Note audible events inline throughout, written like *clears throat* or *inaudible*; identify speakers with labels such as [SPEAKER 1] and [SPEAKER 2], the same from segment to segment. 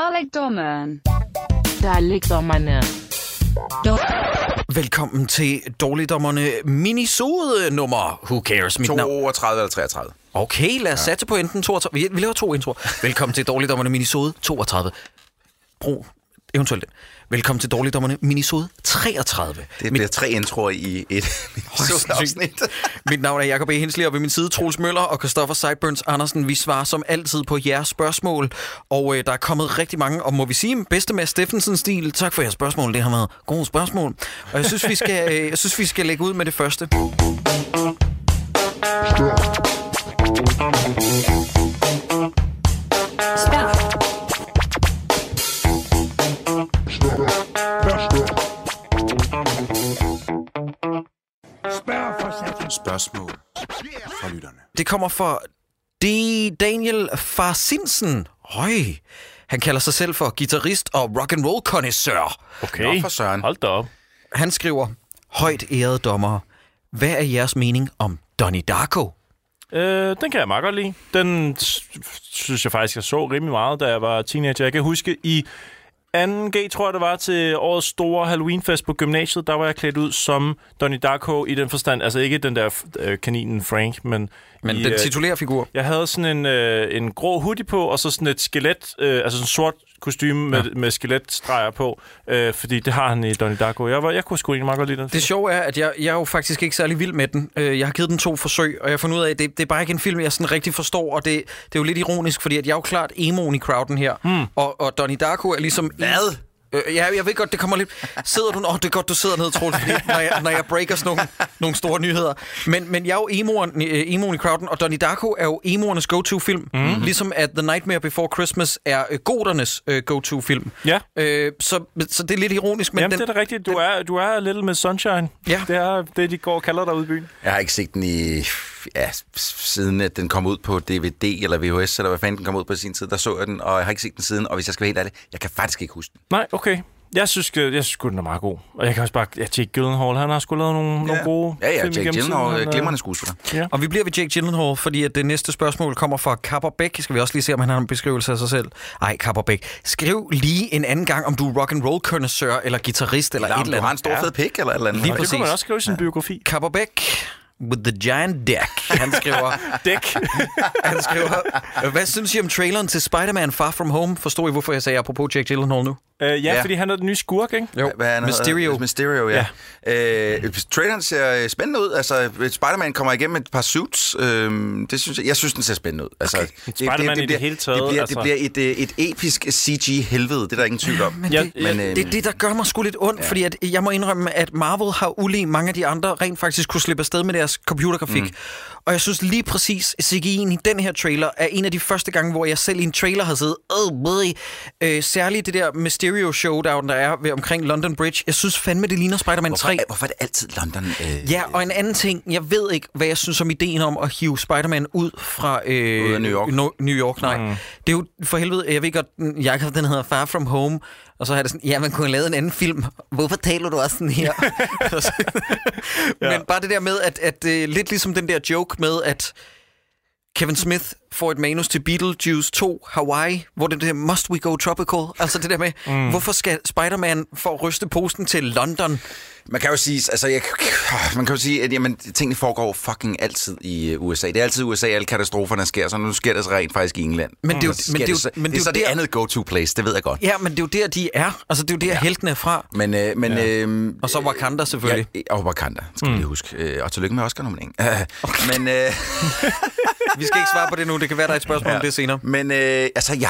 [SPEAKER 1] Dalekdommeren.
[SPEAKER 2] Der ligger mig nær.
[SPEAKER 3] Velkommen til Dårligdommerne minisode nummer Who Cares? Mit navn.
[SPEAKER 4] 32 eller 33.
[SPEAKER 3] Okay, lad os satse på enten 32. Vi, vi laver to introer. Velkommen til Dårligdommerne minisode 32. Brug eventuelt den. Velkommen til Dårligdommerne minisode 33.
[SPEAKER 4] Det bliver tre introer i et *laughs* afsnit.
[SPEAKER 3] Mit navn er Jacob E. Hensley, og ved min side Troels Møller og Christoffer Seiburns Andersen. Vi svarer som altid på jeres spørgsmål, og øh, der er kommet rigtig mange, og må vi sige, bedste med Steffensen-stil, tak for jeres spørgsmål, det har været gode spørgsmål. Og jeg synes, vi skal, øh, jeg synes, vi skal lægge ud med det første.
[SPEAKER 4] Spørgsmål fra lytterne.
[SPEAKER 3] Det kommer fra D. Daniel Farsinsen. Høj, han kalder sig selv for guitarist og rock and roll connoisseur.
[SPEAKER 5] Okay.
[SPEAKER 4] Nå, for søren.
[SPEAKER 5] Hold da op.
[SPEAKER 3] Han skriver, højt ærede dommere, hvad er jeres mening om Donnie Darko?
[SPEAKER 5] Øh, den kan jeg meget godt lide. Den s- synes jeg faktisk, jeg så rimelig meget, da jeg var teenager. Jeg kan huske i 2G, tror jeg det var, til årets store Halloweenfest på gymnasiet, der var jeg klædt ud som Donnie Darko i den forstand. Altså ikke den der f- øh, kaninen Frank, men...
[SPEAKER 3] Men
[SPEAKER 5] i,
[SPEAKER 3] den
[SPEAKER 5] øh,
[SPEAKER 3] titulære figur.
[SPEAKER 5] Jeg havde sådan en, øh, en grå hoodie på, og så sådan et skelet, øh, altså sådan en sort kostume med, ja. med skeletstreger på, øh, fordi det har han i Donnie Darko. Jeg, var, jeg kunne sgu egentlig meget godt lide den.
[SPEAKER 3] Det sjove er, at jeg, jeg er jo faktisk ikke særlig vild med den. Øh, Jeg har givet den to forsøg, og jeg har fundet ud af, at det, det er bare ikke en film, jeg sådan rigtig forstår, og det, det er jo lidt ironisk, fordi at jeg er jo klart emoen i crowden her,
[SPEAKER 5] Hmm.
[SPEAKER 3] mm. og, og Donnie Darko er ligesom... Hvad? Øh, ja, jeg ved godt, det kommer lidt... Sidder du... Åh, oh, det er godt, du sidder ned, Troels, fordi når jeg, når jeg breaker sådan nogle, nogle store nyheder. Men, men jeg er jo emoen, øh, emoen i crowden, og Donnie Darko er jo emoernes go-to-film.
[SPEAKER 5] Mhm.
[SPEAKER 3] Mm. Ligesom at The Nightmare Before Christmas er øh, godernes øh, go-to-film.
[SPEAKER 5] Ja.
[SPEAKER 3] Øh, så, så det er lidt ironisk, men
[SPEAKER 5] Jamen,
[SPEAKER 3] den,
[SPEAKER 5] det er da rigtigt. Du er, du er Little Miss Sunshine.
[SPEAKER 3] Ja.
[SPEAKER 5] Det er det, de går og kalder dig ude i byen.
[SPEAKER 4] Jeg har ikke set den i... Ja, s- siden at den kom ud på DVD eller VHS, eller hvad fanden den kom ud på sin tid, der så jeg den, og jeg har ikke set den siden, og hvis jeg skal være helt ærlig, jeg kan faktisk ikke huske den.
[SPEAKER 5] Nej, okay. Jeg synes, øh, jeg synes sgu, den er meget god. Og jeg kan også bare... Ja, Jake Gyllenhaal, han har sgu lavet nogle, ja. nogle gode
[SPEAKER 4] Ja, ja,
[SPEAKER 5] film
[SPEAKER 4] Jack
[SPEAKER 5] igennem tiden.
[SPEAKER 4] Gyllenhaal,
[SPEAKER 5] Han,
[SPEAKER 4] øh,
[SPEAKER 5] øh,
[SPEAKER 4] glimrende skuespiller.
[SPEAKER 3] Og vi bliver ved Jake Gyllenhaal, fordi at det næste spørgsmål kommer fra Kapperbæk. Skal vi også lige se, om han har en beskrivelse af sig selv? Ej, Kapperbæk. Skriv lige en anden gang, om du er rock and roll connoisseur eller guitarist eller
[SPEAKER 4] Eller
[SPEAKER 3] et
[SPEAKER 4] om
[SPEAKER 3] eller andet.
[SPEAKER 4] du har en stor fed pik, eller et eller andet.
[SPEAKER 3] Lige
[SPEAKER 5] Og det
[SPEAKER 3] præcis.
[SPEAKER 5] kunne man også skrive i sin ja. biografi.
[SPEAKER 3] Kapperbæk with the giant dick. Han
[SPEAKER 4] *laughs*
[SPEAKER 3] skriver,
[SPEAKER 5] Dæk.
[SPEAKER 3] han skriver, hvad synes I om traileren til Spider-Man Far From Home? Forstår I, hvorfor jeg sagde apropos Jake Gyllenhaal nu?
[SPEAKER 5] øh, ja,
[SPEAKER 4] Ja.
[SPEAKER 5] fordi han er den nye skurk, ikke?
[SPEAKER 3] Jo,
[SPEAKER 4] Hvad er han
[SPEAKER 3] Mysterio.
[SPEAKER 4] hedder? Mysterio, ja. ja. Øh, traileren ser øh, spændende ud. Altså, Spider-Man kommer igennem et par suits. Øh, det synes jeg, jeg synes, den ser spændende ud. Altså, okay.
[SPEAKER 5] Spider-Man i det hele taget,
[SPEAKER 4] Det bliver,
[SPEAKER 5] altså.
[SPEAKER 4] det bliver et, øh, et episk CG-helvede, det er der ingen tvivl om. øhm,
[SPEAKER 3] Men
[SPEAKER 5] Ja,
[SPEAKER 3] det,
[SPEAKER 5] ja.
[SPEAKER 3] men, øh, det er det, der gør mig sgu lidt ondt, ja. fordi at jeg må indrømme, at Marvel har ulig mange af de andre rent faktisk kunne slippe afsted med deres computergrafik. Mm. Og jeg synes lige præcis, CGI'en i den her trailer er en af de første gange, hvor jeg selv i en trailer har siddet, oh, boy. øh, særligt det der Mysterio showdown, der er ved omkring London Bridge. Jeg synes fandme, det ligner Spider-Man 3.
[SPEAKER 4] Hvorfor, hvorfor er det altid London? Øh,
[SPEAKER 3] Ja, og en anden ting, jeg ved ikke, hvad jeg synes om ideen om at hive Spider-Man ud fra øh,
[SPEAKER 4] Ud af New York.
[SPEAKER 3] No, New York, nej. Mm. Det er jo for helvede, jeg ved godt, den- Jacob, den hedder Far From Home, og så er det sådan, ja, man kunne have lavet en anden film. Hvorfor taler du også sådan her? *laughs* Men bare det der med, at, at øh, lidt ligesom den der joke med, at Kevin Smith får et manus til Beetlejuice 2 Hawaii, hvor det der, must we go tropical? Altså det der med, mm. hvorfor skal Spider-Man for at ryste posten til London?
[SPEAKER 4] Man kan jo sige, altså, jeg, *laughs* man kan jo sige at jamen, tingene foregår jo fucking altid i øh, USA. Det er altid i USA, alle katastroferne sker, så nu sker det så rent faktisk i England.
[SPEAKER 3] Men det er jo-
[SPEAKER 4] Og så
[SPEAKER 3] men
[SPEAKER 4] sker
[SPEAKER 3] det er jo-
[SPEAKER 4] så-
[SPEAKER 3] men
[SPEAKER 4] det
[SPEAKER 3] det er
[SPEAKER 4] er så
[SPEAKER 3] jo
[SPEAKER 4] det
[SPEAKER 3] der-
[SPEAKER 4] andet go-to place, det ved jeg godt.
[SPEAKER 3] Ja, men det er jo der, de er. Altså, det er jo der, ja. heltene er fra.
[SPEAKER 4] Men, øh, men, ja. øh,
[SPEAKER 3] Og så Wakanda selvfølgelig.
[SPEAKER 4] Ja, og Wakanda, skal mm. vi lige huske. Øh, Og tillykke med Oscar-nomineringen. *laughs* Okay. Men, øh,
[SPEAKER 3] Ja. Vi skal ikke svare på det nu. Det kan være, der er et spørgsmål ja. om det senere.
[SPEAKER 4] men øh, altså, jeg,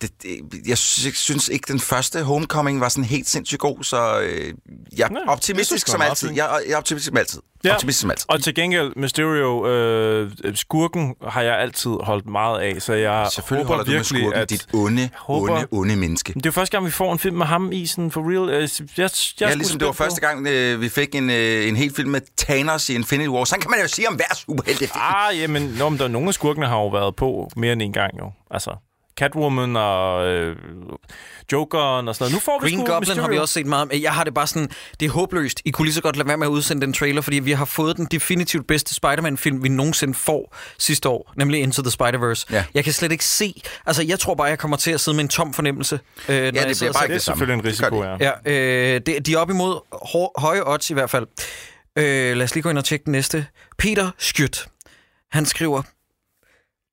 [SPEAKER 4] det, det- jeg sy- synes ikke, den første Homecoming var sådan helt sindssygt god, så øh, jeg er
[SPEAKER 5] Nej, jeg synes,
[SPEAKER 4] optimistisk
[SPEAKER 5] det var
[SPEAKER 4] som
[SPEAKER 5] meget
[SPEAKER 4] altid.
[SPEAKER 5] fint.
[SPEAKER 4] Jeg, er- jeg er optimistisk som altid.
[SPEAKER 5] Ja.
[SPEAKER 4] Ja. Optimistisk som altid.
[SPEAKER 5] Og til gengæld, Mysterio, øh, skurken, har jeg altid holdt meget af, så jeg
[SPEAKER 4] Selvfølgelig
[SPEAKER 5] håber
[SPEAKER 4] holder du med
[SPEAKER 5] virkelig,
[SPEAKER 4] skurken,
[SPEAKER 5] at...
[SPEAKER 4] dit onde,
[SPEAKER 5] håber-
[SPEAKER 4] onde, onde menneske.
[SPEAKER 5] Men Det er jo første gang, vi får en film med ham i sådan for real. Øh, Jeg, jeg,
[SPEAKER 4] Ja, ligesom det var første gang, øh, vi fik en, øh, en hel film med Thanos i Infinity War. Sådan kan man jo sige om hver superhelte.
[SPEAKER 5] Ah, jamen, nå, men der, nogle af skurkene har jo været på mere end en gang, jo. Altså, Catwoman og øh, Jokeren og sådan noget. Nu får
[SPEAKER 3] Green
[SPEAKER 5] du sgu
[SPEAKER 3] Goblin har vi
[SPEAKER 5] Mysterio.
[SPEAKER 3] også set meget om. Øh, Jeg har det bare sådan, det er håbløst. I kunne lige så godt lade være med at udsende den trailer, fordi vi har fået den definitivt bedste Spider-Man-film, vi nogensinde får sidste år, nemlig Into the Spider-Verse.
[SPEAKER 4] Ja.
[SPEAKER 3] Jeg kan slet ikke se, altså jeg tror bare, jeg kommer til at sidde med en tom fornemmelse. Øh, ja, det
[SPEAKER 4] bliver bare
[SPEAKER 5] Det er
[SPEAKER 4] Det samme.
[SPEAKER 5] selvfølgelig en
[SPEAKER 4] Det gør
[SPEAKER 5] risiko,
[SPEAKER 4] de.
[SPEAKER 5] ja.
[SPEAKER 3] Ja, øh, det, de er op imod hår, høje odds i hvert fald. Øh, lad os lige gå ind og tjekke den næste. Peter Skjødt, han skriver,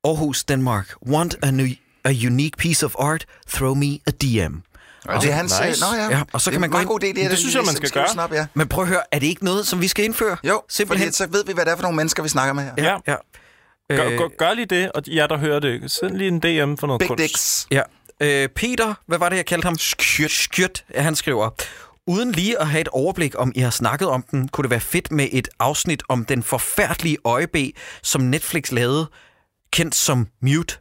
[SPEAKER 3] Aarhus, Danmark. Want a, new, a unique piece of art? Throw me a DM.
[SPEAKER 4] Og det er hans...
[SPEAKER 5] Ah, nice.
[SPEAKER 4] Nice. Nå, ja.
[SPEAKER 3] Ja, og så
[SPEAKER 4] Det
[SPEAKER 3] kan
[SPEAKER 4] er
[SPEAKER 3] man
[SPEAKER 4] en
[SPEAKER 3] gå
[SPEAKER 4] meget
[SPEAKER 3] ind-
[SPEAKER 4] god idé, det, her,
[SPEAKER 5] det
[SPEAKER 4] den
[SPEAKER 5] synes jeg,
[SPEAKER 4] lille
[SPEAKER 5] man skal
[SPEAKER 4] skrivesnap, Ja.
[SPEAKER 3] Men prøv at høre, er det ikke noget, som vi skal indføre?
[SPEAKER 4] Jo,
[SPEAKER 3] Simpelthen.
[SPEAKER 4] simpelthen. så ved vi, hvad det er for nogle mennesker, vi snakker med her.
[SPEAKER 5] Ja. ja.
[SPEAKER 3] Ja.
[SPEAKER 5] Gør, gør, gør lige det, og jer, der hører det, send lige en DM for noget
[SPEAKER 4] øh, Big
[SPEAKER 5] kunst.
[SPEAKER 4] dicks.
[SPEAKER 3] Ja. Øh, Peter, hvad var det, jeg kaldte ham? Skjørt. Skjørt, ja, han skriver. Uden lige at have et overblik om, I har snakket om den, kunne det være fedt med et afsnit om den forfærdelige øjebæ, som Netflix lavede, kendt som Mute.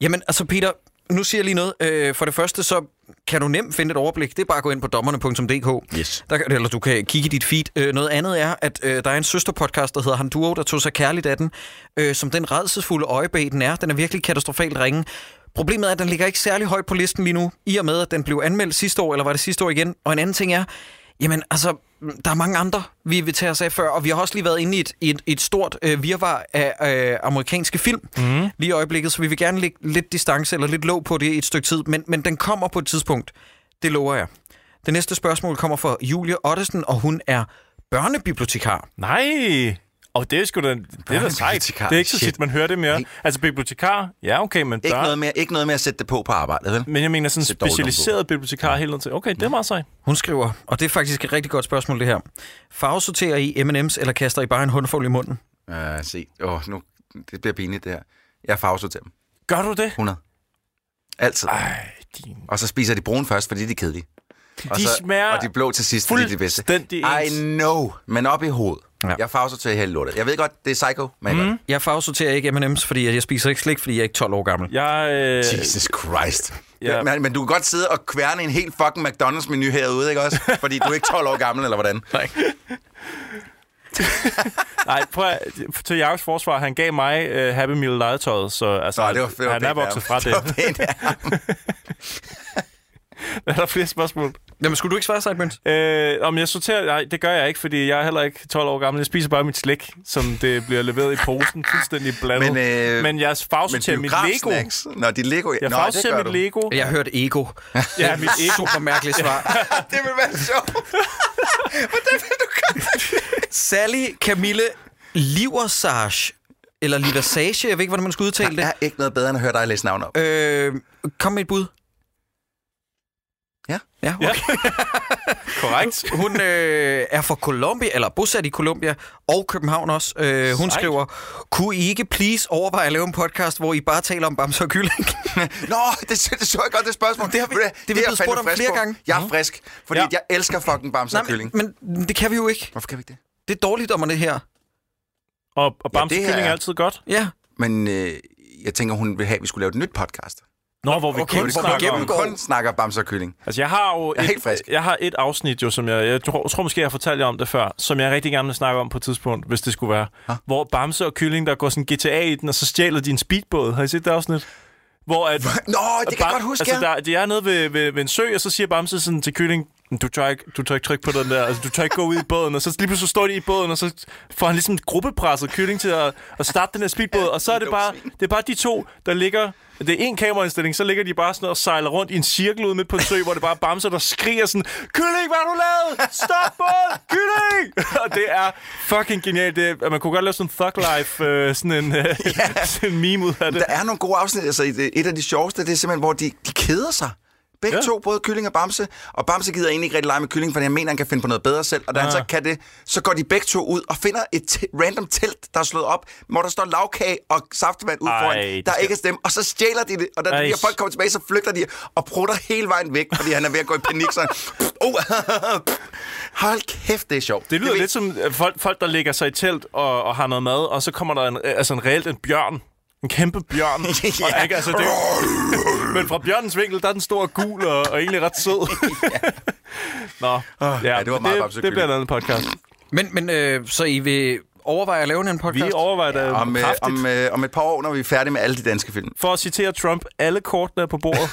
[SPEAKER 3] Jamen, altså Peter, nu siger jeg lige noget. Øh, for det første, så kan du nemt finde et overblik. Det er bare at gå ind på dommerne.dk.
[SPEAKER 4] Yes.
[SPEAKER 3] Der, kan- eller du kan kigge i dit feed. Øh, noget andet er, at øh, der er en søsterpodcast, der hedder Han Duo, der tog sig kærligt af den. Øh, som den redselsfulde øjebæg, den er. Den er virkelig katastrofalt ringe. Problemet er, at den ligger ikke særlig højt på listen lige nu, i og med, at den blev anmeldt sidste år, eller var det sidste år igen. Og en anden ting er, Jamen, altså, der er mange andre, vi vil tage os af før, og vi har også lige været inde i et, i et, i et stort øh, virvar af øh, amerikanske film mm. lige i øjeblikket, så vi vil gerne lægge lidt distance eller lidt låg på det i et stykke tid, men, men den kommer på et tidspunkt. Det lover jeg. Det næste spørgsmål kommer fra Julie Ottesen, og hun er børnebibliotekar.
[SPEAKER 5] Nej! Og det er sgu da, det er da sejt. Det
[SPEAKER 4] Børnebibliotekar,
[SPEAKER 5] er ikke så
[SPEAKER 4] shit.
[SPEAKER 5] tit, man hører det mere. Altså bibliotekar, ja okay, men
[SPEAKER 4] Ikke,
[SPEAKER 5] børn.
[SPEAKER 4] noget mere, ikke noget med at sætte det på på arbejdet, vel?
[SPEAKER 5] Men jeg mener sådan
[SPEAKER 4] Sæt dårligt om på. Mm.
[SPEAKER 5] specialiseret bibliotekar hele tiden. Okay, det er meget sejt.
[SPEAKER 3] Hun skriver, og det er faktisk et rigtig godt spørgsmål det her. Farvesorterer I M&M's, eller kaster I bare en håndfuld i munden?
[SPEAKER 4] Uh, se. Åh, oh, nu... Det bliver pinligt, det her. Jeg farvesorterer til dem.
[SPEAKER 5] Gør du det?
[SPEAKER 4] 100. Altid.
[SPEAKER 5] Ej, din...
[SPEAKER 4] Og så spiser de brune først, fordi de er kedelige. Og
[SPEAKER 5] De
[SPEAKER 4] så,
[SPEAKER 5] smager
[SPEAKER 4] Og de blå til sidst, fordi de er de bedste.
[SPEAKER 5] fuldstændig
[SPEAKER 4] I
[SPEAKER 5] ens.
[SPEAKER 4] know, men op i hovedet.
[SPEAKER 3] Ja.
[SPEAKER 4] Ja. Jeg farvesorterer til hele lortet. Jeg ved godt, det er psycho, men mm.
[SPEAKER 3] Jeg farvesorterer ikke M&M's, fordi jeg spiser ikke slik, fordi jeg er ikke 12 år gammel.
[SPEAKER 5] Jeg, øh,
[SPEAKER 4] Jesus Christ.
[SPEAKER 5] Ja.
[SPEAKER 4] Ja. Men, men du kan godt sidde og kværne en helt fucking McDonald's-menu herude, ikke også? Fordi du er ikke 12 år gammel, eller hvordan?
[SPEAKER 3] Nej.
[SPEAKER 5] *laughs* nej, prøv at, til Jacobs forsvar, han gav mig øh, Happy Meal legetøjet, så altså,
[SPEAKER 4] Nå, det var, det var
[SPEAKER 5] han
[SPEAKER 4] pænt
[SPEAKER 5] er
[SPEAKER 4] af ham.
[SPEAKER 5] vokset fra det.
[SPEAKER 4] *laughs* Det var pænt af ham.
[SPEAKER 5] Er der flere spørgsmål?
[SPEAKER 3] Jamen, skulle du ikke svare, Sideburns?
[SPEAKER 5] Øh, om jeg sorterer, nej, det gør jeg ikke, fordi jeg er heller ikke 12 år gammel. Jeg spiser bare mit slik, som det bliver leveret i posen, fuldstændig blandet.
[SPEAKER 4] Men, øh,
[SPEAKER 5] men jeg
[SPEAKER 4] Men
[SPEAKER 5] farsorterer mit Lego.
[SPEAKER 4] biografsnacks? Nå, dit Lego.
[SPEAKER 5] Jeg
[SPEAKER 4] Nå, det gør
[SPEAKER 5] farsorterer
[SPEAKER 4] du.
[SPEAKER 5] mit Lego.
[SPEAKER 3] Jeg hørte *laughs* ego.
[SPEAKER 5] Ja, mit ego.
[SPEAKER 3] Super mærkeligt svar.
[SPEAKER 4] Det vil være *laughs* sjovt.
[SPEAKER 3] Sally Camille Liversage, eller Liversage, jeg ved ikke, hvordan man skal udtale
[SPEAKER 4] Der
[SPEAKER 3] det.
[SPEAKER 4] er ikke noget bedre, end at høre dig læse navn op.
[SPEAKER 3] Øh, kom med et bud.
[SPEAKER 4] Ja.
[SPEAKER 3] Ja, okay.
[SPEAKER 5] Korrekt.
[SPEAKER 3] Hun øh, er fra Colombia, eller bosat i Colombia, og København også. Øh, hun
[SPEAKER 5] Sejt.
[SPEAKER 3] skriver, kunne I ikke please overveje at lave en podcast, hvor I bare taler om bamser og kylling?
[SPEAKER 4] *laughs* Nå, det, så- det så jeg godt, det spørgsmål. Det har vi, det,
[SPEAKER 3] vi
[SPEAKER 4] er jeg
[SPEAKER 3] blevet
[SPEAKER 4] fandme
[SPEAKER 3] spurgt om
[SPEAKER 4] frisk
[SPEAKER 3] flere
[SPEAKER 4] på.
[SPEAKER 3] gange.
[SPEAKER 4] Jeg er frisk, fordi
[SPEAKER 5] Ja.
[SPEAKER 4] ja. jeg elsker fucking bamser og kylling.
[SPEAKER 3] men, men det kan vi jo ikke.
[SPEAKER 4] Hvorfor kan vi ikke det?
[SPEAKER 3] Det er dårligt om det her.
[SPEAKER 5] Og, og
[SPEAKER 4] Ja,
[SPEAKER 5] bamsekylling
[SPEAKER 4] det
[SPEAKER 5] er...
[SPEAKER 4] er-
[SPEAKER 5] er altid godt.
[SPEAKER 3] Ja.
[SPEAKER 4] Men øh, jeg tænker, hun vil have, at vi skulle lave et nyt podcast.
[SPEAKER 5] Nå, hvor vi
[SPEAKER 3] Okay,
[SPEAKER 5] okay,
[SPEAKER 3] hvor
[SPEAKER 5] kun
[SPEAKER 3] vi
[SPEAKER 5] snakker
[SPEAKER 4] Hvor
[SPEAKER 5] om...
[SPEAKER 4] vi
[SPEAKER 3] gennemgår-
[SPEAKER 4] kun snakker bamser og kylling.
[SPEAKER 5] Altså, jeg har jo
[SPEAKER 4] Jeg er
[SPEAKER 5] et,
[SPEAKER 4] helt frisk.
[SPEAKER 5] jeg har et afsnit, jo, som jeg, jeg tror, tror måske, jeg har fortalt jer om det før, som jeg rigtig gerne vil snakke om på et tidspunkt, hvis det skulle være. Hvor Bamse og Kylling, der går sådan GTA i den, og så stjæler de en speedbåd. Har I set det afsnit? Hvor at,
[SPEAKER 4] Nå, det kan jeg godt huske,
[SPEAKER 5] altså,
[SPEAKER 4] ja.
[SPEAKER 5] der, de er nede ved, ved, ved, en sø, og så siger Bamse sådan til Kylling, du tør, ikke, du tør ikke trykke på den der, altså, du tør ikke gå ud i båden, og så lige pludselig står de i båden, og så får han ligesom gruppepresset Kylling til at, at starte den her speedbåd, og så er det bare, det er bare de to, der ligger, det er en kameraindstilling, så ligger de bare sådan noget og sejler rundt i en cirkel ude midt på en sø, hvor det bare er Bamse, der skriger sådan, Kylling, hvad har du lavet? Stop båden, Kylling! *laughs* og det er fucking genialt, det er, man kunne godt lave sådan en thug life, øh, sådan en, øh, *laughs* sådan en meme ud af det.
[SPEAKER 4] Der er nogle gode afsnit. Altså, et, et af de sjoveste, det er simpelthen, hvor de, de keder sig. Begge
[SPEAKER 5] Ja.
[SPEAKER 4] ja. to, både kylling og bamse. Og bamse gider egentlig ikke rigtig lege med kylling, for han mener, han kan finde på noget bedre selv. Og da han
[SPEAKER 5] Ah.
[SPEAKER 4] så kan det, så går de begge to ud og finder et te- random telt, der er slået op, hvor der står lavkage og saftevand ud
[SPEAKER 5] Ej,
[SPEAKER 4] foran.
[SPEAKER 5] det
[SPEAKER 4] Der er
[SPEAKER 5] skal-
[SPEAKER 4] ikke dem, og så stjæler de det. Og da
[SPEAKER 5] Ej.
[SPEAKER 4] de her folk kommer tilbage, så flygter de og prutter hele vejen væk, fordi han er ved at gå i panik. Så han, oh, hold kæft, det er sjovt.
[SPEAKER 5] Det lyder
[SPEAKER 4] ved-
[SPEAKER 5] lidt som øh, folk, folk der ligger sig i telt og, og har noget mad, og så kommer der en, øh, altså en reelt en bjørn. En kæmpe bjørn.
[SPEAKER 4] *laughs* Ja.
[SPEAKER 5] og, ikke, altså, det, men fra bjørnens vinkel, der er den store gul og, og egentlig ret sød. Nå, ja,
[SPEAKER 4] ja, det var
[SPEAKER 5] men
[SPEAKER 4] meget
[SPEAKER 5] det,
[SPEAKER 4] Bamse
[SPEAKER 5] det bliver
[SPEAKER 4] Kylling.
[SPEAKER 5] en anden podcast.
[SPEAKER 3] Men, men øh, så I vil overvejer at lave en
[SPEAKER 5] Vi
[SPEAKER 3] podcast.
[SPEAKER 5] overvejer det ja,
[SPEAKER 4] Om, øh,
[SPEAKER 5] kraftigt.
[SPEAKER 4] om, øh, om et par år, når vi er færdige med alle de danske film.
[SPEAKER 5] For at citere Trump, alle kortene er på bordet.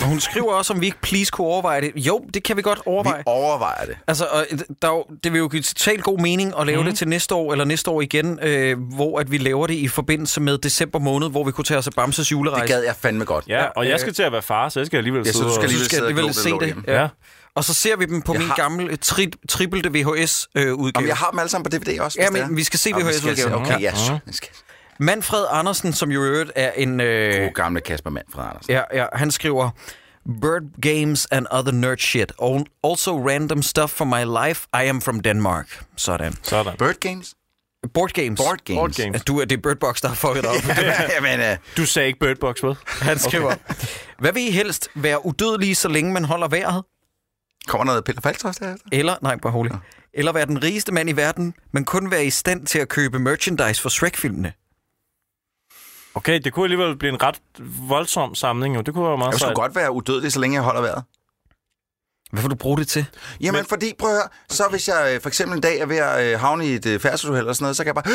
[SPEAKER 3] Og hun skriver også, om vi ikke please kunne overveje det. Jo, det kan vi godt
[SPEAKER 4] Vi
[SPEAKER 3] overveje.
[SPEAKER 4] overvejer det.
[SPEAKER 3] Altså, og d- der er jo, det vil jo give totalt god mening at lave mm. det til næste år, eller næste år igen, øh, hvor at vi laver det i forbindelse med december måned, hvor vi kunne tage os af Bamses
[SPEAKER 4] Det
[SPEAKER 3] julerejse.
[SPEAKER 4] gad jeg fandme godt.
[SPEAKER 5] Ja, og jeg skal til at være far, så jeg skal alligevel
[SPEAKER 4] Ja, så
[SPEAKER 5] sidde
[SPEAKER 4] du skal
[SPEAKER 5] og-
[SPEAKER 4] alligevel
[SPEAKER 3] Så skal jeg
[SPEAKER 4] sidde og glo
[SPEAKER 3] alligevel
[SPEAKER 4] det
[SPEAKER 3] se
[SPEAKER 4] lort
[SPEAKER 3] det.
[SPEAKER 4] hjemme.
[SPEAKER 5] Ja.
[SPEAKER 3] Og så ser vi dem på
[SPEAKER 4] Jeg
[SPEAKER 3] min
[SPEAKER 4] har-
[SPEAKER 3] gamle tri, triple VHS-udgave.
[SPEAKER 4] Om jeg har dem alle sammen på DVD også,
[SPEAKER 3] Ja,
[SPEAKER 4] hvis
[SPEAKER 3] men
[SPEAKER 4] det er.
[SPEAKER 3] vi skal se
[SPEAKER 4] Nå, vi
[SPEAKER 3] VHS-udgaven.
[SPEAKER 4] se- Okay,
[SPEAKER 3] Ja.
[SPEAKER 4] ja. så- vi skal-
[SPEAKER 3] Manfred Andersen, som jo i øvrigt er en... Øh,
[SPEAKER 4] God gamle Kasper Manfred Andersen.
[SPEAKER 3] ja, ja, han skriver... Bird games and other nerd shit. Al- Also random stuff from my life. I am from Denmark. Sådan.
[SPEAKER 5] Sådan.
[SPEAKER 4] Bird Games?
[SPEAKER 3] Board games.
[SPEAKER 4] Board Games.
[SPEAKER 5] Board
[SPEAKER 3] *laughs*
[SPEAKER 5] games.
[SPEAKER 3] Du er det er Bird Box, der har fucket
[SPEAKER 4] *laughs*
[SPEAKER 3] op.
[SPEAKER 4] Jamen, øh,
[SPEAKER 5] Du sagde ikke Bird Box, hvad?
[SPEAKER 3] Han skriver, okay. hvad vil I helst? Være udødelige, så længe man holder vejret?
[SPEAKER 4] kommer noget Peter altså? Faltoft derefter?
[SPEAKER 3] Eller, nej, bare rolig. Eller være den rigeste mand i verden, men kun være i stand til at købe merchandise for Shrek-filmene?
[SPEAKER 5] Okay, det kunne alligevel blive en ret voldsom samling, jo. Det kunne være meget
[SPEAKER 4] Jeg skulle
[SPEAKER 5] sejt.
[SPEAKER 4] godt være udødelig, så længe jeg holder vejret.
[SPEAKER 3] Hvad vil du bruge det til?
[SPEAKER 4] Jamen,
[SPEAKER 5] Men-
[SPEAKER 4] men... fordi, prøv at høre, så hvis jeg øh, for eksempel en dag er ved at øh, havne i et øh, færdselsuheld eller sådan noget, så kan jeg bare... *gasps*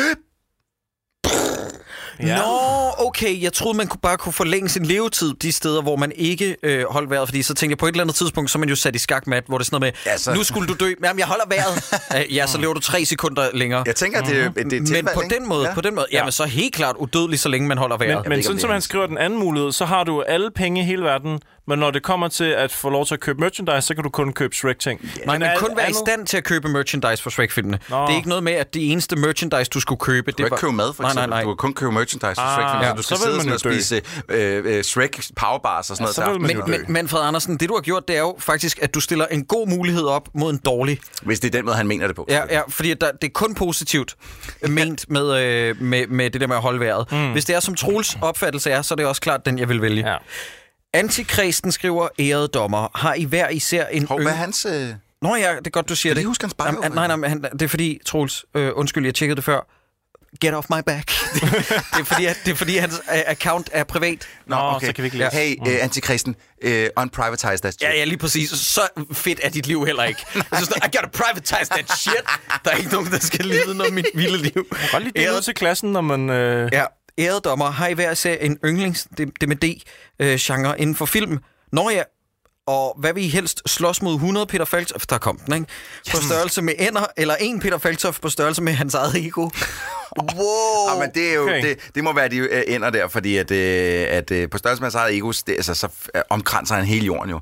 [SPEAKER 5] Ja.
[SPEAKER 3] Nå, okay, jeg troede, man kunne bare kunne forlænge sin levetid de steder, hvor man ikke øh, holdt vejret, fordi så tænkte jeg på et eller andet tidspunkt, så er man jo sat i skakmat, hvor det er sådan noget med,
[SPEAKER 4] Ja, så-
[SPEAKER 3] nu skulle du dø, jamen jeg holder
[SPEAKER 4] *laughs*
[SPEAKER 3] vejret. Øh, ja, så lever du tre sekunder længere.
[SPEAKER 4] Jeg tænker, at det, mm-hmm. det er et
[SPEAKER 3] Men
[SPEAKER 4] tilfælde,
[SPEAKER 3] på
[SPEAKER 4] ikke?
[SPEAKER 3] den måde, ja. på den måde, jamen så helt klart udødelig, så længe man holder vejret.
[SPEAKER 5] Men,
[SPEAKER 4] ikke,
[SPEAKER 5] men
[SPEAKER 4] om
[SPEAKER 5] sådan
[SPEAKER 4] det
[SPEAKER 5] som
[SPEAKER 4] er
[SPEAKER 5] han
[SPEAKER 4] hans.
[SPEAKER 5] skriver den anden mulighed, så har du alle penge i hele verden, men når det kommer til at få lov til at købe merchandise, så kan du kun købe Shrek-ting.
[SPEAKER 3] Nej, men
[SPEAKER 5] alt
[SPEAKER 3] kun være i
[SPEAKER 5] andet-
[SPEAKER 3] stand til at købe merchandise for Shrek-filmene. Det
[SPEAKER 5] Nå.
[SPEAKER 3] er ikke noget med, at det eneste merchandise, du skulle købe...
[SPEAKER 4] Du
[SPEAKER 3] det
[SPEAKER 4] kan ikke købe mad, for
[SPEAKER 3] nej,
[SPEAKER 4] eksempel.
[SPEAKER 3] nej, nej.
[SPEAKER 4] Du kan kun købe merchandise for
[SPEAKER 5] Ah,
[SPEAKER 4] Shrek. Ah,
[SPEAKER 5] ja,
[SPEAKER 4] ja, du skal
[SPEAKER 5] så vil
[SPEAKER 4] sidde sådan
[SPEAKER 5] man
[SPEAKER 4] og
[SPEAKER 5] jo dø.
[SPEAKER 4] spise øh, øh, Shrek powerbars og sådan
[SPEAKER 5] Ja,
[SPEAKER 4] noget.
[SPEAKER 5] så
[SPEAKER 4] til
[SPEAKER 5] vil man
[SPEAKER 4] aftensmad.
[SPEAKER 5] jo
[SPEAKER 3] Men, men Manfred Andersen, det du har gjort, det er jo faktisk, at du stiller en god mulighed op mod en dårlig.
[SPEAKER 4] Hvis det er den måde, han mener det på.
[SPEAKER 3] Ja, ja fordi at der, det er kun positivt ment med, øh, med, med det der med at holde vejret. Mm. Hvis det er som Troels opfattelse er, så er det også klart den, jeg vil vælge.
[SPEAKER 5] Ja.
[SPEAKER 3] Antikristen skriver, ærede dommer, har I hver især en
[SPEAKER 4] Hov,
[SPEAKER 3] yng-
[SPEAKER 4] hvad er hans... Øh...
[SPEAKER 3] Nå ja, det er godt, du siger
[SPEAKER 4] Jeg
[SPEAKER 3] det.
[SPEAKER 4] lige huske hans bio,
[SPEAKER 3] Jamen,
[SPEAKER 4] mand.
[SPEAKER 3] nej, nej, men han, det er fordi, Troels, øh, undskyld, jeg tjekkede det før. Get off my back. *laughs* det, er fordi, at, det er fordi, hans øh, account er privat.
[SPEAKER 4] Nå,
[SPEAKER 5] Nå,
[SPEAKER 4] okay.
[SPEAKER 5] så kan vi ikke læse.
[SPEAKER 4] Hey, øh, antikristen, øh, unprivatize that shit.
[SPEAKER 3] Mm. Ja, ja, lige præcis. Så fedt er dit liv heller
[SPEAKER 4] *laughs*
[SPEAKER 3] ikke. Jeg synes, I gotta privatize that shit. Der er ikke nogen, der skal lide noget af mit vilde liv.
[SPEAKER 5] Godt lige det ud til klassen, når man... Øh...
[SPEAKER 3] Ja, ærede dommer, har I hver især en yndlings, det, det med D-genre øh, inden for film? Nå ja, og hvad vil I helst slås mod 100 Peter Faltoff, der kom den, ikke? På størrelse med ender, eller en Peter Faltoff på størrelse med hans eget
[SPEAKER 4] *laughs*
[SPEAKER 3] ego.
[SPEAKER 4] Wow. men det, er jo,
[SPEAKER 5] Okay.
[SPEAKER 4] okay. det, det må være, de øh, ender der, fordi at, øh, at øh, på størrelse med sig eget ego, det, altså, så øh, omkranser han hele jorden jo.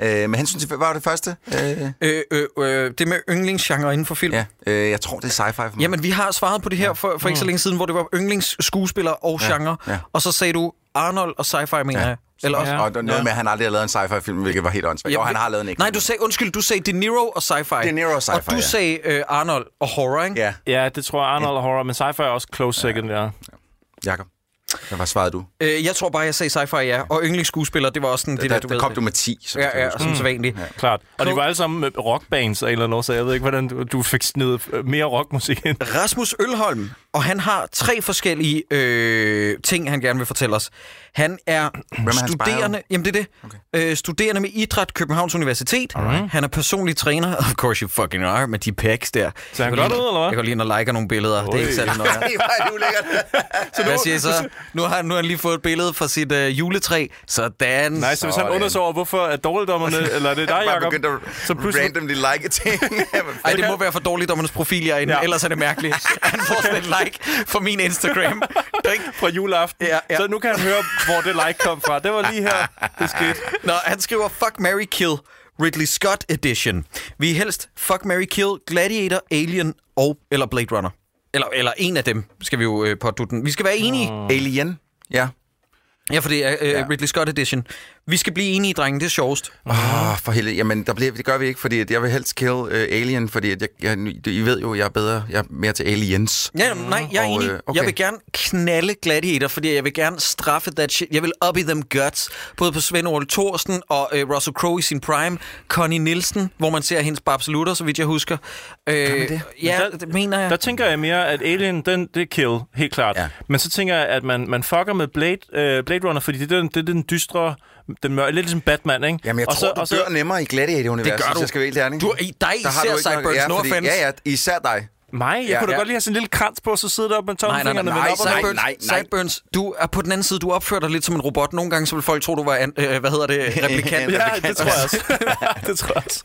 [SPEAKER 4] Øh, men han synes, hvad var det første? Øh,
[SPEAKER 3] Øh, øh, øh, det med yndlingsgenre inden for film.
[SPEAKER 4] ja, øh, jeg tror, det er sci-fi for mig.
[SPEAKER 3] Jamen, vi har svaret på det her for, for ikke så længe siden, hvor det var yndlingsskuespiller og
[SPEAKER 4] Mm. Ja,
[SPEAKER 3] genre.
[SPEAKER 4] ja.
[SPEAKER 3] Og så sagde du Arnold og sci-fi, mener
[SPEAKER 4] Ja.
[SPEAKER 3] jeg. Eller også...
[SPEAKER 5] Ja.
[SPEAKER 4] Og der er noget
[SPEAKER 5] Ja.
[SPEAKER 4] med, at han aldrig har lavet en sci-fi-film, hvilket var helt åndssvagt. Jo, han har lavet en ikke.
[SPEAKER 3] Nej, du sagde, undskyld, du sagde De Niro og sci-fi.
[SPEAKER 4] De Niro og sci-fi,
[SPEAKER 3] Og du
[SPEAKER 4] ja.
[SPEAKER 3] sagde øh, Arnold og horror, ikke?
[SPEAKER 4] Ja,
[SPEAKER 5] Ja, det tror jeg, Arnold er horror, men sci-fi er også close second, ja.
[SPEAKER 4] Jacob. Hvad var svaret du?
[SPEAKER 3] Øh, jeg tror bare, jeg sagde sci-fi, ja. Og yndlingsskuespiller, det var også sådan det
[SPEAKER 4] der,
[SPEAKER 3] der, du
[SPEAKER 4] der
[SPEAKER 3] ved.
[SPEAKER 4] kom du med 10. Så
[SPEAKER 3] Ja, ja, som så vanligt.
[SPEAKER 5] Klart. Og det var alle sammen øh, rockbands af en eller anden årsag. Jeg ved ikke, hvordan du, du fik snedet øh, mere rockmusik
[SPEAKER 4] *laughs*
[SPEAKER 5] ind.
[SPEAKER 3] Rasmus Ølholm, og han har tre forskellige øh, ting, han gerne vil fortælle os. Han er
[SPEAKER 4] hans
[SPEAKER 3] studerende,
[SPEAKER 4] bio?
[SPEAKER 3] jamen det er det, okay. øh, studerende med idræt Københavns Universitet. Alright. Han er personlig træner, *laughs* of course you fucking are, med de packs der.
[SPEAKER 5] Ser han
[SPEAKER 3] Jeg går
[SPEAKER 5] godt
[SPEAKER 3] lige-
[SPEAKER 5] ud, eller hvad?
[SPEAKER 3] Jeg går lige ind og liker nogle billeder, det er ikke
[SPEAKER 5] Oj.
[SPEAKER 3] særlig noget.
[SPEAKER 4] *laughs*
[SPEAKER 5] *laughs*
[SPEAKER 4] Det var ulækkert.
[SPEAKER 3] Hvad siger I så? Nu har, nu har han lige fået et billede fra sit øh, juletræ. Sådan.
[SPEAKER 5] Nej, så hvis han
[SPEAKER 4] Sådan.
[SPEAKER 5] undrer sig over, hvorfor er dårligdommerne,
[SPEAKER 4] *laughs*
[SPEAKER 5] eller er det dig,
[SPEAKER 4] Jeg
[SPEAKER 5] Jacob?
[SPEAKER 4] begyndte at
[SPEAKER 5] Så pludselig...
[SPEAKER 4] randomly like ting.
[SPEAKER 3] Ej, det må være for dårligt, om hans profil jeg er inde.
[SPEAKER 5] Ja.
[SPEAKER 3] Ja. Ellers er det mærkeligt. Han får sådan et like fra min Instagram. Drink.
[SPEAKER 5] fra juleaften.
[SPEAKER 3] Ja, ja.
[SPEAKER 5] Så nu kan han høre, hvor det like kom fra. Det var lige her, det skete.
[SPEAKER 4] *laughs*
[SPEAKER 3] Nå, han skriver Fuck, Mary Kill, Ridley Scott Edition. Vi er helst Fuck, Mary Kill, Gladiator, Alien og eller Blade Runner. Eller, eller en af dem, skal vi jo øh, på den. Vi skal være enige. Mm.
[SPEAKER 4] Alien. Ja.
[SPEAKER 3] Ja, for det er øh, ja. Ridley Scott Edition. Vi skal blive enige, drenge. Det er sjovest.
[SPEAKER 4] Åh, oh, for helvede. Jamen, der bliver, det gør vi ikke, fordi at jeg vil helst kill uh, Alien, fordi at jeg, jeg, I ved jo, jeg er bedre, jeg er mere til Aliens.
[SPEAKER 3] Ja, jamen, nej, jeg er
[SPEAKER 4] Og,
[SPEAKER 3] enig.
[SPEAKER 4] øh, okay.
[SPEAKER 3] Jeg vil gerne knalde Gladiator, fordi jeg vil gerne straffe that shit. Jeg vil up i them guts. Både på Svend Ole Thorsten og øh, Russell Crowe i sin prime. Connie Nielsen, hvor man ser hendes babselutter, så vidt jeg husker. Øh,
[SPEAKER 4] det?
[SPEAKER 3] Ja,
[SPEAKER 5] Men der-
[SPEAKER 3] det mener jeg.
[SPEAKER 5] Der tænker jeg mere, at Alien, den, det er kill, helt klart. Ja.
[SPEAKER 4] Ja.
[SPEAKER 5] Men så tænker jeg, at man, man fucker med Blade, øh, Blade Runner, fordi det er den, det er den dystre, den mørke, lidt ligesom Batman, ikke?
[SPEAKER 4] Jamen, jeg og tror, så, du
[SPEAKER 5] så,
[SPEAKER 4] dør nemmere i Gladiator-universet,
[SPEAKER 3] Det gør du.
[SPEAKER 4] hvis jeg skal være helt ærlig.
[SPEAKER 3] Du- i- dig
[SPEAKER 4] Der har
[SPEAKER 3] især,
[SPEAKER 4] du ikke nok-
[SPEAKER 3] Cyborgs, no
[SPEAKER 4] fordi-
[SPEAKER 3] offense.
[SPEAKER 4] Ja, ja, især dig.
[SPEAKER 5] Mig? Jeg
[SPEAKER 3] Ja,
[SPEAKER 5] ja, kunne da
[SPEAKER 3] ja.
[SPEAKER 5] godt lige have sådan en lille krans på, så sidde der
[SPEAKER 3] Nej,
[SPEAKER 5] med
[SPEAKER 3] nej, nej,
[SPEAKER 5] tommelfingrene
[SPEAKER 3] nej, nej,
[SPEAKER 5] vendt op og ned.
[SPEAKER 3] sideburns,
[SPEAKER 4] nej, nej.
[SPEAKER 3] sideburns. Du er på den anden side, du opfører dig lidt som en robot. Nogle gange så vil folk tro, du var, an, øh, hvad hedder det,
[SPEAKER 4] *laughs*
[SPEAKER 3] replikant.
[SPEAKER 5] Ja, det tror jeg også. det tror jeg også.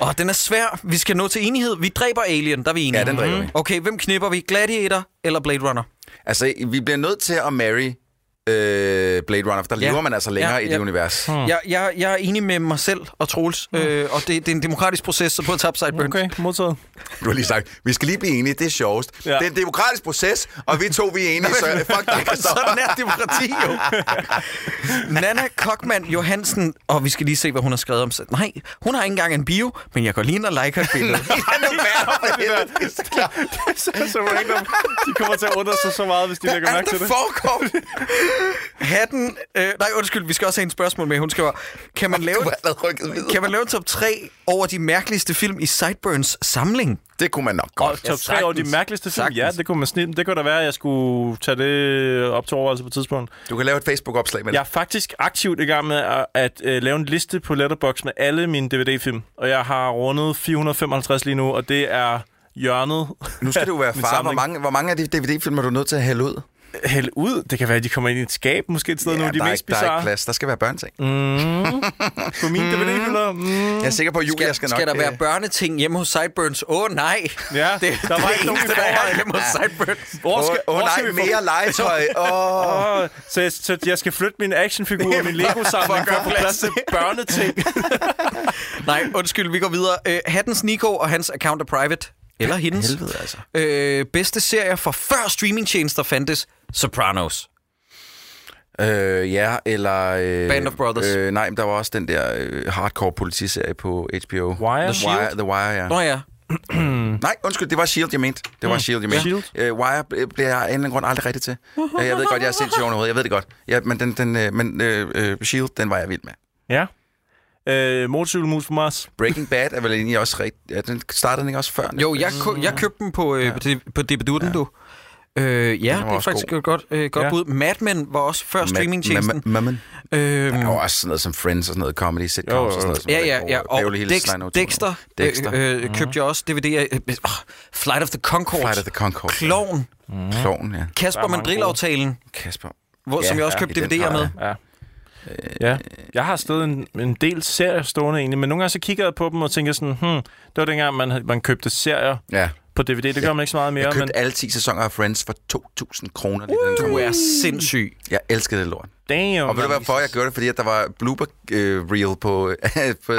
[SPEAKER 3] Og den er svær. Vi skal nå til enighed. Vi dræber Alien, der er vi enige.
[SPEAKER 4] Ja, den dræber vi.
[SPEAKER 3] Mhm. Okay, hvem knipper vi? Gladiator eller Blade Runner?
[SPEAKER 4] Altså, vi bliver nødt til at marry øh, Blade Runner, for der
[SPEAKER 3] Ja.
[SPEAKER 4] lever man altså længere
[SPEAKER 3] Ja,
[SPEAKER 4] ja, i
[SPEAKER 3] ja.
[SPEAKER 4] det univers.
[SPEAKER 3] Mm. Jeg, jeg, jeg er enig med mig selv og Troels, mm. øh, og det, det er en demokratisk proces, så på at tabe sideburns.
[SPEAKER 5] Okay, modtaget.
[SPEAKER 4] Du har lige sagt, vi skal lige blive enige, det er sjovest.
[SPEAKER 5] Ja.
[SPEAKER 4] Ja. Det er en demokratisk proces, og vi to vi er enige, *laughs* så fuck dig, *laughs* Christoffer.
[SPEAKER 3] *laughs* Sådan er demokrati jo. *laughs* Nana Kokman Johansen, og vi skal lige se, hvad hun har skrevet om sig. Nej, hun har ikke engang en bio, men jeg går lige ind og liker et
[SPEAKER 5] *laughs*
[SPEAKER 3] billede.
[SPEAKER 4] Han er værd *laughs* for helvede.
[SPEAKER 5] så, så random. De kommer til at undre sig så meget, hvis de lægger
[SPEAKER 3] Hvad er
[SPEAKER 5] mærke til
[SPEAKER 3] der
[SPEAKER 5] det.
[SPEAKER 3] foregår? Hatten... Øh, nej, undskyld, vi skal også have en spørgsmål med. Hun skriver, kan man
[SPEAKER 4] *laughs*
[SPEAKER 3] lave,
[SPEAKER 4] Du har allerede rykket videre.
[SPEAKER 3] kan man lave en top 3 over de mærkeligste film i Sideburns samling?
[SPEAKER 4] Det kunne man nok
[SPEAKER 5] Og
[SPEAKER 4] godt.
[SPEAKER 5] top 3 over de
[SPEAKER 3] sagtens.
[SPEAKER 5] mærkeligste film. Ja,
[SPEAKER 3] Sagtens.
[SPEAKER 5] det kunne man snit. Det kunne da være, at jeg skulle tage det op til overvejelse på et tidspunkt.
[SPEAKER 4] Du kan lave et Facebook-opslag med
[SPEAKER 5] Jeg
[SPEAKER 4] det.
[SPEAKER 5] er faktisk aktivt i gang med at, at øh, lave en liste på Letterbox med alle mine DVD-film. Og jeg har rundet 455 lige nu, og det er hjørnet.
[SPEAKER 4] Nu skal du være
[SPEAKER 5] Min
[SPEAKER 4] far. Hvor
[SPEAKER 5] samling.
[SPEAKER 4] mange, hvor mange af de DVD-film er du nødt til at hælde ud?
[SPEAKER 5] *laughs* Hæld ud. Det kan være, at de kommer ind i et skab måske et sted ja, nu. De
[SPEAKER 4] der, er
[SPEAKER 5] mest
[SPEAKER 4] ikke, der er ikke
[SPEAKER 5] bizarre
[SPEAKER 4] plads. Der skal være børneting. Mm.
[SPEAKER 5] på mine DVD-hylder. Mm.
[SPEAKER 4] Jeg er sikker på, at Julia
[SPEAKER 3] Skal,
[SPEAKER 4] skal,
[SPEAKER 3] skal,
[SPEAKER 4] nok...
[SPEAKER 3] skal der være
[SPEAKER 4] øh,
[SPEAKER 3] børneting hjemme hos Sideburns? Åh, oh, nej.
[SPEAKER 5] Ja,
[SPEAKER 3] det,
[SPEAKER 5] der var
[SPEAKER 3] det
[SPEAKER 5] ikke nogen i
[SPEAKER 3] eneste, der er
[SPEAKER 5] forvejen.
[SPEAKER 3] hjemme hos Sideburns.
[SPEAKER 5] Hvor
[SPEAKER 4] Åh
[SPEAKER 5] skal,
[SPEAKER 4] oh,
[SPEAKER 5] hvor
[SPEAKER 4] nej,
[SPEAKER 5] skal vi få-
[SPEAKER 4] mere
[SPEAKER 5] *laughs*
[SPEAKER 4] legetøj. Åh.
[SPEAKER 5] Åh, så, jeg, så jeg skal flytte min *laughs* actionfigur og min Lego-samling for at få plads til børneting.
[SPEAKER 3] Nej, undskyld, vi går videre. Øh, Hattens Nico og hans account er private. Eller hendes.
[SPEAKER 4] Helvede, altså.
[SPEAKER 3] Øh, bedste serie fra før streamingtjenester fandtes. Sopranos.
[SPEAKER 4] Øh, ja, eller... Øh,
[SPEAKER 3] Band of Brothers.
[SPEAKER 4] Øh, nej, men der var også den der øh, hardcore politiserie på HBO.
[SPEAKER 5] Wire?
[SPEAKER 4] The Wire, The Wire ja.
[SPEAKER 3] Nå ja.
[SPEAKER 4] Nej, undskyld, det var S.H.I.E.L.D., jeg mente. Det var mm. S.H.I.E.L.D., jeg mente.
[SPEAKER 3] E
[SPEAKER 5] Shield.
[SPEAKER 4] Øh, Wire bl- bliver jeg af en eller anden grund aldrig rigtig
[SPEAKER 3] *laughs*
[SPEAKER 4] til. Øh, jeg ved godt, jeg er sindssygt overhovedet. Jeg ved det godt. Ja, men den, den, øh, men, øh, øh, S.H.I.E.L.D., den var jeg vild med.
[SPEAKER 5] Ja. Øh, motorcykelmus for Mars.
[SPEAKER 4] Breaking Bad er vel egentlig også rigtig... Ja, den startede den ikke også før?
[SPEAKER 3] Jo, jeg, kø- jeg købte dem på, øh, ja. på, D- på Debedutten, ja. du. Øh, ja,
[SPEAKER 4] var
[SPEAKER 3] det er
[SPEAKER 4] også
[SPEAKER 3] faktisk
[SPEAKER 4] god.
[SPEAKER 3] et godt, øh, godt
[SPEAKER 5] Ja.
[SPEAKER 3] ja. bud. Mad Men var også før streamingtjenesten.
[SPEAKER 4] Mammen.
[SPEAKER 3] Øh,
[SPEAKER 4] Der var også sådan noget som Friends og sådan noget comedy sitcoms
[SPEAKER 5] Jo, jo,
[SPEAKER 4] og sådan noget. som
[SPEAKER 3] ja,
[SPEAKER 4] var
[SPEAKER 3] ja,
[SPEAKER 4] rigtig
[SPEAKER 3] ja.
[SPEAKER 4] over-
[SPEAKER 3] Og
[SPEAKER 4] Beverly Hills
[SPEAKER 3] Dex-
[SPEAKER 4] 90210.
[SPEAKER 3] Dexter,
[SPEAKER 4] Dexter. Mhm.
[SPEAKER 3] Øh, øh, købte jeg også DVD af. Øh, åh, Flight of the Conchords.
[SPEAKER 4] Flight of the Conchords.
[SPEAKER 3] Klovn.
[SPEAKER 4] Kloven, ja.
[SPEAKER 3] Kasper
[SPEAKER 5] Der er mange
[SPEAKER 3] Mandrill-aftalen,
[SPEAKER 4] Kasper.
[SPEAKER 3] hvor,
[SPEAKER 4] Ja,
[SPEAKER 3] som jeg også
[SPEAKER 4] ja,
[SPEAKER 3] købte
[SPEAKER 4] i den
[SPEAKER 3] DVD'er
[SPEAKER 4] grad,
[SPEAKER 3] med.
[SPEAKER 4] ja.
[SPEAKER 5] Ja. Ja. Jeg har stadig en, en del serier stående egentlig, men nogle gange så kigger jeg på dem og tænker sådan, hmm, det var dengang, man, havde- man købte serier
[SPEAKER 4] Ja.
[SPEAKER 5] på DVD. Det gør man ikke så meget mere,
[SPEAKER 4] Jeg
[SPEAKER 5] men
[SPEAKER 4] købte alle 10 sæsoner af Friends for 2.000 kroner. lige da den kom
[SPEAKER 3] Du
[SPEAKER 4] ud.
[SPEAKER 3] er sindssyg.
[SPEAKER 4] Jeg elskede det lort.
[SPEAKER 5] damn.
[SPEAKER 4] Og ved du
[SPEAKER 5] mand.
[SPEAKER 4] hvorfor jeg gjorde det? Fordi at der var blooper øh, reel på, *laughs* på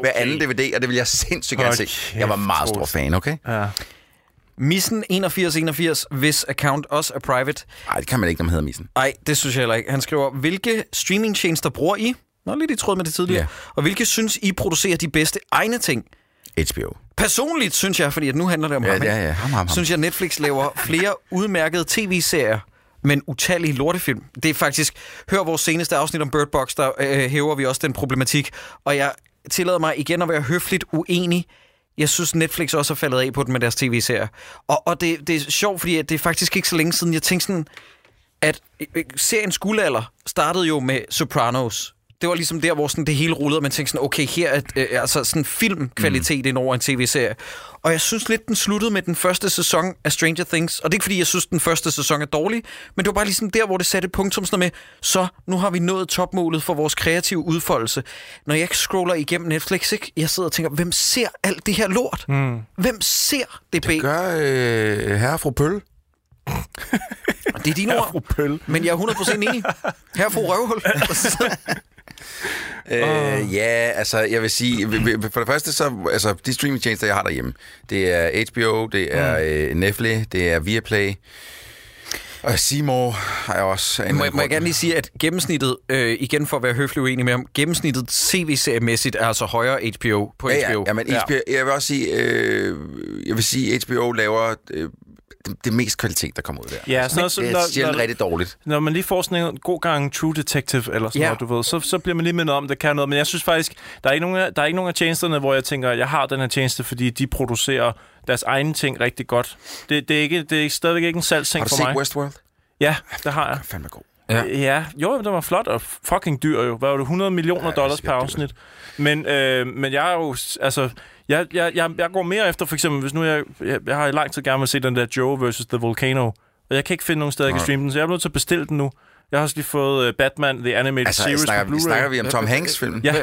[SPEAKER 4] hver anden DVD, og det ville jeg sindssygt gerne
[SPEAKER 5] Hold
[SPEAKER 4] se.
[SPEAKER 5] kæft,
[SPEAKER 4] Jeg var meget stor
[SPEAKER 5] Troels.
[SPEAKER 4] fan, okay?
[SPEAKER 5] Ja.
[SPEAKER 3] Missen 8181, hvis account også er private.
[SPEAKER 4] Nej, det kan man ikke, når man hedder Misen.
[SPEAKER 3] Nej, det synes jeg heller ikke. Han skriver, hvilke streamingtjenester bruger I? Nå, lidt i tråd med det tidligere.
[SPEAKER 4] Ja.
[SPEAKER 3] Og hvilke synes I producerer de bedste egne ting?
[SPEAKER 4] HBO.
[SPEAKER 3] Personligt synes jeg, fordi at nu handler det om
[SPEAKER 4] Ja,
[SPEAKER 3] ham, ikke?
[SPEAKER 4] ja, ja. Ham, ham, ham.
[SPEAKER 3] synes jeg, Netflix laver flere udmærkede tv-serier, men utallige lortefilm. Det er faktisk... Hør vores seneste afsnit om Bird Box, der øh, hæver vi også den problematik. Og jeg tillader mig igen at være høfligt uenig. Jeg synes, Netflix også er faldet af på den med deres tv-serier. Og, og det, det er sjovt, fordi at det er faktisk ikke så længe siden, jeg tænkte sådan, at øh, seriens guldalder startede jo med Sopranos. Det var ligesom der, hvor sådan det hele rullede, og man tænkte sådan, okay, her er øh, altså sådan filmkvalitet mm. ind over en tv-serie. Og jeg synes lidt, den sluttede med den første sæson af Stranger Things. Og det er ikke, fordi jeg synes, den første sæson er dårlig, men det var bare ligesom der, hvor det satte et punktum sådan noget med, så nu har vi nået topmålet for vores kreative udfoldelse. Når jeg scroller igennem Netflix, ikke, jeg sidder og tænker, hvem ser alt det her lort? Mm. Hvem ser det, det
[SPEAKER 4] Gør øh, herre og fru Pøl.
[SPEAKER 3] Det er dine ord.
[SPEAKER 5] Pøl.
[SPEAKER 3] Men jeg er 100% enig. Her får *laughs* røvhul.
[SPEAKER 4] Øh, ja, altså, jeg vil sige, v- v- for det første så, altså, de streamingtjenester, jeg har derhjemme, det er HBO, det er øh, Netflix, det er Viaplay, og Seymour har jeg også. af en
[SPEAKER 3] Må,
[SPEAKER 4] eller
[SPEAKER 3] må jeg
[SPEAKER 4] anden
[SPEAKER 3] gerne lige sige, at gennemsnittet, øh, igen for at være høflig uenig med ham, gennemsnittet tv-seriemæssigt er altså højere HBO på
[SPEAKER 4] grund- Ja,
[SPEAKER 3] HBO.
[SPEAKER 4] ja, ja, men HBO, jeg vil også sige, øh, jeg vil sige, HBO laver øh, det, det mest kvalitet, der kommer ud der. Altså,
[SPEAKER 5] Ja, sådan noget,
[SPEAKER 4] det
[SPEAKER 5] som-
[SPEAKER 4] er sjældent
[SPEAKER 5] når, når,
[SPEAKER 4] rigtig dårligt.
[SPEAKER 5] når man lige får sådan en god gang True Detective eller sådan
[SPEAKER 3] Ja.
[SPEAKER 5] ja. noget, du ved, så, så bliver man lige mindet om, at det kan noget. Men jeg synes faktisk, der er, ikke nogen af, der er ikke nogen af tjenesterne, hvor jeg tænker, jeg har den her tjeneste, fordi de producerer deres egne ting rigtig godt. Det, det, er, ikke, det er stadigvæk ikke en salgsting
[SPEAKER 4] Har du
[SPEAKER 5] for
[SPEAKER 4] set
[SPEAKER 5] mig.
[SPEAKER 4] Westworld?
[SPEAKER 5] Ja, det har jeg.
[SPEAKER 4] Fandme god.
[SPEAKER 3] Ja.
[SPEAKER 5] Ja, jo, den var flot og fucking dyr jo. Hvad var det, 100 millioner
[SPEAKER 4] Ja,
[SPEAKER 5] ja, dollars
[SPEAKER 4] det
[SPEAKER 5] per
[SPEAKER 4] er dyrt.
[SPEAKER 5] afsnit? Men, øh, men jeg er jo, s- altså, Jeg, jeg, jeg, jeg går mere efter, for eksempel, hvis nu jeg, jeg, jeg har i lang tid gerne vil se den der Joe vs. The Volcano, og jeg kan ikke finde nogen steder, jeg kan streame den, så jeg er nødt til at bestille den nu. Jeg har også lige fået øh, Batman The Animated
[SPEAKER 4] Altså,
[SPEAKER 5] Series på
[SPEAKER 4] snakker,
[SPEAKER 5] Blu-ray.
[SPEAKER 4] snakker vi om Tom Hanks-filmen?
[SPEAKER 5] Ja.
[SPEAKER 3] Hvad,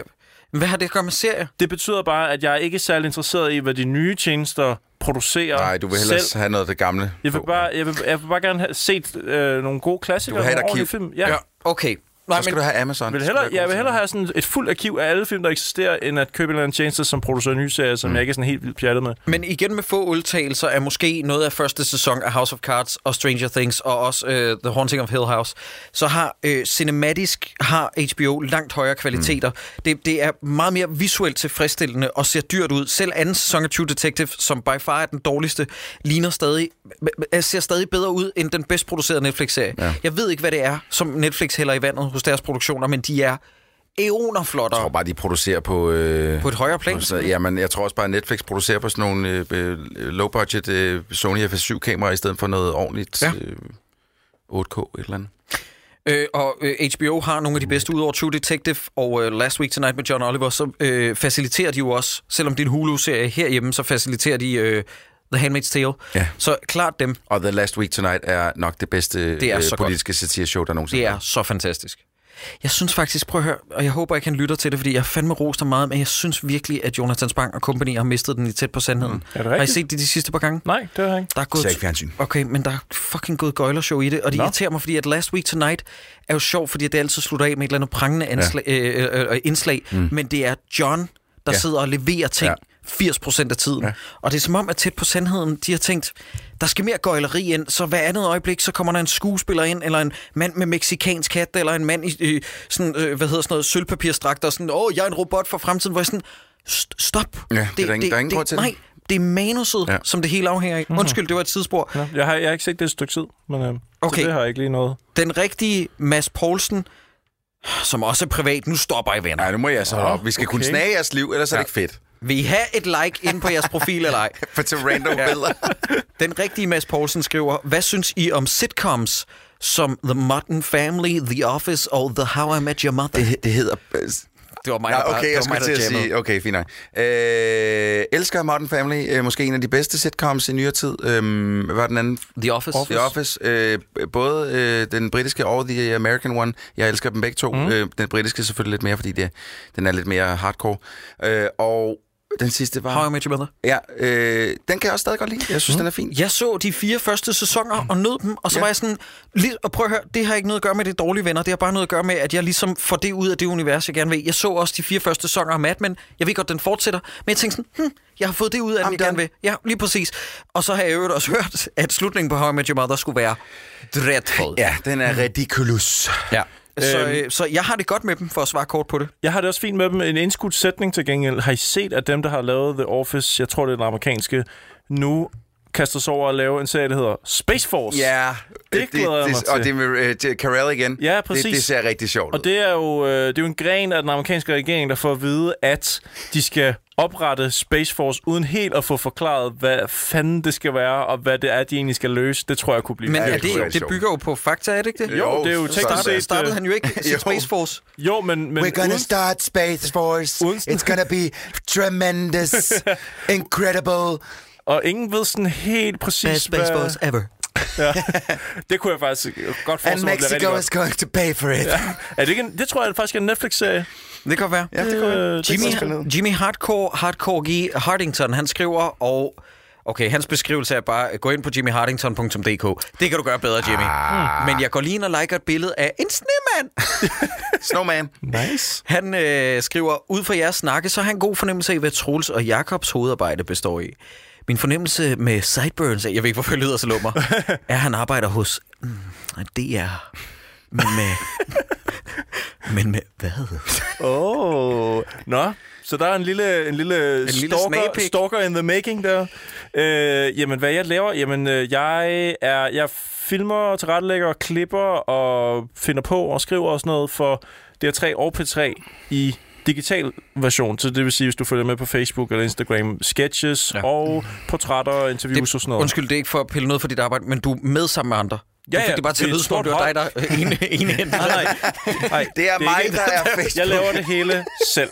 [SPEAKER 3] hvad har det at gøre med serier?
[SPEAKER 5] Det betyder bare, at jeg er ikke særlig interesseret i, hvad de nye tjenester producerer
[SPEAKER 4] Nej, du vil hellere
[SPEAKER 5] selv.
[SPEAKER 4] have noget af det gamle.
[SPEAKER 5] Jeg vil,
[SPEAKER 4] på.
[SPEAKER 5] bare, jeg, vil, jeg vil bare gerne have set øh, nogle gode klassikere.
[SPEAKER 4] Du vil have et
[SPEAKER 5] nogle ordentlige
[SPEAKER 4] arkiv.
[SPEAKER 5] Film. Ja. ja.
[SPEAKER 3] Okay.
[SPEAKER 4] Så
[SPEAKER 3] Nej,
[SPEAKER 4] skal
[SPEAKER 3] men
[SPEAKER 4] du have Amazon.
[SPEAKER 5] Vil
[SPEAKER 4] Så
[SPEAKER 5] hellere,
[SPEAKER 4] skal du
[SPEAKER 5] jeg vil
[SPEAKER 4] Amazon.
[SPEAKER 5] hellere have sådan et fuldt arkiv af alle film, der eksisterer, end at købe en eller anden tjeneste, som producerer nye serier, som mm. jeg ikke er sådan helt vildt pjattet med.
[SPEAKER 3] Men igen med få udtalelser er måske noget af første sæson af House of Cards og Stranger Things og også øh, The Haunting of Hill House, så har øh, cinematisk har HBO langt højere kvaliteter. Mm. Det, det er meget mere visuelt tilfredsstillende og ser dyrt ud. Selv anden sæson af True Detective, som by far er den dårligste, ligner stadig øh, ser stadig bedre ud end den bedst producerede Netflix-serie. Ja. Jeg ved ikke, hvad det er, som Netflix hælder i vandet hos deres produktioner, men de er
[SPEAKER 4] Jeg tror
[SPEAKER 3] æonerflottere
[SPEAKER 4] bare, de producerer på... Øh,
[SPEAKER 3] på et højere plan.
[SPEAKER 4] Så, jamen, jeg tror også bare, at Netflix producerer på sådan nogle øh, øh, low-budget øh, Sony FS7-kameraer, i stedet for noget ordentligt
[SPEAKER 3] Ja.
[SPEAKER 4] ja. øh, 8K et eller andet.
[SPEAKER 3] Øh, og øh, HBO har nogle af de bedste, udover True Detective og øh, Last Week Tonight med John Oliver, så øh, faciliterer de jo også, selvom det er en Hulu-serie herhjemme, så faciliterer de øh, The Handmaid's Tale.
[SPEAKER 4] Ja.
[SPEAKER 3] Så klart dem,
[SPEAKER 4] Og The Last Week Tonight er nok det bedste øh,
[SPEAKER 3] Det er så godt.
[SPEAKER 4] politiske satireshow, der nogensinde
[SPEAKER 3] det
[SPEAKER 4] har
[SPEAKER 3] er så fantastisk. Jeg synes faktisk, prøv at høre, og jeg håber ikke, han lytter til det, fordi jeg har fandme rost ham meget, men jeg synes virkelig, at Jonathan Spang og company har mistet den i tæt på sandheden.
[SPEAKER 5] Mm. Er det
[SPEAKER 3] har I
[SPEAKER 5] rigtigt?
[SPEAKER 3] set det de sidste par gange?
[SPEAKER 5] Nej, det har jeg ikke.
[SPEAKER 3] Der er
[SPEAKER 4] været.
[SPEAKER 3] gået
[SPEAKER 4] Ser ikke fjernsyn.
[SPEAKER 3] Okay, men der er fucking gået gøjlershow i det, og det
[SPEAKER 5] Nå.
[SPEAKER 3] irriterer mig, fordi at Last Week Tonight er jo sjov, fordi det altid slutter af med et eller andet prangende anslag, ja. øh, øh, øh, indslag, mm. men det er John, der ja. sidder og leverer ting ja. 80% af tiden. Ja. Og det er som om, at tæt på sandheden, de har tænkt, der skal mere gøjleri ind, så hver andet øjeblik, så kommer der en skuespiller ind, eller en mand med meksikansk hat, eller en mand i øh, sådan, øh, hvad hedder sådan noget, sølvpapirstrakt, og sådan, åh, jeg er en robot for fremtiden, hvor jeg sådan, "St- stop.
[SPEAKER 4] Ja, det er der ingen- der er ingen grund til det.
[SPEAKER 3] Nej, det er manuset, ja.
[SPEAKER 4] Ja. Mhm.
[SPEAKER 3] som det hele afhænger af. Undskyld, det var et tidsspor.
[SPEAKER 5] Nå, jeg, har, jeg har ikke set det i et stykke tid, men øh,
[SPEAKER 3] Okay.
[SPEAKER 5] okay. det har jeg ikke lige noget.
[SPEAKER 3] Den rigtige Mads Poulsen, som også er privat, nu stopper I venner.
[SPEAKER 4] Nej, nu må jeg så holde op. Vi skal okay. kunne
[SPEAKER 5] okay.
[SPEAKER 4] snage jeres liv, ellers ja. er det ikke fedt.
[SPEAKER 3] Vil I have et like inde på jeres profil
[SPEAKER 4] *laughs*
[SPEAKER 3] eller ej?
[SPEAKER 4] For til random billeder.
[SPEAKER 3] Den rigtige Mads Poulsen skriver, hvad synes I om sitcoms som The Modern Family, The Office og The How I Met Your Mother?
[SPEAKER 4] det, det hedder...
[SPEAKER 3] Det var mig,
[SPEAKER 4] Nej,
[SPEAKER 3] der bare-
[SPEAKER 4] okay, jeg
[SPEAKER 3] det var mig,
[SPEAKER 4] skulle til at
[SPEAKER 3] der jammede.
[SPEAKER 4] sige... Okay, fint nok. Øh, elsker Modern Family. Øh, måske en af de bedste sitcoms i nyere tid. Øh, hvad var den anden?
[SPEAKER 3] The Office.
[SPEAKER 4] The Office. Øh, både øh, den britiske og The øh, American One. Jeg elsker dem begge to. Mm. Øh, den britiske selvfølgelig lidt mere, fordi det, den er lidt mere hardcore. Øh, og den sidste var...
[SPEAKER 3] How I Met Your Mother.
[SPEAKER 4] Ja, øh, den kan jeg også stadig godt lide. Jeg synes, mm. den er fin.
[SPEAKER 3] Jeg så de fire første sæsoner og nød dem, og så ja. var jeg sådan, lige, og prøv at høre, det har ikke noget at gøre med, at det er dårlige venner, det har bare noget at gøre med, at jeg ligesom får det ud af det univers, jeg gerne vil. Jeg så også de fire første sæsoner af Mad Men, jeg ved godt, den fortsætter, men jeg tænkte sådan, hm, jeg har fået det ud af, den,
[SPEAKER 4] Jamen,
[SPEAKER 3] jeg gerne
[SPEAKER 4] den-
[SPEAKER 3] vil. Ja, lige præcis. Og så har jeg i øvrigt også *laughs* hørt, at slutningen på How I Met Your Mother skulle være dreadful.
[SPEAKER 4] Ja, den er ridiculous.
[SPEAKER 3] ja. Så, øh, så jeg har det godt med dem, for at svare kort på det.
[SPEAKER 5] Jeg har det også fint med dem. En indskudt sætning til gengæld. Har I set, at dem, der har lavet The Office, jeg tror, det er den amerikanske, nu kaster sig over at lave en serie, der hedder Space Force?
[SPEAKER 4] Ja,
[SPEAKER 5] Det glæder jeg mig
[SPEAKER 4] Og
[SPEAKER 5] til.
[SPEAKER 4] det er med øh, til Carell igen.
[SPEAKER 5] Ja,
[SPEAKER 4] Det,
[SPEAKER 5] præcis.
[SPEAKER 4] det ser rigtig sjovt ud.
[SPEAKER 5] Og det er, jo, øh, det er jo en gren af den amerikanske regering, der får at vide, at de skal oprette Space Force, uden helt at få forklaret, hvad fanden det skal være, og hvad det er, de egentlig skal løse. Det tror jeg kunne blive
[SPEAKER 3] Men
[SPEAKER 5] fedt.
[SPEAKER 3] ja,
[SPEAKER 4] det kunne være
[SPEAKER 3] det, det
[SPEAKER 4] sjovt.
[SPEAKER 3] bygger jo på fakta, er det ikke det?
[SPEAKER 5] Jo, det er jo
[SPEAKER 4] så
[SPEAKER 5] teknisk
[SPEAKER 4] er det.
[SPEAKER 5] set,
[SPEAKER 3] Startede,
[SPEAKER 5] det-
[SPEAKER 3] startede han jo ikke
[SPEAKER 4] *laughs* Jo.
[SPEAKER 3] sit Space Force.
[SPEAKER 5] Jo, men, men
[SPEAKER 1] We're gonna
[SPEAKER 5] uden-
[SPEAKER 1] start Space Force.
[SPEAKER 5] Uden-
[SPEAKER 1] It's gonna be tremendous, incredible.
[SPEAKER 5] og ingen ved sådan helt præcis,
[SPEAKER 3] Best Space Force ever.
[SPEAKER 5] det kunne jeg faktisk godt
[SPEAKER 1] And
[SPEAKER 5] forestille mig, bliver rigtig
[SPEAKER 1] Mexico
[SPEAKER 5] godt.
[SPEAKER 1] is going to pay for it.
[SPEAKER 5] Er det, ikke en, det tror jeg faktisk er en Netflix-serie.
[SPEAKER 3] Det kan være.
[SPEAKER 4] Ja, det kunne være.
[SPEAKER 5] det
[SPEAKER 3] Jimmy, Jimmy Hardcore, Hardcore G. Hardington, han skriver, og okay, hans beskrivelse er bare, øh, gå ind på jimmyhardington.dk. Det kan du gøre bedre, Jimmy. Ah. Men jeg går lige ind og liker et billede af en snemand.
[SPEAKER 4] Snowman.
[SPEAKER 5] Nice.
[SPEAKER 3] Han øh, skriver, ud fra jeres snakke, så har han god fornemmelse af, hvad Troels og Jakobs hovedarbejde består i. Min fornemmelse med Sideburns, er- jeg ved ikke, hvorfor jeg lyder så lummer, er, at han arbejder hos mm, DR. Men med... men med hvad?
[SPEAKER 5] Åh. Oh. Nå, så der er en lille, en lille, en
[SPEAKER 3] lille
[SPEAKER 5] stalker,
[SPEAKER 3] snagepik.
[SPEAKER 5] stalker in the making der. Øh, jamen, hvad jeg laver? Jamen, øh, jeg er jeg filmer, tilrettelægger, klipper og finder på og skriver og sådan noget for DR3 og P3 i digital version. Så det vil sige, hvis du følger med på Facebook eller Instagram, sketches ja. og portrætter og interviews det, og sådan noget.
[SPEAKER 3] Undskyld, det er ikke for at pille noget for dit arbejde, men du er med sammen med andre. Ja, du fik det bare til at
[SPEAKER 5] er et
[SPEAKER 3] lyde, som om
[SPEAKER 5] stort
[SPEAKER 3] det var
[SPEAKER 5] hold.
[SPEAKER 3] dig, der
[SPEAKER 5] *laughs*
[SPEAKER 3] ene, ene
[SPEAKER 5] Nej, nej. nej
[SPEAKER 4] Det er mig,
[SPEAKER 5] ikke-
[SPEAKER 4] der er
[SPEAKER 5] *laughs*
[SPEAKER 4] Facebook.
[SPEAKER 5] Jeg laver det hele selv.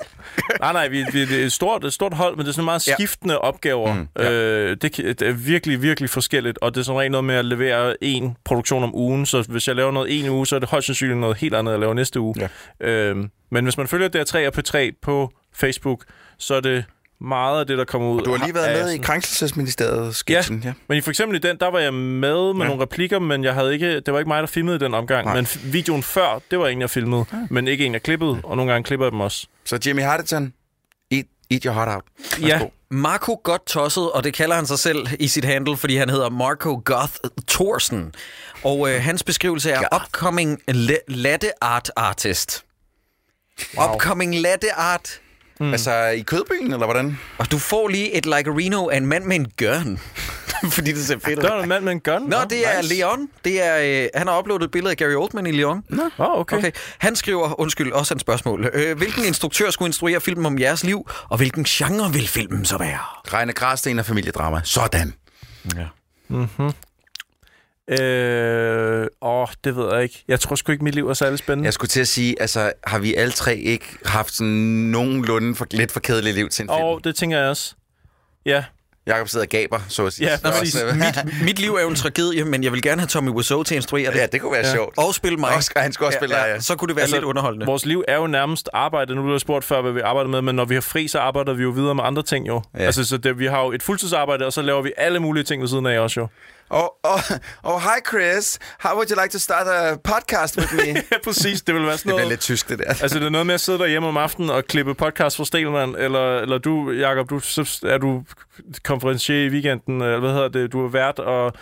[SPEAKER 5] Nej, nej, vi, vi det er et stort, et stort hold, men det er sådan meget
[SPEAKER 3] Ja.
[SPEAKER 5] skiftende opgaver. Mm, ja. øh, det, kan- det er virkelig, virkelig forskelligt, og det er som regel noget med at levere en produktion om ugen, så hvis jeg laver noget en uge, så er det højst sandsynligt noget helt andet, jeg laver næste uge. Ja. Øh, men hvis man følger DR3 og P3 på Facebook, så er det meget af det, der kommer ud.
[SPEAKER 4] Du har lige været
[SPEAKER 5] af
[SPEAKER 4] med i Krænkelsesministeriet sketchen ja.
[SPEAKER 5] men i for eksempel i den, der var jeg med med ja. nogle replikker, men jeg havde ikke, det var ikke mig, der filmede den omgang. Nej. Men f- videoen før, det var en, jeg filmede, ja. men ikke en, jeg klippede, og nogle gange klipper jeg dem også.
[SPEAKER 4] Så Jimmy Hardington, eat, eat your heart out.
[SPEAKER 5] Ja,
[SPEAKER 3] Marco godt tosset, og det kalder han sig selv i sit handle, fordi han hedder Marco Goth Thorsen. Og øh, hans beskrivelse er upcoming la- latte art artist. Wow. Upcoming latte art.
[SPEAKER 4] Mm. Altså i kødbyen, eller hvordan?
[SPEAKER 3] Og du får lige et like Reno af en mand med en gun. *laughs* fordi det ser fedt ud.
[SPEAKER 5] der var en mand med en gun.
[SPEAKER 3] Nå, det er Leon. Det er, øh, han har uploadet et billede af Gary Oldman i Leon. Nå.
[SPEAKER 5] Åh, oh, okay.
[SPEAKER 3] Okay.
[SPEAKER 5] okay.
[SPEAKER 3] Han skriver, undskyld, også hans spørgsmål. Øh, hvilken instruktør skulle instruere filmen om jeres liv, og hvilken genre vil filmen så være?
[SPEAKER 4] Regne Græsten og familiedrama. Sådan.
[SPEAKER 5] Mm. Øh, åh, det ved jeg ikke. Jeg tror sgu ikke, mit liv er særlig spændende.
[SPEAKER 4] Jeg skulle til at sige, altså har vi alle tre ikke haft sådan nogenlunde for, lidt for kedeligt liv til en film?
[SPEAKER 5] Og det tænker jeg også. Ja,
[SPEAKER 4] Jakob sidder og gaber, så at sige.
[SPEAKER 5] Ja,
[SPEAKER 4] Så
[SPEAKER 5] præcis.
[SPEAKER 4] også, øh,
[SPEAKER 3] mit, mit liv er jo en tragedie, men jeg vil gerne have Tommy Wiseau til at instruere det.
[SPEAKER 4] ja, det kunne være ja. sjovt.
[SPEAKER 3] Og spille mig.
[SPEAKER 4] Og skal- han skal også spille dig, ja.
[SPEAKER 3] Så kunne det være altså, lidt underholdende.
[SPEAKER 5] vores liv er jo nærmest arbejde. Nu blev jeg spurgt før, hvad vi arbejder med, men når vi har fri, så arbejder vi jo videre med andre ting jo. Ja. Altså, så det, vi har jo et fuldtidsarbejde, og så laver vi alle mulige ting ved siden af også jo.
[SPEAKER 4] Og, og, og hi Chris, how would you like to start a podcast with *laughs* me?
[SPEAKER 5] Ja, præcis. Det vil være
[SPEAKER 4] det
[SPEAKER 5] sådan noget...
[SPEAKER 4] bliver lidt tysk, det der.
[SPEAKER 5] Altså, det er noget med at sidde derhjemme om aftenen og klippe podcast fra Stelman, eller, eller du, Jacob, du, så er du konferencier i weekenden, eller hvad hedder det, du er vært, og...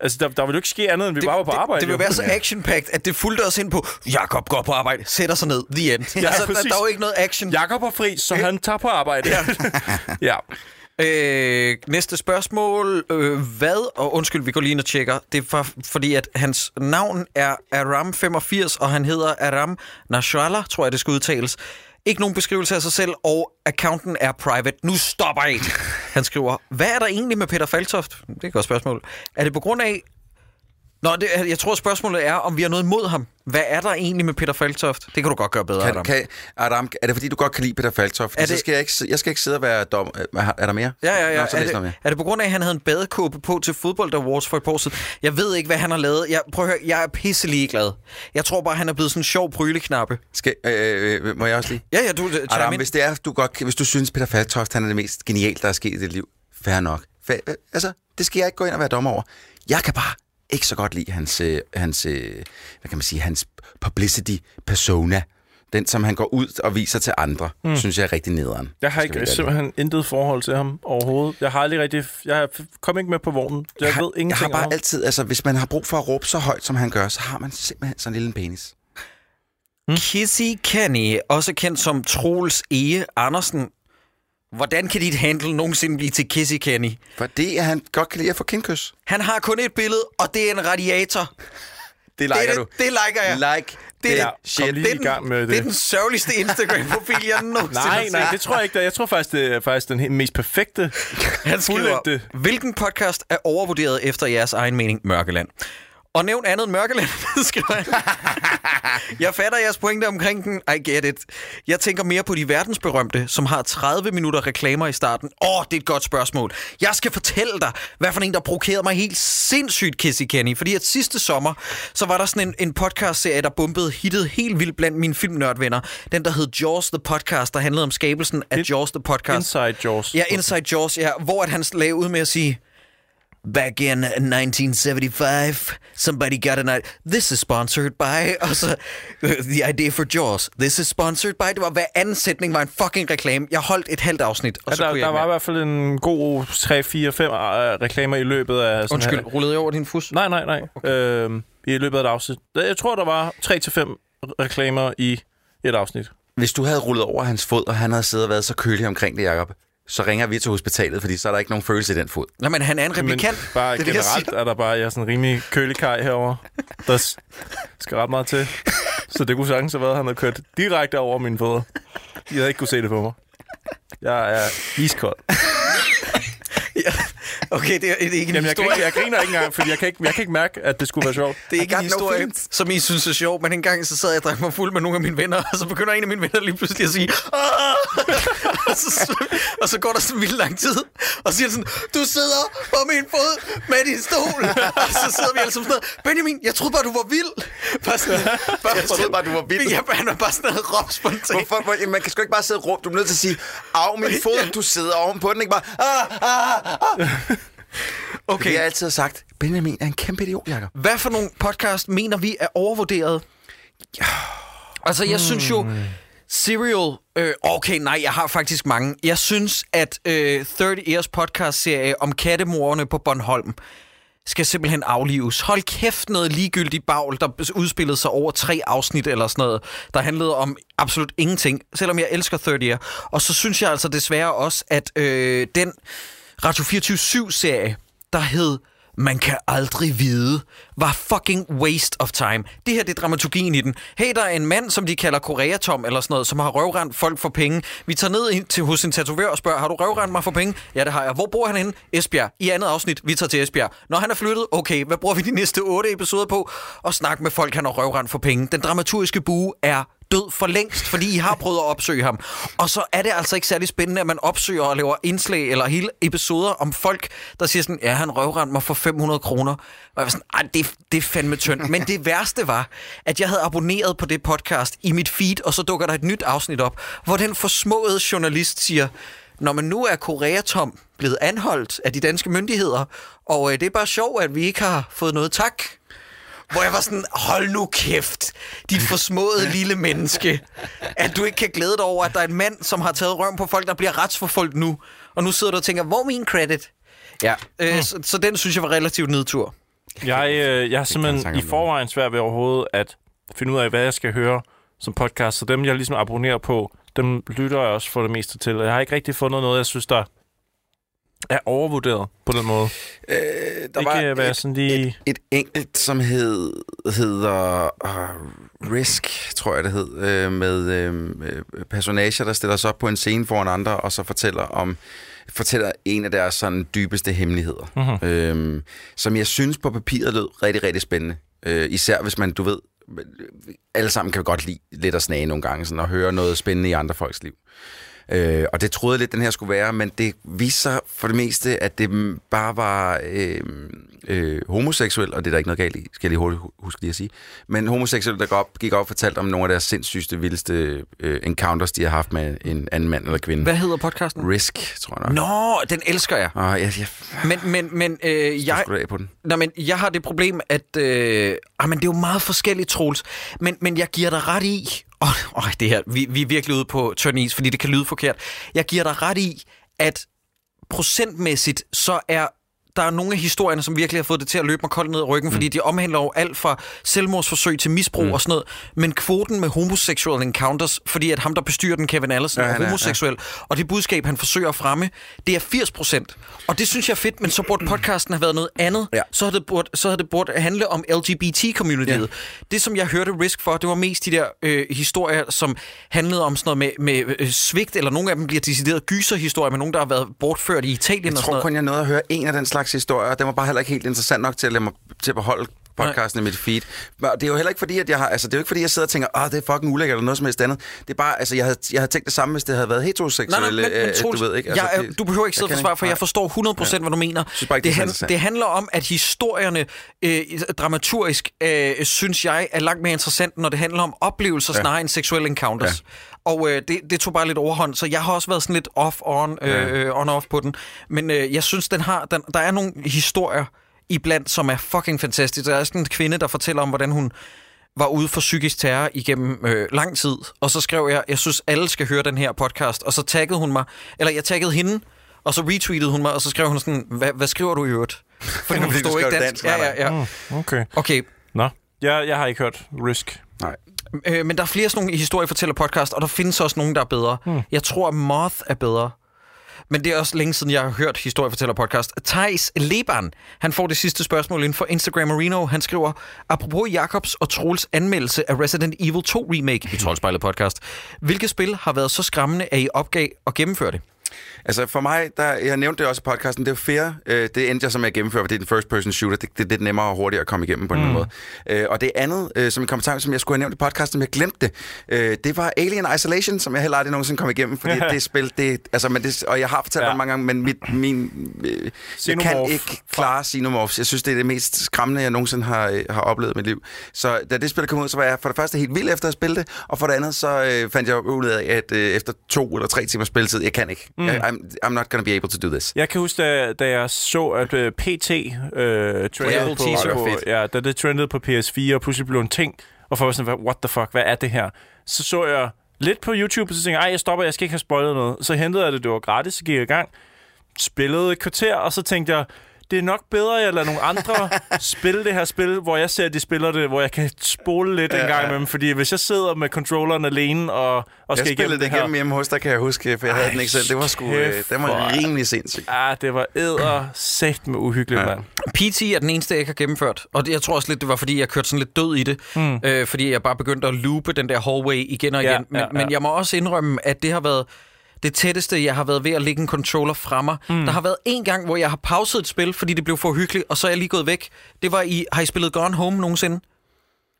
[SPEAKER 5] Altså, der, der vil jo ikke ske andet, end vi bare var på
[SPEAKER 3] det,
[SPEAKER 5] arbejde.
[SPEAKER 3] det vil
[SPEAKER 5] jo.
[SPEAKER 3] være så action at det fulgte os ind på, Jakob går på arbejde, sætter sig ned, the end. Ja, altså, der,
[SPEAKER 5] præcis.
[SPEAKER 3] der er jo ikke noget action.
[SPEAKER 5] Jakob er fri, så han tager på arbejde. Ja. *laughs* ja.
[SPEAKER 3] Øh, næste spørgsmål. Øh, hvad, og undskyld, vi går lige ind og tjekker, det var fordi, at hans navn er Aram85, og han hedder Aram Nasrallah, tror jeg, det skal udtales. Ikke nogen beskrivelse af sig selv, og accounten er private. Nu stopper jeg! Han skriver, hvad er der egentlig med Peter Faltoft? Det er et godt spørgsmål. Er det på grund af... Nå, det, jeg tror, spørgsmålet er, om vi har noget imod ham. Hvad er der egentlig med Peter Faltoft? Det kan du godt gøre bedre,
[SPEAKER 4] Kan,
[SPEAKER 3] Adam.
[SPEAKER 4] kan, Adam, er det fordi, du godt kan lide Peter Faltoff?
[SPEAKER 3] Er
[SPEAKER 4] Fordi det...
[SPEAKER 3] det-
[SPEAKER 4] så skal jeg, ikke, si- jeg skal ikke sidde og være dom. øh, Er er der mere?
[SPEAKER 3] Ja, ja, ja.
[SPEAKER 4] Nå, så
[SPEAKER 3] er,
[SPEAKER 4] læs noget mere.
[SPEAKER 3] det, er det på grund af, at han havde en badekåbe på til fodbold awards for et par år siden? Jeg ved ikke, hvad han har lavet. Jeg, prøv at høre, jeg er pisselig glad. Jeg tror bare, han er blevet sådan en sjov bryleknappe.
[SPEAKER 4] Skal, øh, øh, må jeg også lige?
[SPEAKER 3] Ja, ja, du... øh, chime
[SPEAKER 4] Adam,
[SPEAKER 3] in.
[SPEAKER 4] hvis, det er, du godt, kan- hvis du synes, Peter Faltoft han er det mest geniale, der er sket i dit liv, fair nok. Fa- øh, altså, det skal jeg ikke gå ind og være dommer over. Jeg kan bare ikke så godt lide hans, øh, hans øh, hvad kan man sige, hans publicity-persona. Den, som han går ud og viser til andre, mm. synes jeg er rigtig nederen.
[SPEAKER 5] Hmm. Jeg har
[SPEAKER 4] Skal vi
[SPEAKER 5] ikke
[SPEAKER 4] være
[SPEAKER 5] simpelthen intet forhold til ham overhovedet. Jeg har aldrig rigtig... Jeg er- kom ikke med på vognen. Jeg ved ingenting
[SPEAKER 4] jeg har
[SPEAKER 5] om
[SPEAKER 4] bare
[SPEAKER 5] ham.
[SPEAKER 4] altid, altså hvis man har brug for at råbe så højt, som han gør, så har man simpelthen sådan en lille penis. Hmm?
[SPEAKER 3] Kissy Kenny, også kendt som Troels Ege Andersen. Hvordan kan dit handle nogensinde blive til Kissy Kenny?
[SPEAKER 4] Fordi at han godt kan lide at få kindkys.
[SPEAKER 3] Han har kun et billede, og det er en radiator. det,
[SPEAKER 4] Det liker
[SPEAKER 3] er
[SPEAKER 4] du.
[SPEAKER 3] det, det liker jeg.
[SPEAKER 4] Like det,
[SPEAKER 3] er-
[SPEAKER 5] Ja, kom
[SPEAKER 4] shit.
[SPEAKER 5] lige
[SPEAKER 3] det,
[SPEAKER 5] i
[SPEAKER 3] er den,
[SPEAKER 5] gang med
[SPEAKER 3] det er
[SPEAKER 5] det.
[SPEAKER 3] den sørgeligste Instagram-profil, jeg nogensinde har
[SPEAKER 5] *laughs* Nej,
[SPEAKER 3] set.
[SPEAKER 5] nej, det tror jeg ikke. det er. Jeg tror faktisk, det er faktisk den helt mest perfekte.
[SPEAKER 3] Han skriver,
[SPEAKER 5] Fuldendte.
[SPEAKER 3] hvilken podcast er overvurderet efter jeres egen mening, Mørkeland? Og nævn andet end Mørkeland, *laughs* skriver han. Jeg fatter jeres pointe omkring den. I get it. Jeg tænker mere på de verdensberømte, som har 30 minutter reklamer i starten. Åh, oh, det er et godt spørgsmål. Jeg skal fortælle dig, hvad for en, der provokerede mig helt sindssygt, Kissy Kenny. Fordi at sidste sommer, så var der sådan en, en podcastserie, der bumpede hittet helt vildt blandt mine filmnørdvenner. Den, der hed Jaws the Podcast, der handlede om skabelsen af Jaws the Podcast.
[SPEAKER 5] Inside Jaws.
[SPEAKER 3] Ja, Inside Jaws, ja, hvor at han lagde ud med at sige, Back in 1975, somebody got an idea. This is sponsored by... *laughs* Og så, øh, the idea for Jaws. This is sponsored by... Det var hver anden sætning var en fucking reklame. Jeg holdt et halvt afsnit, og
[SPEAKER 5] Ja,
[SPEAKER 3] så
[SPEAKER 5] der,
[SPEAKER 3] kunne
[SPEAKER 5] der
[SPEAKER 3] jeg
[SPEAKER 5] var i
[SPEAKER 3] ikke
[SPEAKER 5] hvert fald en god 3, 4, 5 øh, reklamer i løbet af...
[SPEAKER 3] mere.
[SPEAKER 5] Sådan
[SPEAKER 3] Undskyld,
[SPEAKER 5] Her.
[SPEAKER 3] rullede jeg over din fus?
[SPEAKER 5] Nej, nej, nej. Okay. Øhm, I løbet af et afsnit. Jeg tror, der var 3 til 5 reklamer i et afsnit.
[SPEAKER 4] Hvis du havde rullet over hans fod, og han havde siddet og været så kølig omkring det, Jacob, så ringer vi til hospitalet, fordi så er der ikke nogen følelse i den fod.
[SPEAKER 3] Nej, men han er en replikant.
[SPEAKER 5] bare
[SPEAKER 3] det er det, jeg
[SPEAKER 5] generelt
[SPEAKER 3] siger.
[SPEAKER 5] er der bare jeg er sådan en rimelig kølekaj herover. Der s- skal ret meget til. Så det kunne sagtens have været, at han havde kørt direkte over mine fødder. Jeg havde ikke kunne se det på mig. Jeg er iskold.
[SPEAKER 3] Okay, det er, det er ikke en
[SPEAKER 5] Jamen, jeg, griner,
[SPEAKER 3] historie.
[SPEAKER 5] jeg griner ikke engang, fordi jeg kan ikke, jeg kan ikke mærke, at det skulle være sjovt.
[SPEAKER 3] Det er ikke en
[SPEAKER 4] I got no
[SPEAKER 3] historie,
[SPEAKER 4] feelings.
[SPEAKER 3] som I synes er sjov, men en gang så sad jeg og drak mig fuld med nogle af mine venner, og så begynder en af mine venner lige pludselig at sige, "Ah!" *laughs* og, så, og så går der sådan vildt lang tid, og siger sådan, du sidder på min fod med din stol, *laughs* og så sidder vi alle sammen sådan noget, Benjamin, jeg troede bare, du var vild. Bare sådan,
[SPEAKER 4] *laughs*
[SPEAKER 3] bare, jeg
[SPEAKER 4] troede bare, du var vild.
[SPEAKER 3] Ja, han var bare sådan noget råb spontant.
[SPEAKER 4] Hvorfor? Hvor, jamen, man kan sgu ikke bare sidde og råbe. Du er nødt til at sige, af min fod, du sidder ovenpå den. Ikke bare, ah, ah, ah. Okay. Jeg har
[SPEAKER 3] Okay,
[SPEAKER 4] altid har sagt, Benjamin er en kæmpe idiot, Jacob.
[SPEAKER 3] hvad for nogle podcast mener vi er overvurderet? Altså, jeg synes jo... Serial, øh, okay, nej, jeg har faktisk mange. Jeg synes, at øh, 30 Years podcast-serie om kattemorerne på Bornholm skal simpelthen aflives. Hold kæft noget ligegyldigt bagl, der udspillede sig over tre afsnit eller sådan noget, der handlede om absolut ingenting, selvom jeg elsker 30 Year. Og så synes jeg altså desværre også, at øh, den Radio 24-7-serie, der hed man kan aldrig vide, var fucking waste of time. Det her, det er dramaturgien i den. Hey, der er en mand, som de kalder Koreatom eller sådan noget, som har røvrendt folk for penge. Vi tager ned ind til, hos en tatovør og spørger, har du røvrendt mig for penge? Ja, det har jeg. Hvor bor han henne? Esbjerg. I andet afsnit, vi tager til Esbjerg. Når han er flyttet, okay, hvad bruger vi de næste otte episoder på? Og snakke med folk, han har røvrendt for penge. Den dramaturgiske bue er død for længst, fordi I har prøvet at opsøge ham. Og så er det altså ikke særlig spændende, at man opsøger og laver indslag eller hele episoder om folk, der siger sådan, ja, han røvrendte mig for 500 kroner. Og jeg var sådan, Ej, det, det er fandme tyndt. Men det værste var, at jeg havde abonneret på det podcast i mit feed, og så dukker der et nyt afsnit op, hvor den forsmåede journalist siger, Nå, men nu er Korea Tom blevet anholdt af de danske myndigheder, og øh, det er bare sjovt, at vi ikke har fået noget tak hvor jeg var sådan, hold nu kæft, dit forsmåede lille menneske, at du ikke kan glæde dig over, at der er en mand, som har taget røven på folk, der bliver retsforfulgt nu, og nu sidder du og tænker, hvor er min credit? Ja, øh, så, så den synes jeg var relativt nedtur.
[SPEAKER 5] Jeg, øh, jeg har
[SPEAKER 4] en sang
[SPEAKER 5] simpelthen
[SPEAKER 4] om
[SPEAKER 5] i forvejen svært ved overhovedet at finde ud af, hvad jeg skal høre som podcast. Så dem, jeg ligesom abonnerer på, dem lytter jeg også for det meste til. Og jeg har ikke rigtig fundet noget, jeg synes, der er overvurderet på den måde.
[SPEAKER 4] Øh,
[SPEAKER 5] Der ikke hvad jeg sådan lige...
[SPEAKER 4] et enkelt, som hed, hedder uh, Risk, tror jeg det hed, øh, med øh, øh, personager, der stiller sig op på en scene foran andre, og så fortæller om fortæller en af deres sådan, dybeste hemmeligheder, mm-hmm. øhm, som jeg synes på papiret lød rigtig, rigtig spændende. Øh, især hvis man, du ved, alle sammen kan godt lide lidt at snage nogle gange, sådan, og høre noget spændende i andre folks liv. Øh, og det troede jeg lidt, den her skulle være, men det viste sig for det meste, at det mm, bare var øh, øh, homoseksuel, og det er der ikke noget galt i, skal jeg lige hurtigt hu- huske lige at sige. Men homoseksuelle, der gik op, gik op og fortalte om nogle af deres sindssygeste, vildeste øh, encounters, de har haft med en anden mand eller kvinde.
[SPEAKER 3] Hvad hedder podcasten?
[SPEAKER 4] Risk, tror jeg nok.
[SPEAKER 3] Nå, den elsker jeg.
[SPEAKER 4] Og jeg, jeg, jeg,
[SPEAKER 3] Men, men, men, øh, jeg,
[SPEAKER 4] jeg, af på den.
[SPEAKER 3] Nå, men jeg har det problem, at... Øh, ah, men det er jo meget forskelligt, Troels. Men, men jeg giver dig ret i... *laughs* Åh, oh, oh, det her, vi, vi er virkelig ude på tynd is, fordi det kan lyde forkert. Jeg giver dig ret i, at procentmæssigt, så er der er nogle af historierne, som virkelig har fået det til at løbe mig koldt ned i ryggen, fordi de omhandler jo alt fra selvmordsforsøg til misbrug mm. og sådan noget. Men kvoten med homosexual encounters, fordi at ham, der bestyrer den, Kevin Allison, ja, er
[SPEAKER 4] han er- ja.
[SPEAKER 3] homoseksuel, homoseksuel, og det budskab, han forsøger at fremme, det er 80 procent. Og det synes jeg er fedt, men så burde podcasten have været noget andet.
[SPEAKER 4] Ja.
[SPEAKER 3] Så, havde det burde, så havde det burde handle om LGBT-communityet. Det, som jeg hørte Risk for, det var mest de der øh, historier, som handlede om sådan noget med, med øh, svigt, eller nogle af dem bliver decideret gyserhistorier med nogen, der har været bortført i Italien
[SPEAKER 4] Jeg
[SPEAKER 3] og sådan
[SPEAKER 4] tror
[SPEAKER 3] noget.
[SPEAKER 4] kun, jeg nåede at høre en af den slags historier, og den var bare heller ikke helt interessant nok til at, lade mig, til at beholde podcasten i mit feed. Men det er jo heller ikke fordi, at jeg har, altså det er jo ikke fordi, jeg sidder og tænker, åh, det er fucking ulækkert eller noget som helst andet. Det er bare, altså jeg havde, jeg havde tænkt det samme, hvis det havde været
[SPEAKER 3] Nej,
[SPEAKER 4] heteroseksuelle,
[SPEAKER 3] nej, men, men
[SPEAKER 4] øh,
[SPEAKER 3] Troels,
[SPEAKER 4] du ved ikke.
[SPEAKER 3] jeg, er-
[SPEAKER 4] det-
[SPEAKER 3] du behøver ikke sidde og
[SPEAKER 4] kan
[SPEAKER 3] forsvare, for
[SPEAKER 4] ikke.
[SPEAKER 3] jeg forstår 100% ja. hvad du mener.
[SPEAKER 4] synes bare ikke, det er
[SPEAKER 3] det,
[SPEAKER 4] så
[SPEAKER 3] han,
[SPEAKER 4] interessant.
[SPEAKER 3] det handler om, at historierne øh, dramaturgisk, øh, synes jeg, er langt mere interessant, når det handler om oplevelser ja. snarere end seksuelle encounters. Ja. Og øh, det, det tog bare lidt overhånd, så jeg har også været sådan lidt off-on øh, ja. on-off på den. Men øh, jeg synes, den har, den, der er nogle historier iblandt, som er fucking fantastiske. Der er sådan en kvinde, der fortæller om, hvordan hun var ude for psykisk terror igennem øh, lang tid, og så skrev jeg, jeg synes, alle skal høre den her podcast, og så taggede hun mig, eller jeg taggede hende, og så retweetede hun mig, og så skrev hun sådan, "Hva- hvad skriver du i øvrigt?
[SPEAKER 4] *laughs*
[SPEAKER 3] Fordi hun
[SPEAKER 4] Fordi du
[SPEAKER 3] forstod ikke
[SPEAKER 4] skrev
[SPEAKER 3] dansk.
[SPEAKER 4] dansk, nej,
[SPEAKER 3] ja, ja, ja.
[SPEAKER 5] Okay.
[SPEAKER 3] Okay,
[SPEAKER 5] Nå. Jeg, jeg har ikke hørt Risk.
[SPEAKER 4] Nej.
[SPEAKER 3] øh, men der er flere sådan nogle historiefortæller podcast, og der findes også nogen, der er bedre. Mm. Jeg tror, at Moth er bedre. Men det er også længe siden, jeg har hørt historiefortæller podcast. Thijs Leban, han får det sidste spørgsmål inden for Instagram Marino. Han skriver, apropos Jakobs og Troels anmeldelse af Resident Evil 2 Remake i Troldspejlet podcast. Hvilket spil har været så skræmmende, at I opgav at gennemføre det?
[SPEAKER 4] Altså for mig, der, jeg nævnte det også i podcasten, det er jo fair. Øh, det endte jeg som med at gennemføre, for det er den first person shooter. Det, det er lidt nemmere og hurtigere at komme igennem på en mm. måde. Øh, og det andet, øh, som en kommentar, som jeg skulle have nævnt i podcasten, men jeg glemte det, øh, det var Alien Isolation, som jeg heller aldrig nogensinde kom igennem, *laughs* fordi det spil, det, altså, men det, og jeg har fortalt ja.
[SPEAKER 5] Ja.
[SPEAKER 4] det mange gange, men mit, min, øh, jeg kan
[SPEAKER 5] Xenomorph.
[SPEAKER 4] ikke klare Xenomorphs. Jeg synes, det er det mest skræmmende, jeg nogensinde har, øh, har oplevet i mit liv. Så da det spil kom ud, så var jeg for det første helt vild efter at spille det, og for det andet, så øh, fandt jeg ud af, at øh, efter to eller tre timer spilletid, jeg kan ikke. Mm. I'm, I'm not gonna be able to do this.
[SPEAKER 5] Jeg kan huske, da, da jeg så, at øh, PT øh, trendede på,
[SPEAKER 3] teaser.
[SPEAKER 5] på,
[SPEAKER 4] Fedt.
[SPEAKER 5] ja, da det trendede på PS4, og pludselig blev en ting, og folk var sådan, "Hvad- what the fuck, hvad er det her? Så så jeg lidt på YouTube, og så tænkte jeg, ej, jeg stopper, jeg skal ikke have spoilet noget. Så hentede jeg det, det var gratis, så gik jeg i gang, spillede et kvarter, og så tænkte jeg, det er nok bedre, at jeg lader nogle andre spille det her spil, hvor jeg ser, at de spiller det, hvor jeg kan spole lidt ja, en gang imellem. Fordi hvis jeg sidder med controlleren alene og, og
[SPEAKER 4] Jeg
[SPEAKER 5] skal igennem
[SPEAKER 4] spillede det
[SPEAKER 5] det her,
[SPEAKER 4] igennem hjemme hos dig, kan jeg huske, for jeg havde den ikke selv. Det var sgu, øh,
[SPEAKER 5] kæft,
[SPEAKER 4] den
[SPEAKER 5] hvor
[SPEAKER 4] var
[SPEAKER 5] er-
[SPEAKER 4] rimelig sindssyg.
[SPEAKER 5] Ah, det var æder sæt med uhyggeligt, ja. mand.
[SPEAKER 3] PT er den eneste, jeg ikke har gennemført. Og det, jeg tror også lidt, det var, fordi jeg kørte sådan lidt død i det. Mm. Øh, fordi jeg bare begyndte at loope den der hallway igen og igen.
[SPEAKER 5] Ja,
[SPEAKER 3] Ja, men,
[SPEAKER 5] ja,
[SPEAKER 3] ja,
[SPEAKER 5] ja.
[SPEAKER 3] ja. men jeg må også indrømme, at det har været det tætteste, jeg har været ved at lægge en controller fra mig. Mm. Der har været en gang, hvor jeg har pauset et spil, fordi det blev for hyggeligt, og så er jeg lige gået væk. Det var i... Har I spillet Gone Home nogensinde?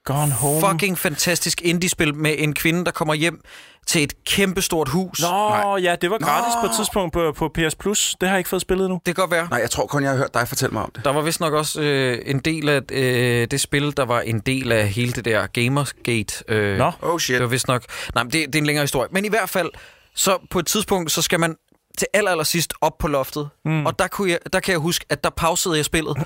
[SPEAKER 5] Gone home.
[SPEAKER 3] Fucking fantastisk indie-spil med en kvinde, der kommer hjem til et kæmpestort hus.
[SPEAKER 5] Nå, ja, det var gratis på et tidspunkt på, på PS Plus. Det har jeg ikke fået spillet nu.
[SPEAKER 3] Det kan godt være.
[SPEAKER 4] Nej, jeg tror kun, jeg har hørt dig fortælle mig om det.
[SPEAKER 3] Der var vist nok også øh, en del af øh, det spil, der var en del af hele det der Gamergate. Øh,
[SPEAKER 5] Nå.
[SPEAKER 4] Oh shit.
[SPEAKER 3] Det var vist nok... Nej, men det, det er en længere historie. Men i hvert fald, så på et tidspunkt, så skal man til aller, aller sidst op på loftet. Mm. Og der, kunne jeg, der kan jeg huske, at der pausede jeg spillet.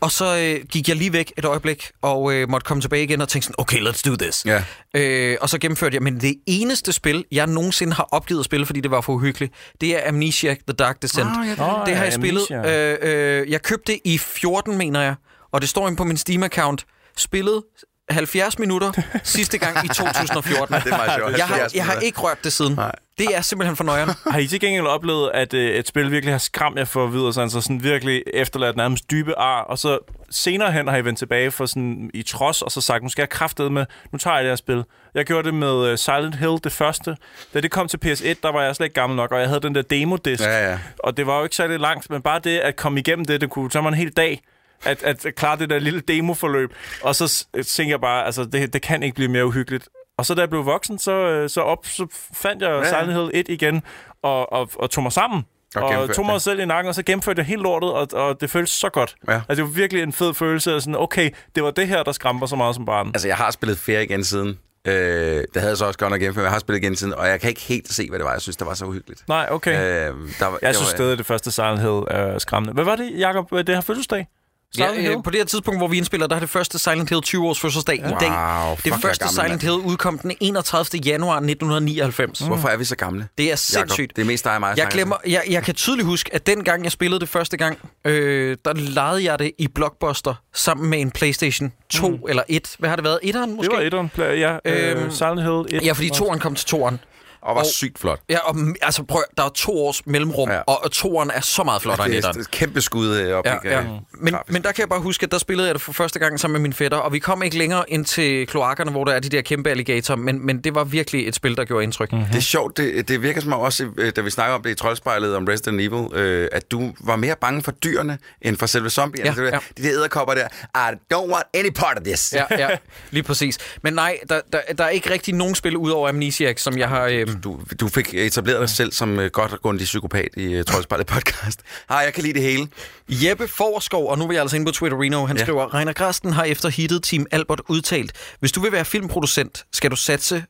[SPEAKER 3] og så øh, gik jeg lige væk et øjeblik, og øh, måtte komme tilbage igen og tænke sådan, okay, let's do this.
[SPEAKER 4] Ja.
[SPEAKER 3] Øh, og så gennemførte jeg, men det eneste spil, jeg nogensinde har opgivet at spille, fordi det var for uhyggeligt, det er Amnesia The Dark Descent. Oh, ja,
[SPEAKER 5] Nå,
[SPEAKER 3] det har jeg
[SPEAKER 5] ja,
[SPEAKER 3] spillet.
[SPEAKER 5] Amnesia.
[SPEAKER 3] Øh, øh, jeg købte det i 14, mener jeg, og det står inde på min Steam-account. Spillet 70 minutter
[SPEAKER 4] *laughs*
[SPEAKER 3] sidste gang i 2014.
[SPEAKER 4] Det er meget
[SPEAKER 3] *laughs*
[SPEAKER 4] sjovt.
[SPEAKER 3] Jeg har,
[SPEAKER 4] 70
[SPEAKER 3] jeg har
[SPEAKER 4] minutter.
[SPEAKER 3] ikke rørt det siden. Nej. Det er simpelthen for nøjeren.
[SPEAKER 5] Har I til gengæld oplevet, at øh, et spil virkelig har skræmt jer for videre, sådan, så altså sådan virkelig efterladt nærmest dybe ar, og så senere hen har I vendt tilbage for sådan, i trods, og så sagt, nu skal jeg kraftede med, nu tager jeg det her spil. Jeg gjorde det med øh, Silent Hill, det første. Da det kom til PS1, der var jeg slet ikke gammel nok, og jeg havde den der demodisk.
[SPEAKER 4] Ja, ja.
[SPEAKER 5] Og det var jo ikke særlig langt, men bare det at komme igennem det, det kunne tage mig en hel dag. At, at klare det der lille demoforløb. Og så s- tænkte jeg bare, altså det, det kan ikke blive mere uhyggeligt. Og så da jeg blev voksen, så, øh, så, op, så fandt jeg ja. Silent Hill 1 igen, og, og, og tog mig sammen.
[SPEAKER 4] Og
[SPEAKER 5] Og, og
[SPEAKER 4] gennemførte
[SPEAKER 5] tog mig
[SPEAKER 4] det.
[SPEAKER 5] selv i nakken, og så gennemførte jeg helt lortet, og, og det føltes så godt.
[SPEAKER 4] Ja.
[SPEAKER 5] Altså, det var virkelig en fed følelse af sådan, okay, det var det her, der skræmper så meget som barn. Altså,
[SPEAKER 4] Altså, jeg har spillet Fear igen siden. Øh, det havde jeg så også godt nok gennemført, men jeg har spillet igen siden, og jeg kan ikke helt se, hvad det var, jeg synes, det var så uhyggeligt.
[SPEAKER 5] Nej, okay.
[SPEAKER 4] Øh,
[SPEAKER 5] Øh,
[SPEAKER 4] der var,
[SPEAKER 5] jeg synes
[SPEAKER 4] det var,
[SPEAKER 5] stadig, det første Silent Hill er skræmmende. Hvad var det, Jacob? Det her fødselsdag? Silent
[SPEAKER 3] Ja, øh, på det her tidspunkt, hvor vi indspiller, der er det første Silent Hill 20 års fødselsdag i dag.
[SPEAKER 4] Wow, fuck, jeg
[SPEAKER 3] det
[SPEAKER 4] er
[SPEAKER 3] første
[SPEAKER 4] gammel,
[SPEAKER 3] Silent
[SPEAKER 4] mand.
[SPEAKER 3] Hill udkom den 31. januar 1999.
[SPEAKER 4] Hvorfor er vi så gamle?
[SPEAKER 3] Det er
[SPEAKER 4] Mm. Jakob,
[SPEAKER 3] Mm. sindssygt.
[SPEAKER 4] det er mest dig og mig. der
[SPEAKER 3] Jeg,
[SPEAKER 4] snakker
[SPEAKER 3] glemmer, jeg, jeg kan tydeligt huske, at dengang jeg spillede det første gang, øh, der lejede jeg det i Blockbuster sammen med en PlayStation 2 mm. eller 1. Hvad har det været? 1'eren måske?
[SPEAKER 5] Det var etteren, pla- ja. Øh,
[SPEAKER 3] Øhm,
[SPEAKER 5] Silent Hill 1.
[SPEAKER 3] Ja, fordi 2'eren kom til 2'eren.
[SPEAKER 4] sammen. Og var
[SPEAKER 3] og-
[SPEAKER 4] sygt flot.
[SPEAKER 3] Ja, og, m- altså prøv, at- der er to års mellemrum,
[SPEAKER 4] Ja.
[SPEAKER 3] ja. og 2'eren er så meget flottere end
[SPEAKER 4] Det er
[SPEAKER 3] 1'eren.
[SPEAKER 4] et kæmpe skud øh, op.
[SPEAKER 3] Ja, ja. Men,
[SPEAKER 4] grafisk.
[SPEAKER 3] men der kan jeg bare huske, at der spillede jeg det for første gang sammen med min fætter, og vi kom ikke længere ind til kloakkerne, hvor der er de der kæmpe alligatorer, men, men det var virkelig et spil, der gjorde indtryk. Mm.
[SPEAKER 4] Det er sjovt, det, det virker som om også, øh, da vi snakker om det i Troldspejlet om Resident Evil, øh, at du var mere bange for dyrene, end for selve zombierne.
[SPEAKER 3] Ja,
[SPEAKER 4] Det var-
[SPEAKER 3] ja.
[SPEAKER 4] De der æderkopper der, "Ah, I don't want any part of this.
[SPEAKER 3] Ja, ja, lige præcis. Men nej, der, der, der er ikke rigtig nogen spil ud over Amnesiac, som jeg har... Øh,
[SPEAKER 4] Du, du fik etableret dig selv som øh, godt og grundig psykopat i øh, Troldspejlet podcast. Ah, jeg kan lide det hele.
[SPEAKER 3] Jeppe Forskov, og nu er jeg altså inde på Twitterino, han ja. skriver, Reiner Grasten har efter hittet Team Albert udtalt, hvis du vil være filmproducent, skal du satse...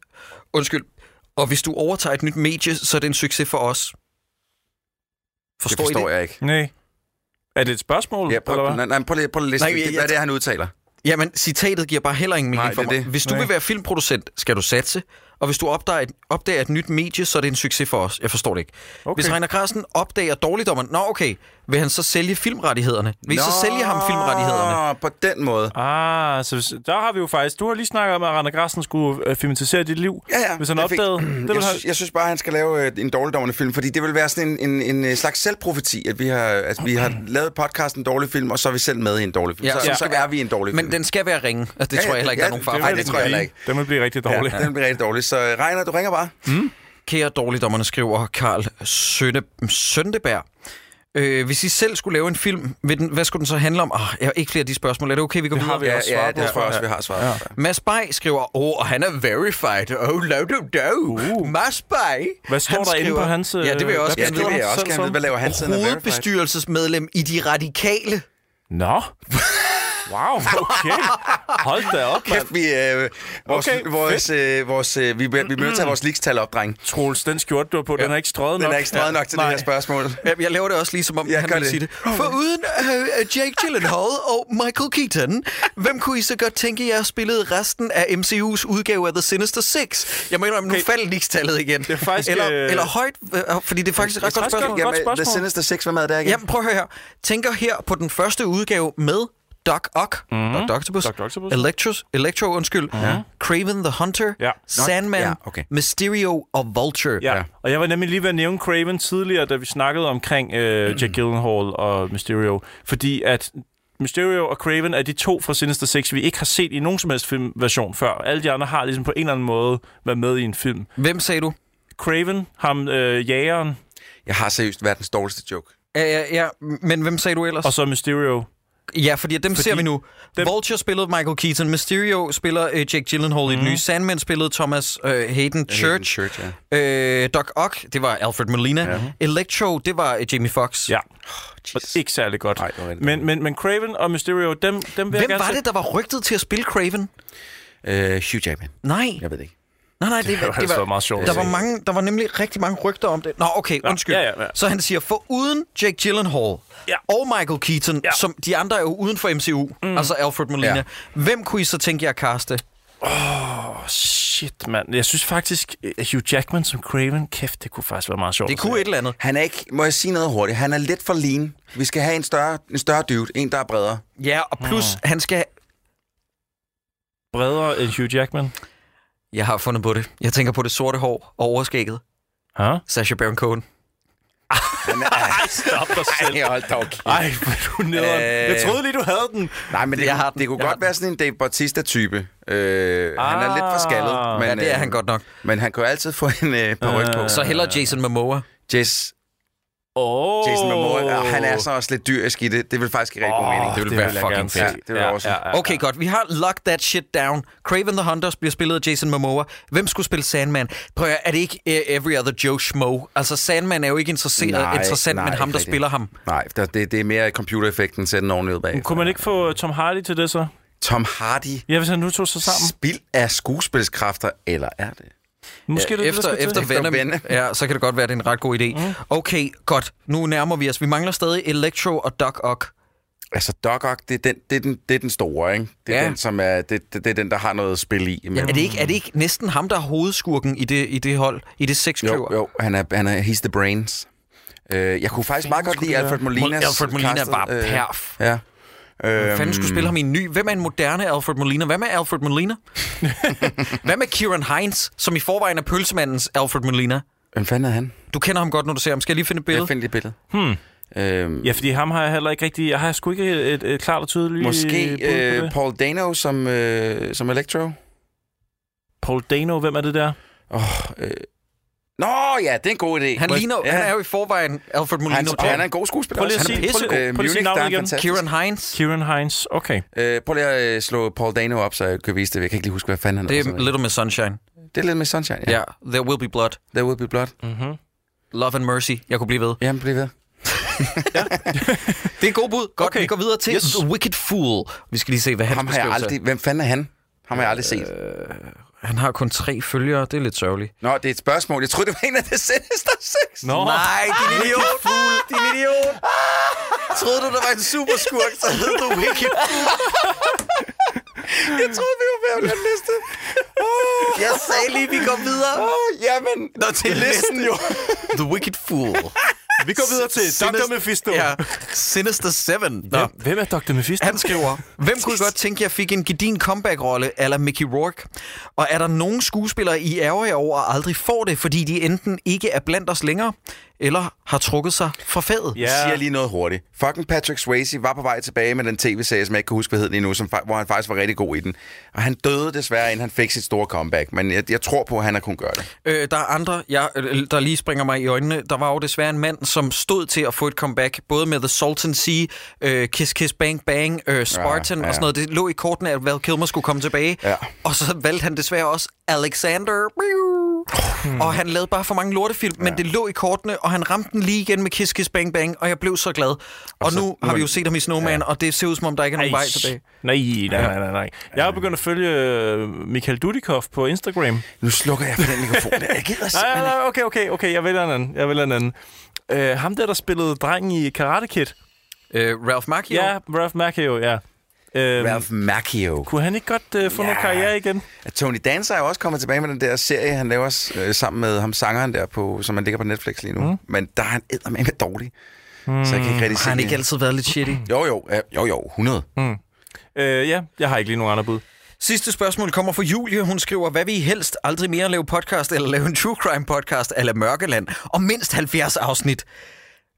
[SPEAKER 3] Undskyld. Og hvis du overtager et nyt medie, så er det en succes for os.
[SPEAKER 4] Det
[SPEAKER 3] Forstår,
[SPEAKER 4] forstår
[SPEAKER 3] I det?
[SPEAKER 4] jeg ikke.
[SPEAKER 5] Nej. Er det et spørgsmål,
[SPEAKER 4] Ja,
[SPEAKER 5] eller
[SPEAKER 4] prøv,
[SPEAKER 5] hvad?
[SPEAKER 4] nej, nej, prøv lige, prøv lige at læse
[SPEAKER 3] Nej,
[SPEAKER 4] det.
[SPEAKER 3] jeg-
[SPEAKER 4] Det- hvad
[SPEAKER 3] jeg-
[SPEAKER 4] det er, han udtaler.
[SPEAKER 3] Jamen, citatet giver bare heller ingen mening
[SPEAKER 4] Nej,
[SPEAKER 3] for
[SPEAKER 4] det er
[SPEAKER 3] mig.
[SPEAKER 4] det.
[SPEAKER 3] Hvis du
[SPEAKER 5] Nej.
[SPEAKER 3] vil være filmproducent, skal du satse, og hvis du opdager et, opdager et nyt medie, så er det en succes for os. Jeg forstår det ikke. Okay. Hvis Reiner Grasten opdager dårligdommeren, nå okay, vil han så sælge filmrettighederne? Vil I så sælge ham filmrettighederne?
[SPEAKER 4] Nå, på den måde.
[SPEAKER 5] Ah, så hvis- der har vi jo faktisk... Du har lige snakket om, at Rander Grassen skulle øh, filmatisere dit liv. Hvis han
[SPEAKER 4] jeg
[SPEAKER 5] opdagede...
[SPEAKER 4] Fik, *clears throat*
[SPEAKER 5] det
[SPEAKER 4] det
[SPEAKER 5] ville
[SPEAKER 4] jeg,
[SPEAKER 5] han...
[SPEAKER 4] synes, jeg synes bare, han skal lave øh, en dårligdommende film, fordi det vil være sådan en, en, en øh, slags selvprofeti, at vi har, at vi har lavet podcasten en dårlig film, og så er vi selv med i en dringe dårlig film.
[SPEAKER 3] Ja.
[SPEAKER 4] Ja, så,
[SPEAKER 3] Ja.
[SPEAKER 4] ja. så er vi i en dårlig film.
[SPEAKER 3] Men den skal være ringe. Altså, det
[SPEAKER 4] Ja,
[SPEAKER 3] tror jeg
[SPEAKER 4] ja,
[SPEAKER 3] heller ikke,
[SPEAKER 4] ja,
[SPEAKER 3] der er nogen far.
[SPEAKER 4] det- Nej, det tror jeg heller ikke.
[SPEAKER 5] Den vil blive rigtig dårlig.
[SPEAKER 4] ja, den bliver rigtig dårlig. Så øh, Reiner, du ringer bare. Mm.
[SPEAKER 3] Kære dårligdommerne, skriver Karl Sønde, Søndeberg. Øh, hvis I selv skulle lave en film, vil den, hvad skulle den så handle om? Oh, jeg har ikke flere af de spørgsmål. Er det okay, vi går
[SPEAKER 5] Det har
[SPEAKER 3] videre?
[SPEAKER 5] vi også
[SPEAKER 4] ja,
[SPEAKER 5] svaret
[SPEAKER 4] det
[SPEAKER 5] på.
[SPEAKER 4] tror jeg også, vi har svaret. Ja.
[SPEAKER 3] Mads Bay skriver, åh, oh, han er verified. Oh, lo do do. Uh. Mads Bay.
[SPEAKER 5] Hvad står
[SPEAKER 3] han
[SPEAKER 5] der inde
[SPEAKER 3] skriver-
[SPEAKER 5] på hans, øh,
[SPEAKER 3] Ja, det vil jeg også
[SPEAKER 4] Ja,
[SPEAKER 5] hvad
[SPEAKER 3] gerne
[SPEAKER 4] det
[SPEAKER 3] vide.
[SPEAKER 5] skriver
[SPEAKER 4] vil
[SPEAKER 5] han
[SPEAKER 4] jeg også
[SPEAKER 5] selv
[SPEAKER 4] gerne
[SPEAKER 5] som?
[SPEAKER 4] vide. Hvad laver han sådan en verified?
[SPEAKER 3] Hovedbestyrelsesmedlem i De Radikale.
[SPEAKER 5] Nå. Wow,
[SPEAKER 4] *laughs*
[SPEAKER 5] okay. Hold da op, mand.
[SPEAKER 4] Kæft, vi, øh, vores,
[SPEAKER 5] Okay,
[SPEAKER 4] okay, vores, øh, vores, øh, vi, bliver- vi bliver nødt til at have vores leaks-tal op, dreng.
[SPEAKER 5] Troels, den skjorte, du har på, ja. den er ikke strøget nok.
[SPEAKER 4] Den er ikke strøget nok til det
[SPEAKER 5] Nej.
[SPEAKER 4] her spørgsmål.
[SPEAKER 3] Ja, Jeg laver det også lige, som om
[SPEAKER 4] Ja,
[SPEAKER 3] han
[SPEAKER 4] gør
[SPEAKER 3] ville
[SPEAKER 4] det.
[SPEAKER 3] sige det. For uden øh, Jake Gyllenhaal og Michael Keaton, hvem kunne I så godt tænke jer spillede resten af MCU's udgave af The Sinister Six? Jeg mener, nu
[SPEAKER 5] Okay.
[SPEAKER 3] faldt Nix-tallet igen. Det
[SPEAKER 5] er faktisk,
[SPEAKER 3] eller,
[SPEAKER 5] øh,
[SPEAKER 3] eller højt, øh, fordi det er faktisk et ret
[SPEAKER 5] det er
[SPEAKER 3] godt
[SPEAKER 5] faktisk
[SPEAKER 3] spørgsmål.
[SPEAKER 5] godt. Godt spørgsmål.
[SPEAKER 4] The Sinister Six, hvad med det er igen?
[SPEAKER 3] Jamen, prøv at høre her. Tænker her på den første udgave med Doc Ock, mm. Dr. Octopus,
[SPEAKER 5] Dr. Octopus.
[SPEAKER 3] Electros, Electro, undskyld, Craven the Hunter,
[SPEAKER 5] Ja. Nå,
[SPEAKER 3] Sandman,
[SPEAKER 4] ja, okay.
[SPEAKER 3] Mysterio og Vulture.
[SPEAKER 5] Ja,
[SPEAKER 4] Ja.
[SPEAKER 5] og jeg var nemlig lige ved at nævne Craven tidligere, da vi snakkede omkring øh, Jack Gyllenhaal og Mysterio, fordi at Mysterio og Craven er de to fra Sinister Six, vi ikke har set i nogen som helst filmversion før. Alle de andre har ligesom på en eller anden måde været med i en film.
[SPEAKER 3] Hvem sagde du?
[SPEAKER 5] Craven, ham øh, jægeren,
[SPEAKER 4] Jeg har seriøst verdens dårligste joke.
[SPEAKER 3] Ja, ja, ja, men hvem sagde du ellers?
[SPEAKER 5] og så Mysterio.
[SPEAKER 3] Ja, fordi dem fordi ser vi nu.
[SPEAKER 5] dem-
[SPEAKER 3] Dem... Vulture spillede Michael Keaton, Mysterio spiller øh, Jake Gyllenhaal
[SPEAKER 5] Mhm.
[SPEAKER 3] mm. i den nye, Sandman spillede Thomas øh, Hayden
[SPEAKER 4] Hayden
[SPEAKER 3] Church,
[SPEAKER 4] Church, ja.
[SPEAKER 3] øh, Doc Ock, det var Alfred Molina, ja. Electro, det var øh, Jamie Foxx.
[SPEAKER 5] Ja,
[SPEAKER 3] Oh,
[SPEAKER 5] og ikke særlig godt.
[SPEAKER 4] Nej, det var rigtig
[SPEAKER 5] men, men, men Craven og Mysterio, dem, dem vil jeg
[SPEAKER 3] Hvem
[SPEAKER 5] gerne
[SPEAKER 3] var
[SPEAKER 5] se.
[SPEAKER 3] det, der var rygtet til at spille Craven?
[SPEAKER 4] Øh, Hugh Jackman.
[SPEAKER 3] Nej,
[SPEAKER 4] Jeg ved det ikke.
[SPEAKER 3] nej, nej, det, det,
[SPEAKER 5] *laughs* Det var, det var meget sjovt.
[SPEAKER 3] Der var, mange, der var nemlig rigtig mange rygter om det. Nå, okay,
[SPEAKER 5] Nå,
[SPEAKER 3] undskyld.
[SPEAKER 5] ja, ja, ja.
[SPEAKER 3] Så han siger, for uden Jake Gyllenhaal
[SPEAKER 5] Ja.
[SPEAKER 3] og Michael Keaton,
[SPEAKER 5] Ja.
[SPEAKER 3] som de andre er jo uden for MCU, mm. altså Alfred Molina,
[SPEAKER 4] Ja.
[SPEAKER 3] hvem kunne I så tænke jer at kaste?
[SPEAKER 5] Shit, mand. Jeg synes faktisk, øh, Hugh Jackman som Craven, kæft, det kunne faktisk være meget sjovt.
[SPEAKER 3] Det
[SPEAKER 5] at
[SPEAKER 3] kunne
[SPEAKER 5] se.
[SPEAKER 3] et eller andet.
[SPEAKER 4] Han er ikke, må jeg sige noget hurtigt, han er lidt for lean. Vi skal have en større, en større dude, en der er bredere.
[SPEAKER 3] Ja, og plus, mm. han skal...
[SPEAKER 5] Bredere end Hugh Jackman.
[SPEAKER 3] Jeg har fundet på det. Jeg tænker på det sorte hår og overskægget.
[SPEAKER 5] Huh?
[SPEAKER 3] Sasha Baron Cohen.
[SPEAKER 4] Han er,
[SPEAKER 5] Stop dig
[SPEAKER 4] ej, hold da okay.
[SPEAKER 5] Ej, hvor er du nederen.
[SPEAKER 4] Øh.
[SPEAKER 5] Jeg troede lige, du havde den.
[SPEAKER 4] Nej, men det,
[SPEAKER 3] Jeg
[SPEAKER 4] jeg
[SPEAKER 3] har
[SPEAKER 4] har
[SPEAKER 3] den.
[SPEAKER 4] det kunne
[SPEAKER 3] Jeg har
[SPEAKER 4] godt være sådan en Dave Bautista-type. Øh, ah, han er lidt for skaldet. Men,
[SPEAKER 3] Ja, det er
[SPEAKER 4] øh,
[SPEAKER 3] han godt nok.
[SPEAKER 4] Men han kan jo altid få en øh, par øh, på.
[SPEAKER 3] Så hellere Jason Momoa.
[SPEAKER 4] Jess,
[SPEAKER 5] Oh.
[SPEAKER 4] Jason Momoa, og han er så også lidt dyrisk i det. Det vil faktisk give rigtig god mening.
[SPEAKER 3] det ville være
[SPEAKER 5] jeg
[SPEAKER 3] fucking
[SPEAKER 5] gerne se.
[SPEAKER 4] fedt. Det ville jeg også.
[SPEAKER 3] Okay, godt. Vi har Lock That Shit Down. Craven the Hunters bliver spillet af Jason Momoa. Hvem skulle spille Sandman? Prøv at, høre, er det ikke uh, Every Other Joe Schmo? Altså, Sandman er jo ikke interesseret, nej,
[SPEAKER 4] Nej,
[SPEAKER 3] interessant, nej,
[SPEAKER 4] nej,
[SPEAKER 3] men ham,
[SPEAKER 4] ikke
[SPEAKER 3] der
[SPEAKER 4] rigtig.
[SPEAKER 3] spiller ham.
[SPEAKER 4] Nej, der- det, det er mere computereffekten, sæt den ordentligt bag.
[SPEAKER 5] Kunne man ikke få Tom Hardy til det så?
[SPEAKER 4] Tom Hardy,
[SPEAKER 5] Ja, hvis han nu tog sig sammen.
[SPEAKER 4] spild af skuespilskræfter, eller er det?
[SPEAKER 5] Måske det, er
[SPEAKER 3] efter,
[SPEAKER 5] det, der skal
[SPEAKER 3] efter
[SPEAKER 5] til.
[SPEAKER 3] Venom,
[SPEAKER 4] Venom.
[SPEAKER 3] ja, så kan det godt være, at det er en ret god idé. Mm. Okay, godt. Nu nærmer vi os. Vi mangler stadig Electro og Doc Ock.
[SPEAKER 4] Altså, Doc Ock, det er den, det er den, det er den store, ikke? Det er
[SPEAKER 3] Ja.
[SPEAKER 4] ja. den, som er, det, det, det er den, der har noget at spille i. Men,
[SPEAKER 3] Ja, er, det ikke, er det ikke næsten ham, der er hovedskurken i det, i det hold? I det
[SPEAKER 4] jo,
[SPEAKER 3] sekskløver?
[SPEAKER 4] jo, han er, han er, he's the brains. Øh, jeg kunne faktisk meget godt lide Alfred Molinas
[SPEAKER 3] Alfred Molina
[SPEAKER 4] castet,
[SPEAKER 3] var
[SPEAKER 4] øh, Øhm.
[SPEAKER 3] perf.
[SPEAKER 4] Ja.
[SPEAKER 3] Hvem fanden skulle spille ham i en ny? Hvem er en moderne Alfred Molina? Hvad med Alfred
[SPEAKER 4] *laughs*
[SPEAKER 3] Molina? Hvad med Kieran Heinz, som i forvejen er pølsemandens Alfred Molina?
[SPEAKER 4] Øhm, Hvem fanden er han?
[SPEAKER 3] Du kender ham godt, når du ser ham. Skal jeg lige finde et
[SPEAKER 4] Jeg
[SPEAKER 3] billede?
[SPEAKER 4] finder lige billedet. Hmm. Øhm,
[SPEAKER 5] Ja, fordi ham har jeg heller ikke rigtig... Jeg har sgu ikke et, et, et klart og tydeligt...
[SPEAKER 4] måske
[SPEAKER 5] bud på det.
[SPEAKER 4] øh, Paul Dano som, øh, som Electro?
[SPEAKER 5] Paul Dano, hvem er det der?
[SPEAKER 4] Øh. Nå ja, det er en god idé.
[SPEAKER 3] Han,
[SPEAKER 4] Må-
[SPEAKER 3] ligner, ja. han er jo i forvejen Alfred Molina.
[SPEAKER 4] han, og han er en god skuespiller
[SPEAKER 5] Prøv lige
[SPEAKER 4] også.
[SPEAKER 5] at
[SPEAKER 4] Han er
[SPEAKER 5] sige- prøv lige-
[SPEAKER 4] pissegod.
[SPEAKER 5] prøv lige at sige
[SPEAKER 4] Munich,
[SPEAKER 5] navnet
[SPEAKER 4] der er han
[SPEAKER 5] igen.
[SPEAKER 4] fantastisk.
[SPEAKER 3] Kieran Heinz.
[SPEAKER 5] Kieran Heinz. Okay.
[SPEAKER 4] Øh, prøv lige at øh, slå Paul Dano op, så jeg kan vise det. Jeg kan ikke lige huske, hvad fanden han
[SPEAKER 3] Det
[SPEAKER 4] hedder.
[SPEAKER 3] er Little Miss Sunshine.
[SPEAKER 4] det er lidt med Sunshine,
[SPEAKER 3] Ja,
[SPEAKER 4] ja.
[SPEAKER 3] yeah. There Will Be Blood.
[SPEAKER 4] There will be blood.
[SPEAKER 5] Mm-hmm.
[SPEAKER 3] Love and Mercy. Jeg kunne blive ved.
[SPEAKER 4] Jamen, bliv ved.
[SPEAKER 3] Det er en god bud. Godt, okay.
[SPEAKER 5] Okay.
[SPEAKER 3] vi går videre til yes.
[SPEAKER 5] Yes.
[SPEAKER 3] The Wicked Fool. Vi skal lige se, hvad han
[SPEAKER 4] Ham har jeg
[SPEAKER 3] beskrivelse er.
[SPEAKER 4] aldrig... Hvem fanden er han? Ham har jeg aldrig set.
[SPEAKER 3] Han har kun tre følgere. Det er lidt sørgeligt.
[SPEAKER 4] Nå, det er et spørgsmål. Jeg troede, det var en af det sinister seks.
[SPEAKER 5] Nå,
[SPEAKER 3] Nej, din idiot. Fool. Ah. Din idiot. Troede du, der var en superskurk, så hed du Wicked
[SPEAKER 4] Jeg troede, vi var ved at den liste.
[SPEAKER 3] Jeg sagde lige, vi går videre.
[SPEAKER 4] Åh, jamen.
[SPEAKER 3] Nå, til listen jo. The Wicked Fool.
[SPEAKER 5] vi går videre til Dr. Mephisto.
[SPEAKER 3] Ja, Sinister Seven. Nå.
[SPEAKER 5] Hvem, hvem er Dr. Mephisto?
[SPEAKER 3] Han skriver, hvem kunne I godt tænke, jeg fik en gedin comeback-rolle ala Mickey Rourke? Og er der nogen skuespillere, I ærger jer over og aldrig får det, fordi de enten ikke er blandt os længere, eller har trukket sig fra faget.
[SPEAKER 5] Ja.
[SPEAKER 4] siger lige noget hurtigt. Fucking Patrick Swayze var på vej tilbage med den tv-serie, som jeg ikke kan huske, hvad hed lige nu, som, fa- hvor han faktisk var rigtig god i den. Og han døde desværre, inden han fik sit store comeback. Men jeg, jeg tror på, at han har kunnet gøre det.
[SPEAKER 3] Øh, der er andre, jeg, øh, der lige springer mig i øjnene. Der var jo desværre en mand, som stod til at få et comeback, både med The Sultan Sea, øh, Kiss Kiss Bang Bang, øh, Spartan ja,
[SPEAKER 4] Ja,
[SPEAKER 3] ja.
[SPEAKER 4] ja.
[SPEAKER 3] og sådan noget. Det lå i kortene, at Val Kilmer skulle komme tilbage.
[SPEAKER 4] Ja.
[SPEAKER 3] Og så valgte han desværre også Alexander. Hmm. Og han lavede bare for mange lortefilm, ja. men det lå i kortene, og han ramte den lige igen med Kiss Kiss Bang Bang, og jeg blev så glad. Og, og nu har vi jo set ham i Snowman, ja. og det ser ud som om, der ikke er nogen vej tilbage.
[SPEAKER 5] Nej, nej, nej, nej, nej. Jeg er begyndt at følge øh, Michael Dudikoff på Instagram.
[SPEAKER 4] Nu slukker jeg for den mikrofon. der. Jeg gider
[SPEAKER 5] Nej, nej,
[SPEAKER 4] simpelthen
[SPEAKER 5] nej, okay, okay, okay, jeg vælger en anden. Jeg vælger en anden. Øh, ham der, der spillede drengen i Karate Kid.
[SPEAKER 3] Øh, Ralph Macchio?
[SPEAKER 5] Ja, Ralph Macchio, ja. Øh,
[SPEAKER 4] ikke. Ralph Macchio.
[SPEAKER 5] Kunne han ikke godt øh, få ja. noget
[SPEAKER 4] Ja.
[SPEAKER 5] karriere igen?
[SPEAKER 4] Tony Danza er jo også kommet tilbage med den der serie, han laver øh, sammen med ham sangeren der, på, som man ligger på Netflix lige nu. Mm. Men der er han eddermame dårlig. Mm. Så jeg kan ikke rigtig se
[SPEAKER 3] Har han
[SPEAKER 4] det.
[SPEAKER 3] ikke Mm. altid været lidt shitty?
[SPEAKER 4] Jo, jo, øh, jo, jo, 100.
[SPEAKER 5] Øh, ja, jeg har ikke lige nogen andre bud.
[SPEAKER 3] Sidste spørgsmål kommer fra Julie. Hun skriver, hvad vi helst aldrig mere lave podcast eller lave en true crime podcast eller Mørkeland og mindst 70 afsnit.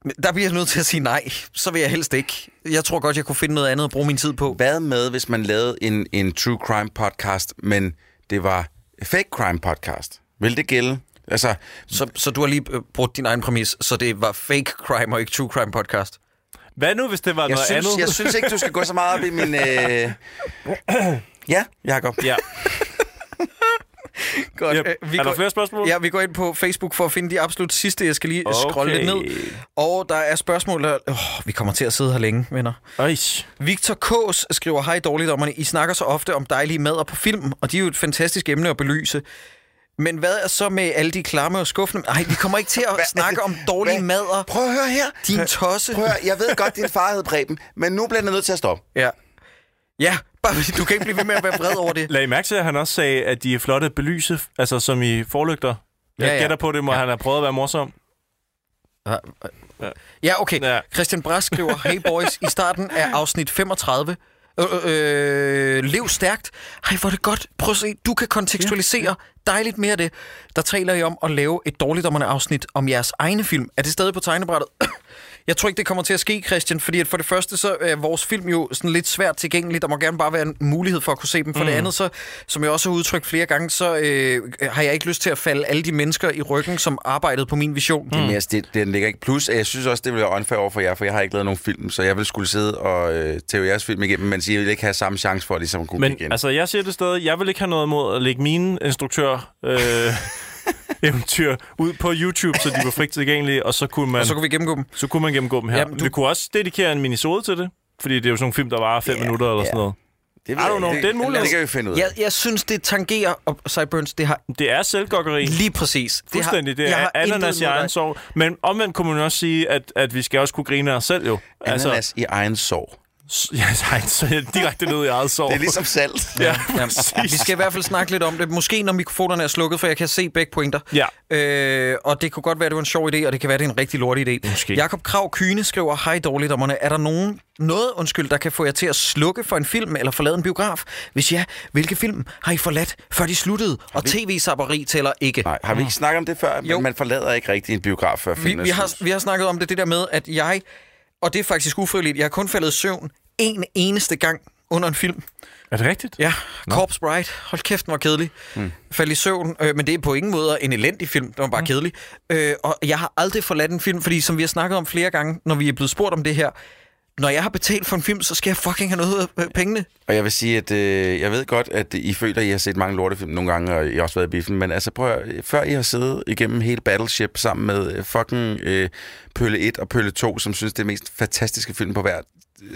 [SPEAKER 3] Men Der bliver jeg nødt til at sige nej. Så vil jeg helst ikke. Jeg tror godt, jeg kunne finde noget andet at bruge min tid på.
[SPEAKER 4] Hvad med, hvis man lavede en, en true crime podcast, men det var fake crime podcast? Vil det gælde? Altså,
[SPEAKER 3] Så, så du har lige øh, brugt din egen præmis, så det var fake crime og ikke true crime podcast.
[SPEAKER 5] Hvad nu, hvis det var
[SPEAKER 4] jeg
[SPEAKER 5] noget
[SPEAKER 4] synes,
[SPEAKER 5] andet?
[SPEAKER 4] jeg synes ikke, du skal gå så meget op i min...
[SPEAKER 3] *coughs*
[SPEAKER 4] Øh... Ja, Jacob.
[SPEAKER 5] *laughs* Ja,
[SPEAKER 3] Godt.
[SPEAKER 5] Yep. Er der flere spørgsmål?
[SPEAKER 3] Ja, vi går ind på Facebook for at finde de absolut sidste. Jeg skal lige okay. scrolle lidt
[SPEAKER 5] Okay.
[SPEAKER 3] ned. Og der er spørgsmål, der... Oh, vi kommer til at sidde her længe, venner.
[SPEAKER 5] Øjs.
[SPEAKER 3] Victor Kås skriver, hej dårligdommerne, I snakker så ofte om dejlige mader på film, og de er jo et fantastisk emne at belyse. Men hvad er så med alle de klamme og skuffende... Nej, vi kommer ikke
[SPEAKER 4] *laughs*
[SPEAKER 3] til at snakke om dårlige
[SPEAKER 4] Hvad?
[SPEAKER 3] mader.
[SPEAKER 4] Prøv at høre her.
[SPEAKER 3] Din tosse.
[SPEAKER 4] Prøv at høre. Jeg ved godt, din far hed Preben, men nu bliver den nødt til at stoppe.
[SPEAKER 3] Ja. Ja, bare, fordi- du kan ikke blive ved med at være vred over det.
[SPEAKER 5] Lag I mærke til, at han også sagde, at de er flotte at belyse, altså som i forlygter. Jeg
[SPEAKER 3] Ja,
[SPEAKER 5] ja,
[SPEAKER 3] ja.
[SPEAKER 5] ja. gætter på det, må ja. han have prøvet at være morsom.
[SPEAKER 3] Ja, okay. Ja.
[SPEAKER 5] Ja.
[SPEAKER 3] Christian Brass skriver, hey boys, i starten af afsnit 35, Øh, øh, øh, lev stærkt. Hej, hvor er det godt. Prøv at se, du kan kontekstualisere. Dejligt mere det. Der taler I om at lave et dårligdommerne afsnit om jeres egne film. Er det stadig på tegnebrættet? *clears throat* Jeg tror ikke, det kommer til at ske, Christian, fordi at for det første, så er vores film jo sådan lidt svært tilgængelig. Der må gerne bare være en mulighed for at kunne se dem. For mm. det andet, så, som jeg også har udtrykt flere gange, så øh, har jeg ikke lyst til at falde alle de mennesker i ryggen, som arbejdede på min vision.
[SPEAKER 4] Mm. Men altså, det, den ligger ikke. Plus, at jeg synes også, det ville være unfair over for jer, for jeg har ikke lavet nogen film, så jeg vil skulle sidde og øh, tæve jeres film igennem, men I vil ikke have samme chance for at ligesom at kunne
[SPEAKER 5] Men
[SPEAKER 4] kigge ind.
[SPEAKER 5] altså, jeg siger det stadig. Jeg vil ikke have noget imod at lægge mine instruktør... Øh, *laughs* eventyr ud på YouTube, så de var frit tilgængelige, og så kunne man,
[SPEAKER 3] Og så kunne vi gennemgå dem.
[SPEAKER 5] så kunne man gennemgå dem her.
[SPEAKER 3] Jamen,
[SPEAKER 5] Jamen,
[SPEAKER 3] du-
[SPEAKER 5] du... Vi kunne også dedikere en minisode til det, fordi det er jo sådan nogle film, der varer 5 yeah, minutter eller
[SPEAKER 4] ja.
[SPEAKER 5] yeah. sådan noget.
[SPEAKER 4] det,
[SPEAKER 5] I don't know. Det er en mulighed.
[SPEAKER 4] Det kan vi finde ud af.
[SPEAKER 3] Jeg, jeg synes, det tangerer, og Cyburns, det har
[SPEAKER 5] Det er selvgokkeri.
[SPEAKER 3] lige præcis. Det
[SPEAKER 5] Fuldstændig. Det er ananas i egen sov. Men omvendt kunne man også sige, at, at vi skal også kunne grine af os selv jo.
[SPEAKER 4] Ananas altså, i egen sorg.
[SPEAKER 5] s- ja, nej, så er jeg direkte ned i eget sår.
[SPEAKER 4] Det er ligesom salt.
[SPEAKER 5] *laughs* Ja,
[SPEAKER 3] Ja, vi
[SPEAKER 5] præcis.
[SPEAKER 3] skal i hvert fald snakke lidt om det. Måske når mikrofonerne er slukket, for jeg kan se begge pointer.
[SPEAKER 5] Ja.
[SPEAKER 3] Øh, og det kunne godt være, det var en sjov idé, og det kan være, det er en rigtig lortig idé.
[SPEAKER 5] Måske.
[SPEAKER 3] Jakob Krav Kyne skriver, Hej dårligdommerne, er der nogen, noget undskyld, der kan få jer til at slukke for en film eller forlade en biograf? Hvis ja, hvilke film har I forladt, før de sluttede? Og tv-sapperi tæller ikke.
[SPEAKER 4] Nej, har vi ikke snakket om det før?
[SPEAKER 3] Jo.
[SPEAKER 4] Men man forlader ikke rigtig en biograf før
[SPEAKER 3] vi,
[SPEAKER 4] filmen er
[SPEAKER 3] vi, har,
[SPEAKER 4] slut.
[SPEAKER 3] vi har snakket om det, det der med, at jeg, og det er faktisk ufrivilligt, jeg har kun faldet i søvn en eneste gang under en film.
[SPEAKER 5] Er det rigtigt?
[SPEAKER 3] Ja, Corpse Bride. Hold kæft, den var kedelig. Mm. Faldt i søvn, øh, men det er på ingen måde en elendig film. Den var bare mm. kedelig. Øh, og jeg har aldrig forladt en film, fordi som vi har snakket om flere gange, når vi er blevet spurgt om det her, når jeg har betalt for en film, så skal jeg fucking have noget ud af øh, pengene.
[SPEAKER 4] Og jeg vil sige, at øh, jeg ved godt, at I føler, at I har set mange lortefilm nogle gange, og I har også været i biffen, men altså prøv at, høre, før I har siddet igennem hele Battleship sammen med øh, fucking øh, Pølle 1 og Pølle 2, som synes, det er mest fantastiske film på hver øh,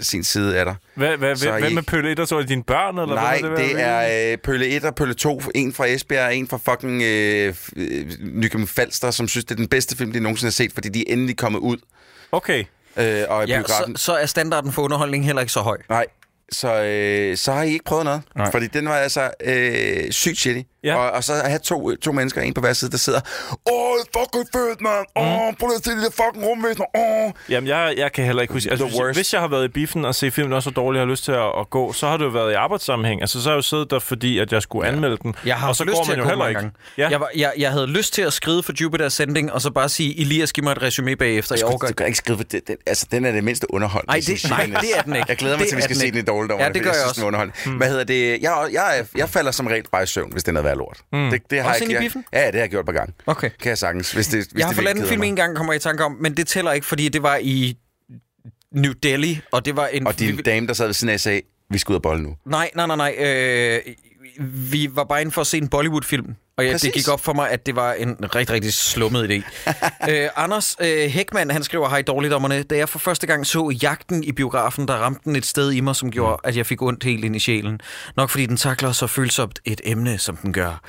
[SPEAKER 4] sin side af dig.
[SPEAKER 5] Hvad, hvad,
[SPEAKER 4] Så er
[SPEAKER 5] hvad,
[SPEAKER 4] I
[SPEAKER 5] hvem er
[SPEAKER 4] ikke-
[SPEAKER 5] pølle 1 og så? Er det dine børn? Eller
[SPEAKER 4] Nej,
[SPEAKER 5] hvad,
[SPEAKER 4] det, det er øh, Pølle 1 og Pølle 2, en fra Esbjerg, en fra fucking øh, f- øh, Nykøbing Falster, som synes, det er den bedste film, de nogensinde har set, fordi de er endelig kommet ud.
[SPEAKER 5] Okay.
[SPEAKER 4] Øh, og er
[SPEAKER 3] Ja, så,
[SPEAKER 4] biografen...
[SPEAKER 3] så er standarden for underholdning heller ikke så høj.
[SPEAKER 4] Nej, så, øh, så har I ikke prøvet noget.
[SPEAKER 5] Nej.
[SPEAKER 4] Nej. Fordi den var altså øh, sygt shitty.
[SPEAKER 5] Ja.
[SPEAKER 4] Ja. Og, og så at have to, øh, to mennesker, en på hver side, der sidder, åh, fucking fedt, mand. Åh, prøv lige at se det der fucking rumvæsen. Åh.
[SPEAKER 5] Jamen, jeg, jeg kan heller ikke huske... Altså,
[SPEAKER 4] The
[SPEAKER 5] hvis, jeg,
[SPEAKER 4] worst.
[SPEAKER 5] hvis jeg har været i biffen og set filmen også så dårligt, jeg har lyst til at, at gå, så har det jo været i arbejdssammenhæng. Altså, så har jeg jo siddet der, fordi at jeg skulle anmelde den.
[SPEAKER 3] Jeg har
[SPEAKER 5] og så
[SPEAKER 3] lyst
[SPEAKER 5] går
[SPEAKER 3] til
[SPEAKER 5] man
[SPEAKER 3] at
[SPEAKER 5] jo
[SPEAKER 3] gå
[SPEAKER 5] heller
[SPEAKER 3] mange
[SPEAKER 5] ikke.
[SPEAKER 3] gange.
[SPEAKER 5] Ja.
[SPEAKER 3] Jeg, var, jeg, jeg havde lyst til at skride for Jupiter Ascending, og så bare sige, Elias, giv mig et resume bagefter. Jeg overgår
[SPEAKER 4] Jeg kan ikke skrive, for det, den, altså, den er det mindste underholdende.
[SPEAKER 3] Nej, det- nej, det er den ikke.
[SPEAKER 4] Jeg glæder mig
[SPEAKER 3] Det
[SPEAKER 4] til, at
[SPEAKER 3] er
[SPEAKER 4] vi skal
[SPEAKER 3] den
[SPEAKER 4] se
[SPEAKER 3] ikke.
[SPEAKER 4] den i dårligt
[SPEAKER 3] Ja, det gør jeg også.
[SPEAKER 4] Mm. Hvad hedder det? Jeg, er også- jeg, er- jeg falder som regel bare i søvn, hvis den havde været lort. Mm. Det, det har
[SPEAKER 3] Også
[SPEAKER 4] jeg,
[SPEAKER 3] inde i
[SPEAKER 4] jeg,
[SPEAKER 3] biffen?
[SPEAKER 4] Ja, det har jeg gjort et par gange.
[SPEAKER 3] Okay.
[SPEAKER 4] Kan jeg sagtens, hvis det, hvis
[SPEAKER 3] Jeg har
[SPEAKER 4] det
[SPEAKER 3] forladt
[SPEAKER 4] virkelig
[SPEAKER 3] en
[SPEAKER 4] keder
[SPEAKER 3] film
[SPEAKER 4] mig.
[SPEAKER 3] en gang, kommer jeg i tanke om, men det tæller ikke, fordi det var i New Delhi, og det var en...
[SPEAKER 4] Og din dame, der sad ved siden af, sagde, vi skal ud og bolle nu.
[SPEAKER 3] Nej, nej, nej, nej. Øh, vi var bare inde for at se en Bollywood-film, og ja, det
[SPEAKER 4] Præcis.
[SPEAKER 3] gik op for mig, at det var en rigtig, rigtig slummet idé. øh, Anders øh, Hækman, han skriver, hej dårligdommerne, da jeg for første gang så jagten i biografen, der ramte den et sted i mig, som gjorde, at jeg fik ondt helt ind i sjælen. Nok fordi den takler så følsomt et emne, som den gør.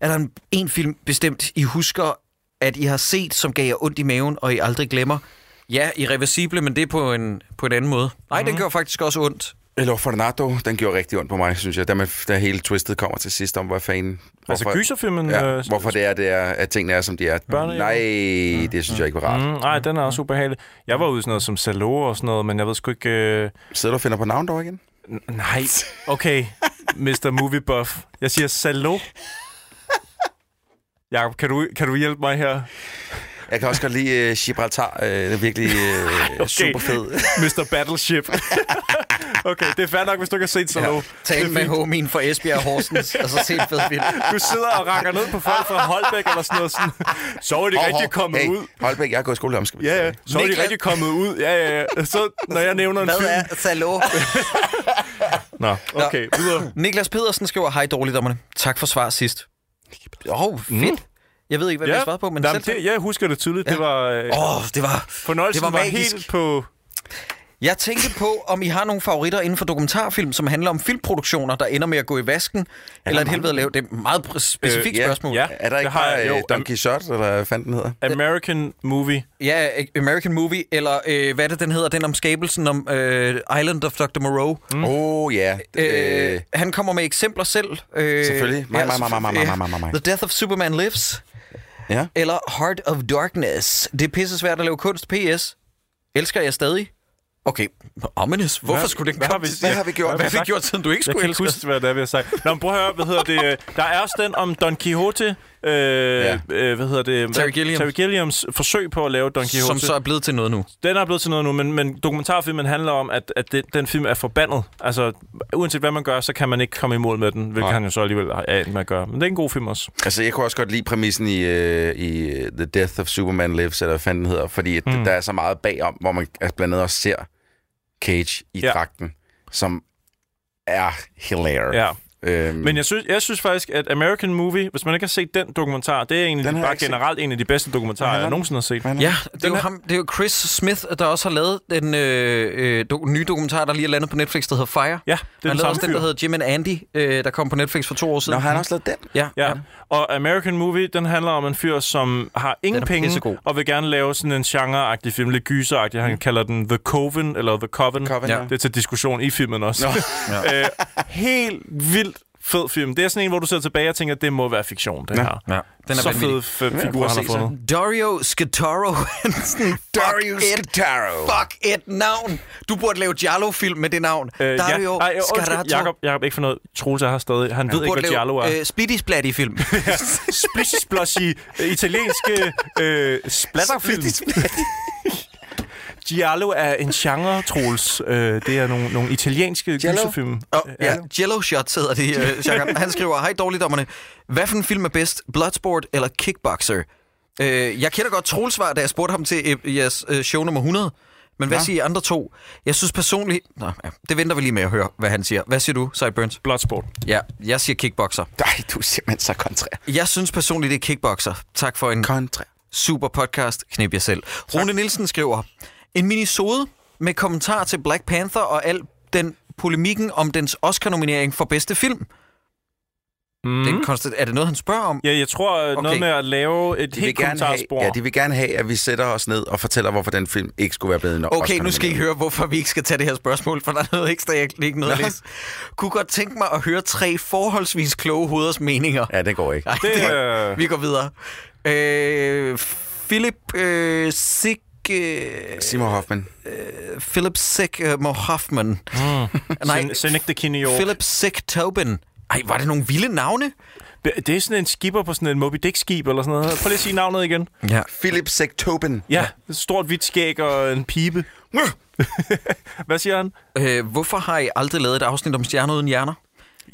[SPEAKER 3] Er der en, en film bestemt, I husker, at I har set, som gav jer ondt i maven, og I aldrig glemmer? Ja, irreversible, men det er på en, på en anden måde. Nej, mm. den gør faktisk også ondt.
[SPEAKER 4] Eller Fornato, den gjorde rigtig ondt på mig, synes jeg. Da, man, da hele twistet kommer til sidst om, hvad fanden...
[SPEAKER 5] Altså, gyserfilmen...
[SPEAKER 4] Ja,
[SPEAKER 5] øh,
[SPEAKER 4] hvorfor det er, det er, at tingene er, som de er.
[SPEAKER 5] Børne-
[SPEAKER 4] Nej, det synes jeg ikke var rart.
[SPEAKER 5] Mm, nej, den er også ubehagelig. Jeg var ude i sådan noget som Salo og sådan noget, men jeg ved sgu ikke... Øh...
[SPEAKER 4] Sidder du og finder på navn dog igen?
[SPEAKER 5] n- Nej, *laughs* okay, Mr. Movie Buff. Jeg siger Salo. Jakob, kan du, kan du hjælpe mig her?
[SPEAKER 4] Jeg kan også godt lide uh, Gibraltar. Uh, det er virkelig
[SPEAKER 5] *laughs*
[SPEAKER 4] uh, okay. super fed.
[SPEAKER 5] Mr. Battleship. *laughs* okay, det er fair nok, hvis du ikke har set Salo.
[SPEAKER 3] Tal med homien fra Esbjerg og Horsens, og så se en fed film.
[SPEAKER 5] Du sidder og rakker ned på folk fra Holbæk eller sådan noget. Sådan. Så er de
[SPEAKER 4] Hov,
[SPEAKER 5] rigtig
[SPEAKER 4] hov.
[SPEAKER 5] kommet
[SPEAKER 4] hey,
[SPEAKER 5] ud.
[SPEAKER 4] Holbæk, jeg har gået i skole om, skal vi
[SPEAKER 5] Ja, ja.
[SPEAKER 4] sige.
[SPEAKER 5] Så er de
[SPEAKER 3] Niklas-
[SPEAKER 5] rigtig kommet ud. Ja, ja, ja. Så når jeg nævner en
[SPEAKER 3] Hvad
[SPEAKER 5] film...
[SPEAKER 3] er Salo?
[SPEAKER 5] *laughs* Nå, okay, videre.
[SPEAKER 3] Niklas Pedersen skriver, hej dårligdommerne. Tak for svar sidst. Åh, oh, fedt. Mm. Jeg ved ikke, hvad ja. jeg svarede på, men
[SPEAKER 5] Jamen,
[SPEAKER 3] Jamen, selv...
[SPEAKER 5] det, jeg husker det tydeligt. Ja. Det var... Øh,
[SPEAKER 3] Åh, oh, det var... det
[SPEAKER 5] Fornøjelsen
[SPEAKER 3] var
[SPEAKER 5] var, var
[SPEAKER 3] magisk.
[SPEAKER 5] helt på...
[SPEAKER 3] Jeg tænkte på, om I har nogle favoritter inden for dokumentarfilm, som handler om filmproduktioner, der ender med at gå i vasken, eller et helvede at lave. Det er et meget pr- specifikt
[SPEAKER 4] Øh, ja,
[SPEAKER 3] spørgsmål.
[SPEAKER 5] ja.
[SPEAKER 4] Er der
[SPEAKER 5] Det
[SPEAKER 4] ikke
[SPEAKER 5] har
[SPEAKER 4] bare
[SPEAKER 5] jeg- jo,
[SPEAKER 4] uh,
[SPEAKER 5] der-
[SPEAKER 4] Don Quixote, eller hvad fanden den hedder?
[SPEAKER 5] American Movie.
[SPEAKER 3] Ja, American Movie, eller øh, hvad er det, den hedder? Den om skabelsen om øh, Island of Dr. Moreau.
[SPEAKER 5] Mm.
[SPEAKER 4] Åh, oh, ja.
[SPEAKER 3] Øh,
[SPEAKER 4] Øh,
[SPEAKER 3] han kommer med eksempler selv. Øh,
[SPEAKER 4] Selvfølgelig. Mig,
[SPEAKER 3] ja,
[SPEAKER 4] mig, mig, mig, mig, mig,
[SPEAKER 3] ja.
[SPEAKER 4] mig, mig, mig.
[SPEAKER 3] The Death of Superman Lives.
[SPEAKER 4] Ja.
[SPEAKER 3] Eller Heart of Darkness. Det er pisse svært at lave kunst. PS. Elsker jeg stadig. Okay, ominous. Hvorfor
[SPEAKER 5] Hvad-
[SPEAKER 3] skulle det
[SPEAKER 5] hvad
[SPEAKER 3] ikke
[SPEAKER 5] har
[SPEAKER 3] komme
[SPEAKER 5] vi-
[SPEAKER 3] til-
[SPEAKER 4] hvad har vi gjort?
[SPEAKER 3] Hvad har vi gjort, siden du ikke
[SPEAKER 5] Jeg
[SPEAKER 3] skulle
[SPEAKER 5] kan ikke
[SPEAKER 3] elske?
[SPEAKER 5] huske, hvad det er, vi har sagt. Nå, men prøv at høre, hvad hedder det?
[SPEAKER 3] *laughs*
[SPEAKER 5] øh, Der er også den om Don Quixote. Øh, ja. øh, hvad hedder det?
[SPEAKER 3] Terry Gilliams.
[SPEAKER 5] Terry Gilliams forsøg på at lave Don Quixote.
[SPEAKER 3] Som så er blevet til noget nu.
[SPEAKER 5] Den er blevet til noget nu, men, men dokumentarfilmen handler om, at, at den, den film er forbandet. Altså, uanset hvad man gør, så kan man ikke komme i mål med den, hvilket
[SPEAKER 4] Nej.
[SPEAKER 5] han jo så alligevel er endt med at gøre. Men det er en god film også.
[SPEAKER 4] Altså, jeg kunne også godt lide præmissen i, øh, i øh, The Death of Superman Lives, eller hvad fanden den hedder, fordi mm. der er så meget bagom, hvor man altså, blandt andet også ser Cage i
[SPEAKER 5] Ja.
[SPEAKER 4] ja. dragten, som er hilarious.
[SPEAKER 5] Ja.
[SPEAKER 4] Øhm,
[SPEAKER 5] Men jeg synes, jeg synes faktisk, at American Movie, hvis man ikke har set den dokumentar, det er egentlig
[SPEAKER 4] Den har jeg
[SPEAKER 5] bare
[SPEAKER 4] ikke set.
[SPEAKER 5] generelt en af de bedste dokumentarer, jeg nogensinde har set.
[SPEAKER 3] Ja, det er, jo ham, det er jo Chris Smith, der også har lavet den øh, øh, do, nye dokumentar, der lige er landet på Netflix, der hedder Fire.
[SPEAKER 5] det er
[SPEAKER 3] han
[SPEAKER 5] den
[SPEAKER 3] lavede
[SPEAKER 5] samme
[SPEAKER 3] også
[SPEAKER 5] fyr.
[SPEAKER 3] den, der hedder Jim and Andy, øh, der kom på Netflix for to år siden.
[SPEAKER 4] Nå, har han også lavet den?
[SPEAKER 3] ja,
[SPEAKER 5] Ja. ja, og American Movie, den handler om en fyr, som har ingen
[SPEAKER 3] Den er
[SPEAKER 5] penge,
[SPEAKER 3] pissegod. Mm.
[SPEAKER 5] og vil gerne lave sådan en genre-agtig film, lidt gyser Han kalder den The Coven, eller The Coven.
[SPEAKER 4] Coven,
[SPEAKER 3] Ja.
[SPEAKER 4] ja.
[SPEAKER 5] Det er til diskussion i filmen *laughs* også. øh, helt vildt fed film. Det er sådan en, hvor du sidder tilbage og tænker, det må være fiktion, det her.
[SPEAKER 3] ja. Den er
[SPEAKER 5] så
[SPEAKER 3] vanvittig.
[SPEAKER 5] fed f-
[SPEAKER 4] prøv
[SPEAKER 5] figur,
[SPEAKER 4] at
[SPEAKER 5] han har
[SPEAKER 4] se så.
[SPEAKER 5] fundet.
[SPEAKER 3] Dario *laughs* Scataro Hansen.
[SPEAKER 4] Dario
[SPEAKER 3] Fuck et-
[SPEAKER 4] Scataro.
[SPEAKER 3] Fuck et navn. Du burde lave Giallo-film med det navn. Øh, Dario ja.
[SPEAKER 5] Ej, undskyld, Jacob, Jacob, ikke for noget. Troels er her stadig. Han ved ikke, hvad Giallo er.
[SPEAKER 3] Øh, Splitty Splatty
[SPEAKER 5] *laughs*
[SPEAKER 3] film.
[SPEAKER 5] Splish splashy øh, italienske øh, splatterfilm.
[SPEAKER 4] *laughs*
[SPEAKER 5] Giallo er en genre, Troels. Øh, det er nogle, nogle italienske
[SPEAKER 4] Giallo?
[SPEAKER 5] gyserfilm.
[SPEAKER 3] Og, ja, Jello Shots hedder det, øh, Jacob. Han skriver, hej dårligdommerne. Hvad for en film er bedst? Bloodsport eller Kickboxer? Øh, jeg kender godt Troels svar, da jeg spurgte ham til øh, jeres øh, show nummer 100. Men hvad siger I andre to? Jeg synes personligt... Nå, ja, det venter vi lige med at høre, hvad han siger. Hvad siger du, Cyburns?
[SPEAKER 5] Bloodsport.
[SPEAKER 3] Ja, jeg siger kickboxer.
[SPEAKER 4] Nej, du er simpelthen så kontrær.
[SPEAKER 3] Jeg synes personligt, det er kickboxer. Tak for en
[SPEAKER 4] Kontrær.
[SPEAKER 3] super podcast. Knip jer selv. Rune Nielsen skriver, en minisode med kommentar til Black Panther og al den polemikken om dens Oscar-nominering for bedste film. Mm. Den konstant, er det noget, han spørger om?
[SPEAKER 5] Ja, jeg tror okay. noget med at lave et
[SPEAKER 4] De
[SPEAKER 5] helt
[SPEAKER 4] vil, gerne have,
[SPEAKER 5] kommentarspor.
[SPEAKER 4] ja, de vil gerne have, at vi sætter os ned og fortæller, hvorfor den film ikke skulle være blevet nok.
[SPEAKER 3] Okay, nu skal I høre, hvorfor vi ikke skal tage det her spørgsmål, for der er noget ekstra, jeg ikke noget at læse. Kunne godt tænke mig at høre tre forholdsvis kloge hoveders meninger.
[SPEAKER 4] Ja, den går ikke.
[SPEAKER 3] Nej,
[SPEAKER 5] Det,
[SPEAKER 3] *laughs* det,
[SPEAKER 5] øh,
[SPEAKER 3] vi går videre. Øh, Philip øh, Sig... Øh,
[SPEAKER 4] Simon Hoffman.
[SPEAKER 3] Philip øh, Sigmar Hoffman. Mm. Nej,
[SPEAKER 5] Sen- Senecta Kineo.
[SPEAKER 3] Philip Sig Tobin. Ej, var det nogle vilde navne?
[SPEAKER 5] Det er sådan en skipper på sådan en Moby Dick-skib eller sådan noget. Prøv lige at sige navnet igen.
[SPEAKER 3] Ja.
[SPEAKER 4] Philip Sektoben.
[SPEAKER 5] Ja, et stort hvidt skæg og
[SPEAKER 4] *laughs*
[SPEAKER 5] en pibe. Hvad siger han?
[SPEAKER 3] Øh, hvorfor har I aldrig lavet et afsnit om stjerner uden hjerner?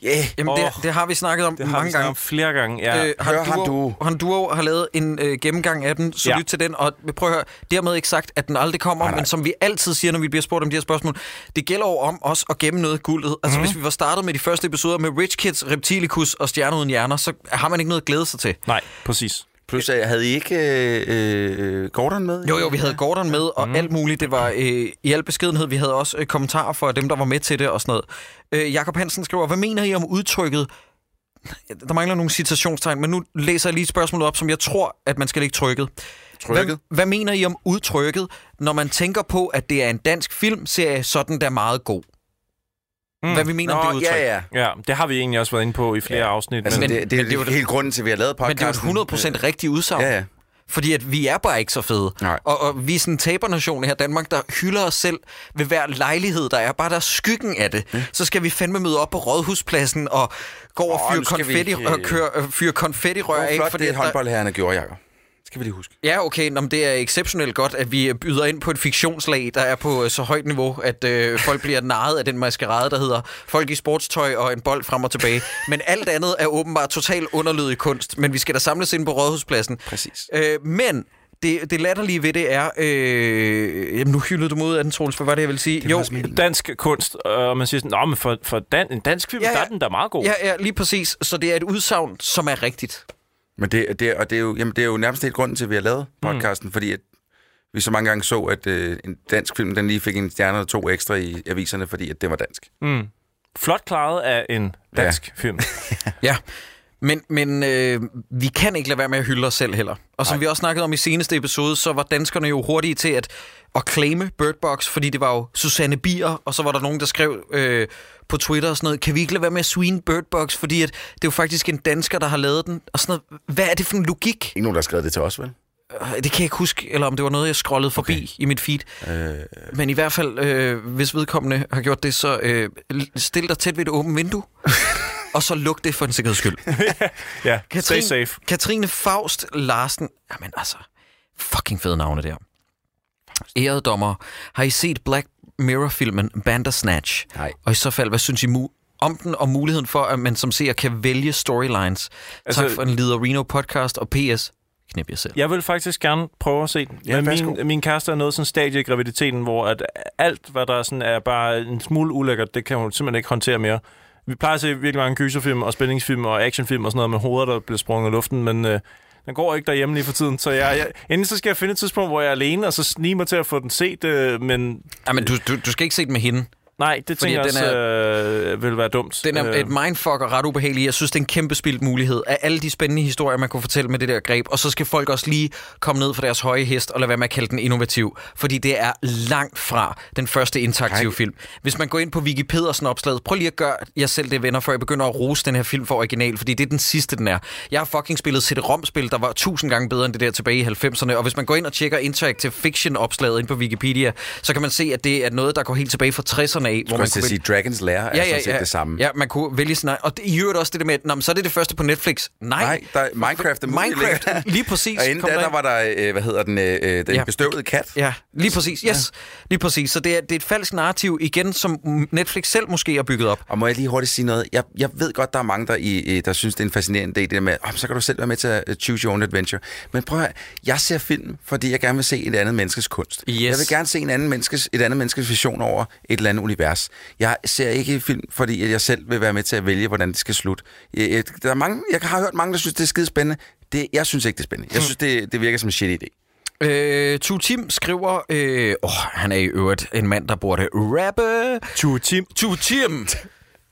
[SPEAKER 4] Yeah.
[SPEAKER 3] Jamen, oh, det,
[SPEAKER 5] Åh,
[SPEAKER 3] det har vi snakket om
[SPEAKER 5] Det har vi
[SPEAKER 3] mange
[SPEAKER 5] snakket
[SPEAKER 3] gange.
[SPEAKER 5] om flere gange. Ja.
[SPEAKER 3] Øh,
[SPEAKER 4] hør
[SPEAKER 3] Honduo, Honduo har lavet en øh, gennemgang af den, så
[SPEAKER 5] Ja.
[SPEAKER 3] ja. lyt til den. Og prøv at høre, dermed ikke sagt, at den aldrig kommer, men som vi altid siger, når vi bliver spurgt om de her spørgsmål, det gælder jo om os at gemme noget af guldet. Altså,
[SPEAKER 5] Mhm.
[SPEAKER 3] mm. hvis vi var startet med de første episoder med Rich Kids, Reptilicus og Stjerner uden hjerner, så har man ikke noget at glæde sig til.
[SPEAKER 5] Nej, præcis.
[SPEAKER 4] Plus, øh, havde I ikke øh, øh, Gordon med?
[SPEAKER 3] Jo, jo, vi havde Gordon med
[SPEAKER 4] Mhm.
[SPEAKER 3] og mm. alt muligt. Det var øh, i al beskedenhed. Vi havde også øh, kommentarer fra dem, der var med til det og sådan noget. Øh, Jakob Hansen skriver, hvad mener I om udtrykket? Der mangler nogle citationstegn, men nu læser jeg lige et spørgsmål op, som jeg tror, at man skal lægge trykket. Hvad,
[SPEAKER 4] Trykket?
[SPEAKER 3] hvad mener I om udtrykket, når man tænker på, at det er en dansk filmserie, sådan der er meget god? Mm. Hvad vi mener om det
[SPEAKER 4] Nå,
[SPEAKER 3] udtryk?
[SPEAKER 4] ja, ja.
[SPEAKER 5] Ja, det har vi egentlig også været inde på i flere ja. afsnit.
[SPEAKER 4] Altså,
[SPEAKER 5] men,
[SPEAKER 4] men,
[SPEAKER 3] Men-
[SPEAKER 4] det, det,
[SPEAKER 3] men
[SPEAKER 4] det,
[SPEAKER 3] det
[SPEAKER 4] er
[SPEAKER 3] er jo
[SPEAKER 4] jo
[SPEAKER 3] et-
[SPEAKER 4] helt grunden til, at vi har lavet
[SPEAKER 3] Men det er jo et
[SPEAKER 4] podcasten.
[SPEAKER 3] 100% rigtigt udsagn.
[SPEAKER 4] Ja, ja.
[SPEAKER 3] Fordi at vi er bare ikke så fede.
[SPEAKER 4] Nej.
[SPEAKER 3] Og, og vi er sådan en tabernation her i Danmark, der hylder os selv ved hver lejlighed, der er. Bare der er skyggen af det. Mm. Så skal vi fandme møde op på Rådhuspladsen og gå og
[SPEAKER 4] Åh,
[SPEAKER 3] fyre
[SPEAKER 4] nu skal vi
[SPEAKER 3] konfetti,
[SPEAKER 4] ikke,
[SPEAKER 3] og køre, øh, fyre
[SPEAKER 4] Det
[SPEAKER 3] konfettirør
[SPEAKER 4] var
[SPEAKER 3] af.
[SPEAKER 4] flot,
[SPEAKER 3] fordi
[SPEAKER 4] det
[SPEAKER 3] at der-
[SPEAKER 4] håndboldherrerne gjorde, Jacob. Skal vi lige huske.
[SPEAKER 3] Ja, okay. Nå, men det er exceptionelt godt, at vi byder ind på et fiktionslag, der er på øh, så højt niveau, at øh, folk bliver narret af den maskerade, der hedder folk i sportstøj og en bold frem og tilbage. Men alt andet er åbenbart total underlødig kunst, men vi skal da samles ind på Rådhuspladsen.
[SPEAKER 4] Præcis.
[SPEAKER 3] Øh, men det, det latterlige ved det er... Øh, jamen, nu hyldede du mig ud af den, Troels. Hvad var det, jeg ville sige?
[SPEAKER 4] var smidt.
[SPEAKER 5] dansk kunst, og man siger sådan, Nå, men for, for dan- en dansk film, ja,
[SPEAKER 3] Ja,
[SPEAKER 5] ja.
[SPEAKER 3] ja.
[SPEAKER 5] der er den der meget god.
[SPEAKER 3] Ja,
[SPEAKER 5] Ja.
[SPEAKER 3] ja, lige præcis. Så det er et udsagn, som er rigtigt.
[SPEAKER 4] Men det, det, og det, er jo, jamen, det er jo nærmest helt grunden til, at vi har lavet podcasten, mm. fordi at vi så mange gange så, at øh, en dansk film, den lige fik en stjerne eller to ekstra i aviserne, fordi at det var dansk.
[SPEAKER 5] Flot klaret af en dansk ja. film.
[SPEAKER 3] Ja, men, men øh, vi kan ikke lade være med at hylde os selv heller. Og som Ej. vi også snakkede om i seneste episode, så var danskerne jo hurtige til at, at claime Bird Box, fordi det var jo Susanne Bier, og så var der nogen, der skrev øh, på Twitter og sådan noget, kan vi ikke lade være med at swine Bird Box, fordi at det er jo faktisk en dansker, der har lavet den, og sådan noget. Hvad er det for en logik?
[SPEAKER 4] Ikke nogen, der har skrevet det til os, vel?
[SPEAKER 3] Øh, Det kan jeg ikke huske, eller om det var noget, jeg scrollede forbi okay. i mit feed. Øh... Men i hvert fald, øh, hvis vedkommende har gjort det, så øh, l- stil dig tæt ved et åbent *laughs* vindue, og så luk det for en sikkerheds skyld.
[SPEAKER 5] *laughs* ja, stay
[SPEAKER 3] Katrin-
[SPEAKER 5] safe.
[SPEAKER 3] Katrine Faust Larsen. Jamen altså, fucking fede navne der. Ærede dommer, har I set Black Mirror-filmen Bandersnatch?
[SPEAKER 4] Nej.
[SPEAKER 3] Og i så fald, hvad synes I mu- om den og muligheden for, at man som seer kan vælge storylines? Altså, tak
[SPEAKER 5] Altså-
[SPEAKER 3] for en Lider Reno podcast og PS. Knip jer selv.
[SPEAKER 5] Jeg vil faktisk gerne prøve at se den.
[SPEAKER 4] Ja,
[SPEAKER 5] Ja,
[SPEAKER 4] værsgo.
[SPEAKER 5] min, min kæreste er nået sådan en stadie i graviditeten, hvor at alt, hvad der sådan er bare en smule ulækkert, det kan hun simpelthen ikke håndtere mere. Vi plejer at se virkelig mange gyserfilm og spændingsfilm og actionfilm og sådan noget med hoveder, der bliver sprunget i luften, men øh, den går ikke derhjemme lige for tiden. Så jeg, jeg, endelig så skal jeg finde et tidspunkt, hvor jeg er alene, og så snige mig til at få den set, øh, men
[SPEAKER 3] Ej, men du, du, du skal ikke se den med hende.
[SPEAKER 5] nej, det
[SPEAKER 3] Fordi
[SPEAKER 5] tænker jeg
[SPEAKER 3] den
[SPEAKER 5] også øh, vil være dumt.
[SPEAKER 3] Den er et mindfuck og ret ubehagelig. Jeg synes, det er en kæmpe spildt mulighed af alle de spændende historier, man kunne fortælle med det der greb. Og så skal folk også lige komme ned fra deres høje hest og lade være med at kalde den innovativ. Fordi det er langt fra den første interaktive film. Hvis man går ind på Wikipedia'sen opslaget, prøv lige at gøre jer selv det venner, før jeg begynder at rose den her film for original, fordi det er den sidste, den er. Jeg har fucking spillet CD-ROM-spil, der var tusind gange bedre end det der tilbage i 90'erne. Og hvis man går ind og tjekker Interactive Fiction-opslaget ind på Wikipedia, så kan man se, at det er noget, der går helt tilbage fra 60'erne af.
[SPEAKER 4] Hvor man skal sige, Dragon's Lair er ja, Altså, sådan set det samme.
[SPEAKER 3] Ja, man kunne vælge sådan Og det, i øvrigt også det der med, at "Nå, men så er det det første på Netflix. Nej,
[SPEAKER 4] Nej, der er Minecraft er muligt
[SPEAKER 3] Minecraft,
[SPEAKER 4] længere.
[SPEAKER 3] lige præcis.
[SPEAKER 4] Og inden
[SPEAKER 3] Kom
[SPEAKER 4] da, der
[SPEAKER 3] derind.
[SPEAKER 4] var der, øh, hvad hedder den, øh, den ja.
[SPEAKER 3] Ja.
[SPEAKER 4] bestøvede kat.
[SPEAKER 3] Ja, lige præcis. Yes, lige præcis. Så det er, det er et falsk narrativ igen, som Netflix selv måske har bygget op.
[SPEAKER 4] Og må jeg lige hurtigt sige noget? Jeg, jeg ved godt, der er mange, der, i, øh, der synes, det er en fascinerende idé, det der med, oh, så kan du selv være med til at øh, choose your own adventure. Men prøv at høre, jeg ser film, fordi jeg gerne vil se et andet menneskes kunst.
[SPEAKER 3] Yes.
[SPEAKER 4] Jeg vil gerne se en anden menneskes, et andet menneskes vision over et eller andet univers. Jeg ser ikke film, fordi at jeg selv vil være med til at vælge, hvordan det skal slutte. Jeg, jeg, der er mange, jeg har hørt mange, der synes, det er skide spændende. Det, jeg synes ikke, det er spændende. Jeg synes, det, det virker som en shit idé.
[SPEAKER 3] Øh, Tue Tim skriver... Øh, åh, han er i øvrigt en mand, der burde rappe.
[SPEAKER 5] Tue Tim.
[SPEAKER 3] Tue Tim!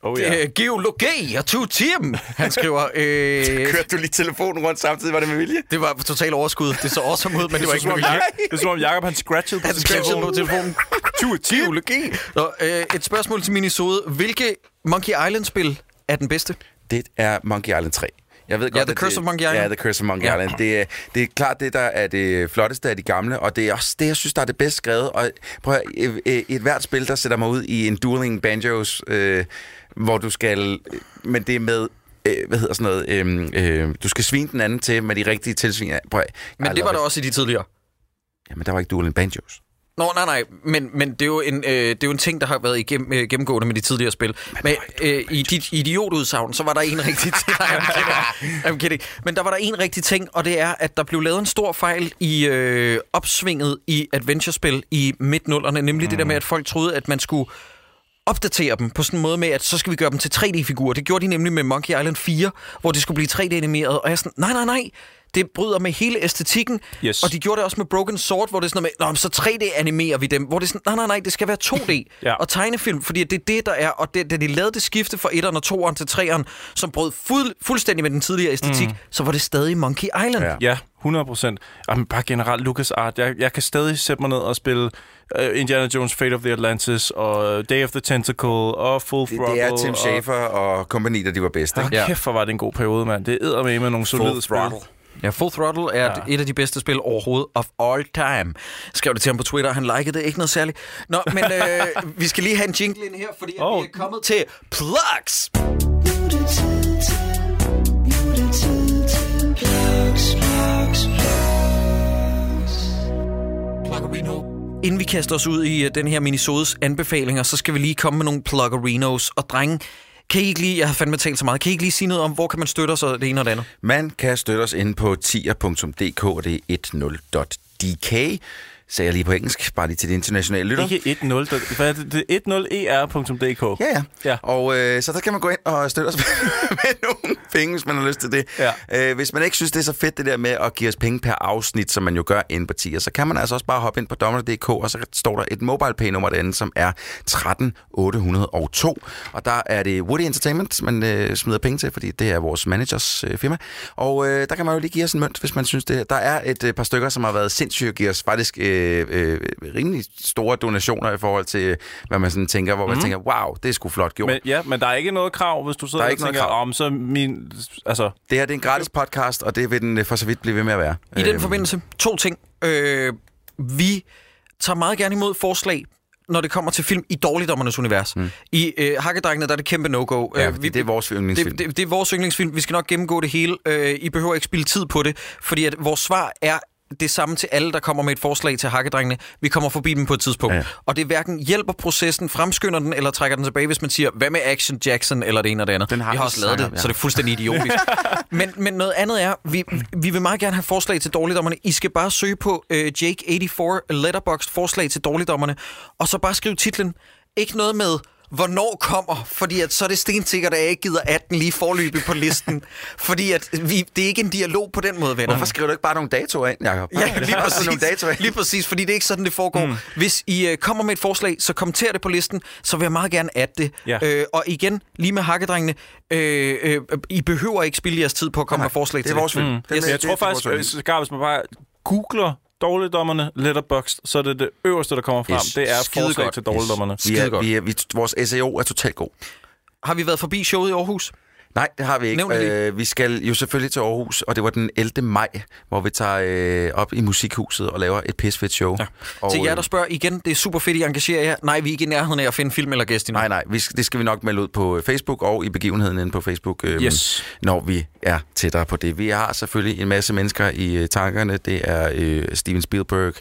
[SPEAKER 5] Oh, ja.
[SPEAKER 3] Ja. Øh, geologi og to tim. Han skriver, øh,
[SPEAKER 4] Kørte du lige telefonen rundt samtidig? Var det med vilje?
[SPEAKER 3] det var total overskud. Det så awesome ud, men det var ikke med
[SPEAKER 5] *laughs*
[SPEAKER 3] vilje.
[SPEAKER 5] Det er som om Jacob, han scratchede på
[SPEAKER 3] Han
[SPEAKER 5] sin
[SPEAKER 3] scratchede på
[SPEAKER 5] telefon.
[SPEAKER 3] telefonen. Geologi. Nå, øh, et spørgsmål til Minnesota. Hvilke Monkey Island-spil er den bedste?
[SPEAKER 4] Det er Monkey Island 3. Jeg ved godt,
[SPEAKER 3] The
[SPEAKER 4] at
[SPEAKER 3] Curse
[SPEAKER 4] det,
[SPEAKER 3] of Monkey Island.
[SPEAKER 4] Ja, The Curse of Monkey
[SPEAKER 3] Ja.
[SPEAKER 4] ja. Island. Det er, det er klart det, der er det flotteste af de gamle, og det er også det, jeg synes, der er det bedst skrevet. Og prøv at, høre, øh, øh, et hvert spil, der sætter mig ud i en dueling banjos, øh, hvor du skal... øh, Men det er med... Øh, hvad hedder sådan noget? Øhm, øh, du skal svine den anden til med de rigtige tilsvin. Prøv, at-
[SPEAKER 3] Men
[SPEAKER 4] I
[SPEAKER 3] det var
[SPEAKER 4] love
[SPEAKER 3] der
[SPEAKER 4] it.
[SPEAKER 3] også i de tidligere.
[SPEAKER 4] Jamen, der var ikke dueling banjos.
[SPEAKER 3] Nå, nej, nej, men, men det, er jo en, øh, det er jo en ting, der har været igennem, øh, gennemgående med de tidligere spil. Men øh, i dit idiotudsagn, så var der en rigtig ting. Nej, I'm kidding. I'm kidding. Men der var der en rigtig ting, og det er, at der blev lavet en stor fejl i øh, opsvinget i adventurespil i midtnullerne. Nemlig mm. det der med, at folk troede, at man skulle opdatere dem på sådan en måde med, at så skal vi gøre dem til 3D-figurer. Det gjorde de nemlig med Monkey Island 4, hvor det skulle blive 3D-animeret, og jeg er sådan, nej, nej, nej, det bryder med hele æstetikken,
[SPEAKER 5] Yes.
[SPEAKER 3] og de gjorde det også med Broken Sword, hvor det er sådan noget med, Nå, men så 3D-animerer vi dem, hvor det er sådan, nej, nej, nej, det skal være 2D
[SPEAKER 5] Ja.
[SPEAKER 3] og tegnefilm, fordi det er det, der er, og det, da de lavede det skifte fra 1'eren og 2'eren til 3'eren, som brød fuld, fuldstændig med den tidligere æstetik, mm. så var det stadig Monkey Island.
[SPEAKER 4] Ja.
[SPEAKER 5] Ja, 100 procent. Jamen, bare generelt Lucas Art. Jeg, jeg kan stadig sætte mig ned og spille uh, Indiana Jones Fate of the Atlantis og øh, Day of the Tentacle og Full
[SPEAKER 4] Det,
[SPEAKER 5] Throttle.
[SPEAKER 4] det er Tim
[SPEAKER 5] og-
[SPEAKER 4] Schafer og kompagni, der de var bedste.
[SPEAKER 5] Ah,
[SPEAKER 4] ikke?
[SPEAKER 3] Ja.
[SPEAKER 5] kæft, hvor var det en god periode, mand. Det æder med med nogle solide spil.
[SPEAKER 3] Ja, Full Throttle er ja.
[SPEAKER 5] Ja.
[SPEAKER 3] et af de bedste spil overhovedet of all time. Skrev det til ham på Twitter, han likede det ikke noget særligt. Nå, men *laughs* øh, vi skal lige have en jingle ind her, fordi oh.
[SPEAKER 5] Oh.
[SPEAKER 3] vi er kommet til Plugs. Inden vi kaster os ud i øh, den her minisodes anbefalinger, så skal vi lige komme med nogle pluggerinos. Og drenge, kan I ikke lige, jeg har fandme talt så meget, kan I ikke lige sige noget om, hvor kan man støtte os og det ene og det andet?
[SPEAKER 4] Man kan støtte os inde på tier.dk, og det er 10.dk. Sagde jeg lige på engelsk, bare lige til de internationale lytter.
[SPEAKER 5] Ikke 1-0. der- Hvad er E det? det er 10er.dk.
[SPEAKER 4] Ja, ja.
[SPEAKER 5] Ja.
[SPEAKER 4] Og øh, så der kan man gå ind og støtte os *laughs* med nogle penge, hvis man har lyst til det.
[SPEAKER 5] Ja.
[SPEAKER 4] Øh, hvis man ikke synes, det er så fedt det der med at give os penge per afsnit, som man jo gør inde på tier, så kan man altså også bare hoppe ind på dommer.dk, og så står der et mobile nummer derinde, som er 13802. Og der er det Woody Entertainment, man øh, smider penge til, fordi det er vores managers øh, firma. Og øh, der kan man jo lige give os en mønt, hvis man synes det. Der er et øh, par stykker, som har været sindssyge og giver os faktisk øh, øh, rimelig store donationer i forhold til, øh, hvad man sådan tænker, hvor man
[SPEAKER 3] Mhm.
[SPEAKER 4] mm. tænker, wow, det er sgu flot gjort.
[SPEAKER 5] Men, ja, men der er ikke noget krav, hvis du sidder
[SPEAKER 4] Der er
[SPEAKER 5] og
[SPEAKER 4] ikke noget
[SPEAKER 5] tænker,
[SPEAKER 4] krav.
[SPEAKER 5] om så min... Altså,
[SPEAKER 4] Det her det er en gratis podcast, og det vil den øh, for så vidt blive ved med at være.
[SPEAKER 3] I den
[SPEAKER 4] Øhm,
[SPEAKER 3] forbindelse, to ting. Øh, vi tager meget gerne imod forslag, når det kommer til film i dårligdommernes univers. Mm. I øh, Hakkedrengene, der er det kæmpe no-go. Øh,
[SPEAKER 4] Ja, fordi det er vores yndlingsfilm.
[SPEAKER 3] Det, det, det er vores yndlingsfilm. Vi skal nok gennemgå det hele. Øh, I behøver ikke spille tid på det, fordi at vores svar er det samme til alle, der kommer med et forslag til hakkedrengene. Vi kommer forbi dem på et tidspunkt. Ja.
[SPEAKER 4] Ja.
[SPEAKER 3] Og det hverken hjælper processen, fremskynder den, eller trækker den tilbage, hvis man siger, hvad med Action Jackson, eller det ene og det andet.
[SPEAKER 4] Den har
[SPEAKER 3] vi har
[SPEAKER 4] vi
[SPEAKER 3] også lavet det,
[SPEAKER 4] snakket om, ja.
[SPEAKER 3] så det er fuldstændig idiotisk.
[SPEAKER 4] *laughs*
[SPEAKER 3] men, men noget andet er, vi, vi vil meget gerne have forslag til dårligdommerne. I skal bare søge på øh, Jake84 Letterboxd forslag til dårligdommerne, og så bare skrive titlen. Ikke noget med, hvornår kommer, fordi at så er det stensikkert, at jeg ikke gider 18 lige forløbig på
[SPEAKER 4] *laughs*
[SPEAKER 3] listen. fordi at vi, det er ikke en dialog på den måde, venner.
[SPEAKER 4] Hvorfor skriver du ikke bare nogle datoer ind, *laughs* Jacob?
[SPEAKER 3] Ja, lige
[SPEAKER 4] Bare sådan Nogle datoer
[SPEAKER 3] præcis,
[SPEAKER 4] ind.
[SPEAKER 3] lige præcis, fordi det er ikke sådan, det foregår. Mm. Hvis I øh, kommer med et forslag, så kommenter det på listen, så vil jeg meget gerne at det.
[SPEAKER 5] Ja.
[SPEAKER 3] Øh, og igen, lige med hakkedrengene, øh, øh, I behøver ikke spilde jeres tid på at komme med forslag
[SPEAKER 4] Det
[SPEAKER 3] til
[SPEAKER 4] er vores film. Mm.
[SPEAKER 5] Yes, jeg tror faktisk, øh, Skar, hvis man bare googler dårligdommerne Letterboxd, så er det det øverste, der kommer frem.
[SPEAKER 4] Yes.
[SPEAKER 5] Det er
[SPEAKER 3] Skide
[SPEAKER 5] forslag
[SPEAKER 3] godt.
[SPEAKER 5] til dårligdommerne.
[SPEAKER 4] vi er,
[SPEAKER 3] skidegodt.
[SPEAKER 4] vi er, vi, vores SEO er totalt god.
[SPEAKER 3] Har vi været forbi showet i Aarhus?
[SPEAKER 4] Nej, det har vi ikke.
[SPEAKER 3] Nævn det lige.
[SPEAKER 4] Øh, vi skal jo selvfølgelig til Aarhus, og det var den 11. maj, hvor vi tager øh, op i Musikhuset og laver et pissefedt show. Ja.
[SPEAKER 3] Og
[SPEAKER 4] Og,
[SPEAKER 3] til jer, der
[SPEAKER 4] øh,
[SPEAKER 3] spørger igen, det er super fedt, I engagerer jer. Nej, vi er ikke i nærheden af at finde film eller gæst endnu.
[SPEAKER 4] Nej, nej, vi skal, det skal vi nok melde ud på Facebook og i begivenheden inde på Facebook, øh,
[SPEAKER 5] Yes.
[SPEAKER 4] når vi er tættere på det. Vi har selvfølgelig en masse mennesker i øh, tankerne. Det er øh, Steven Spielberg,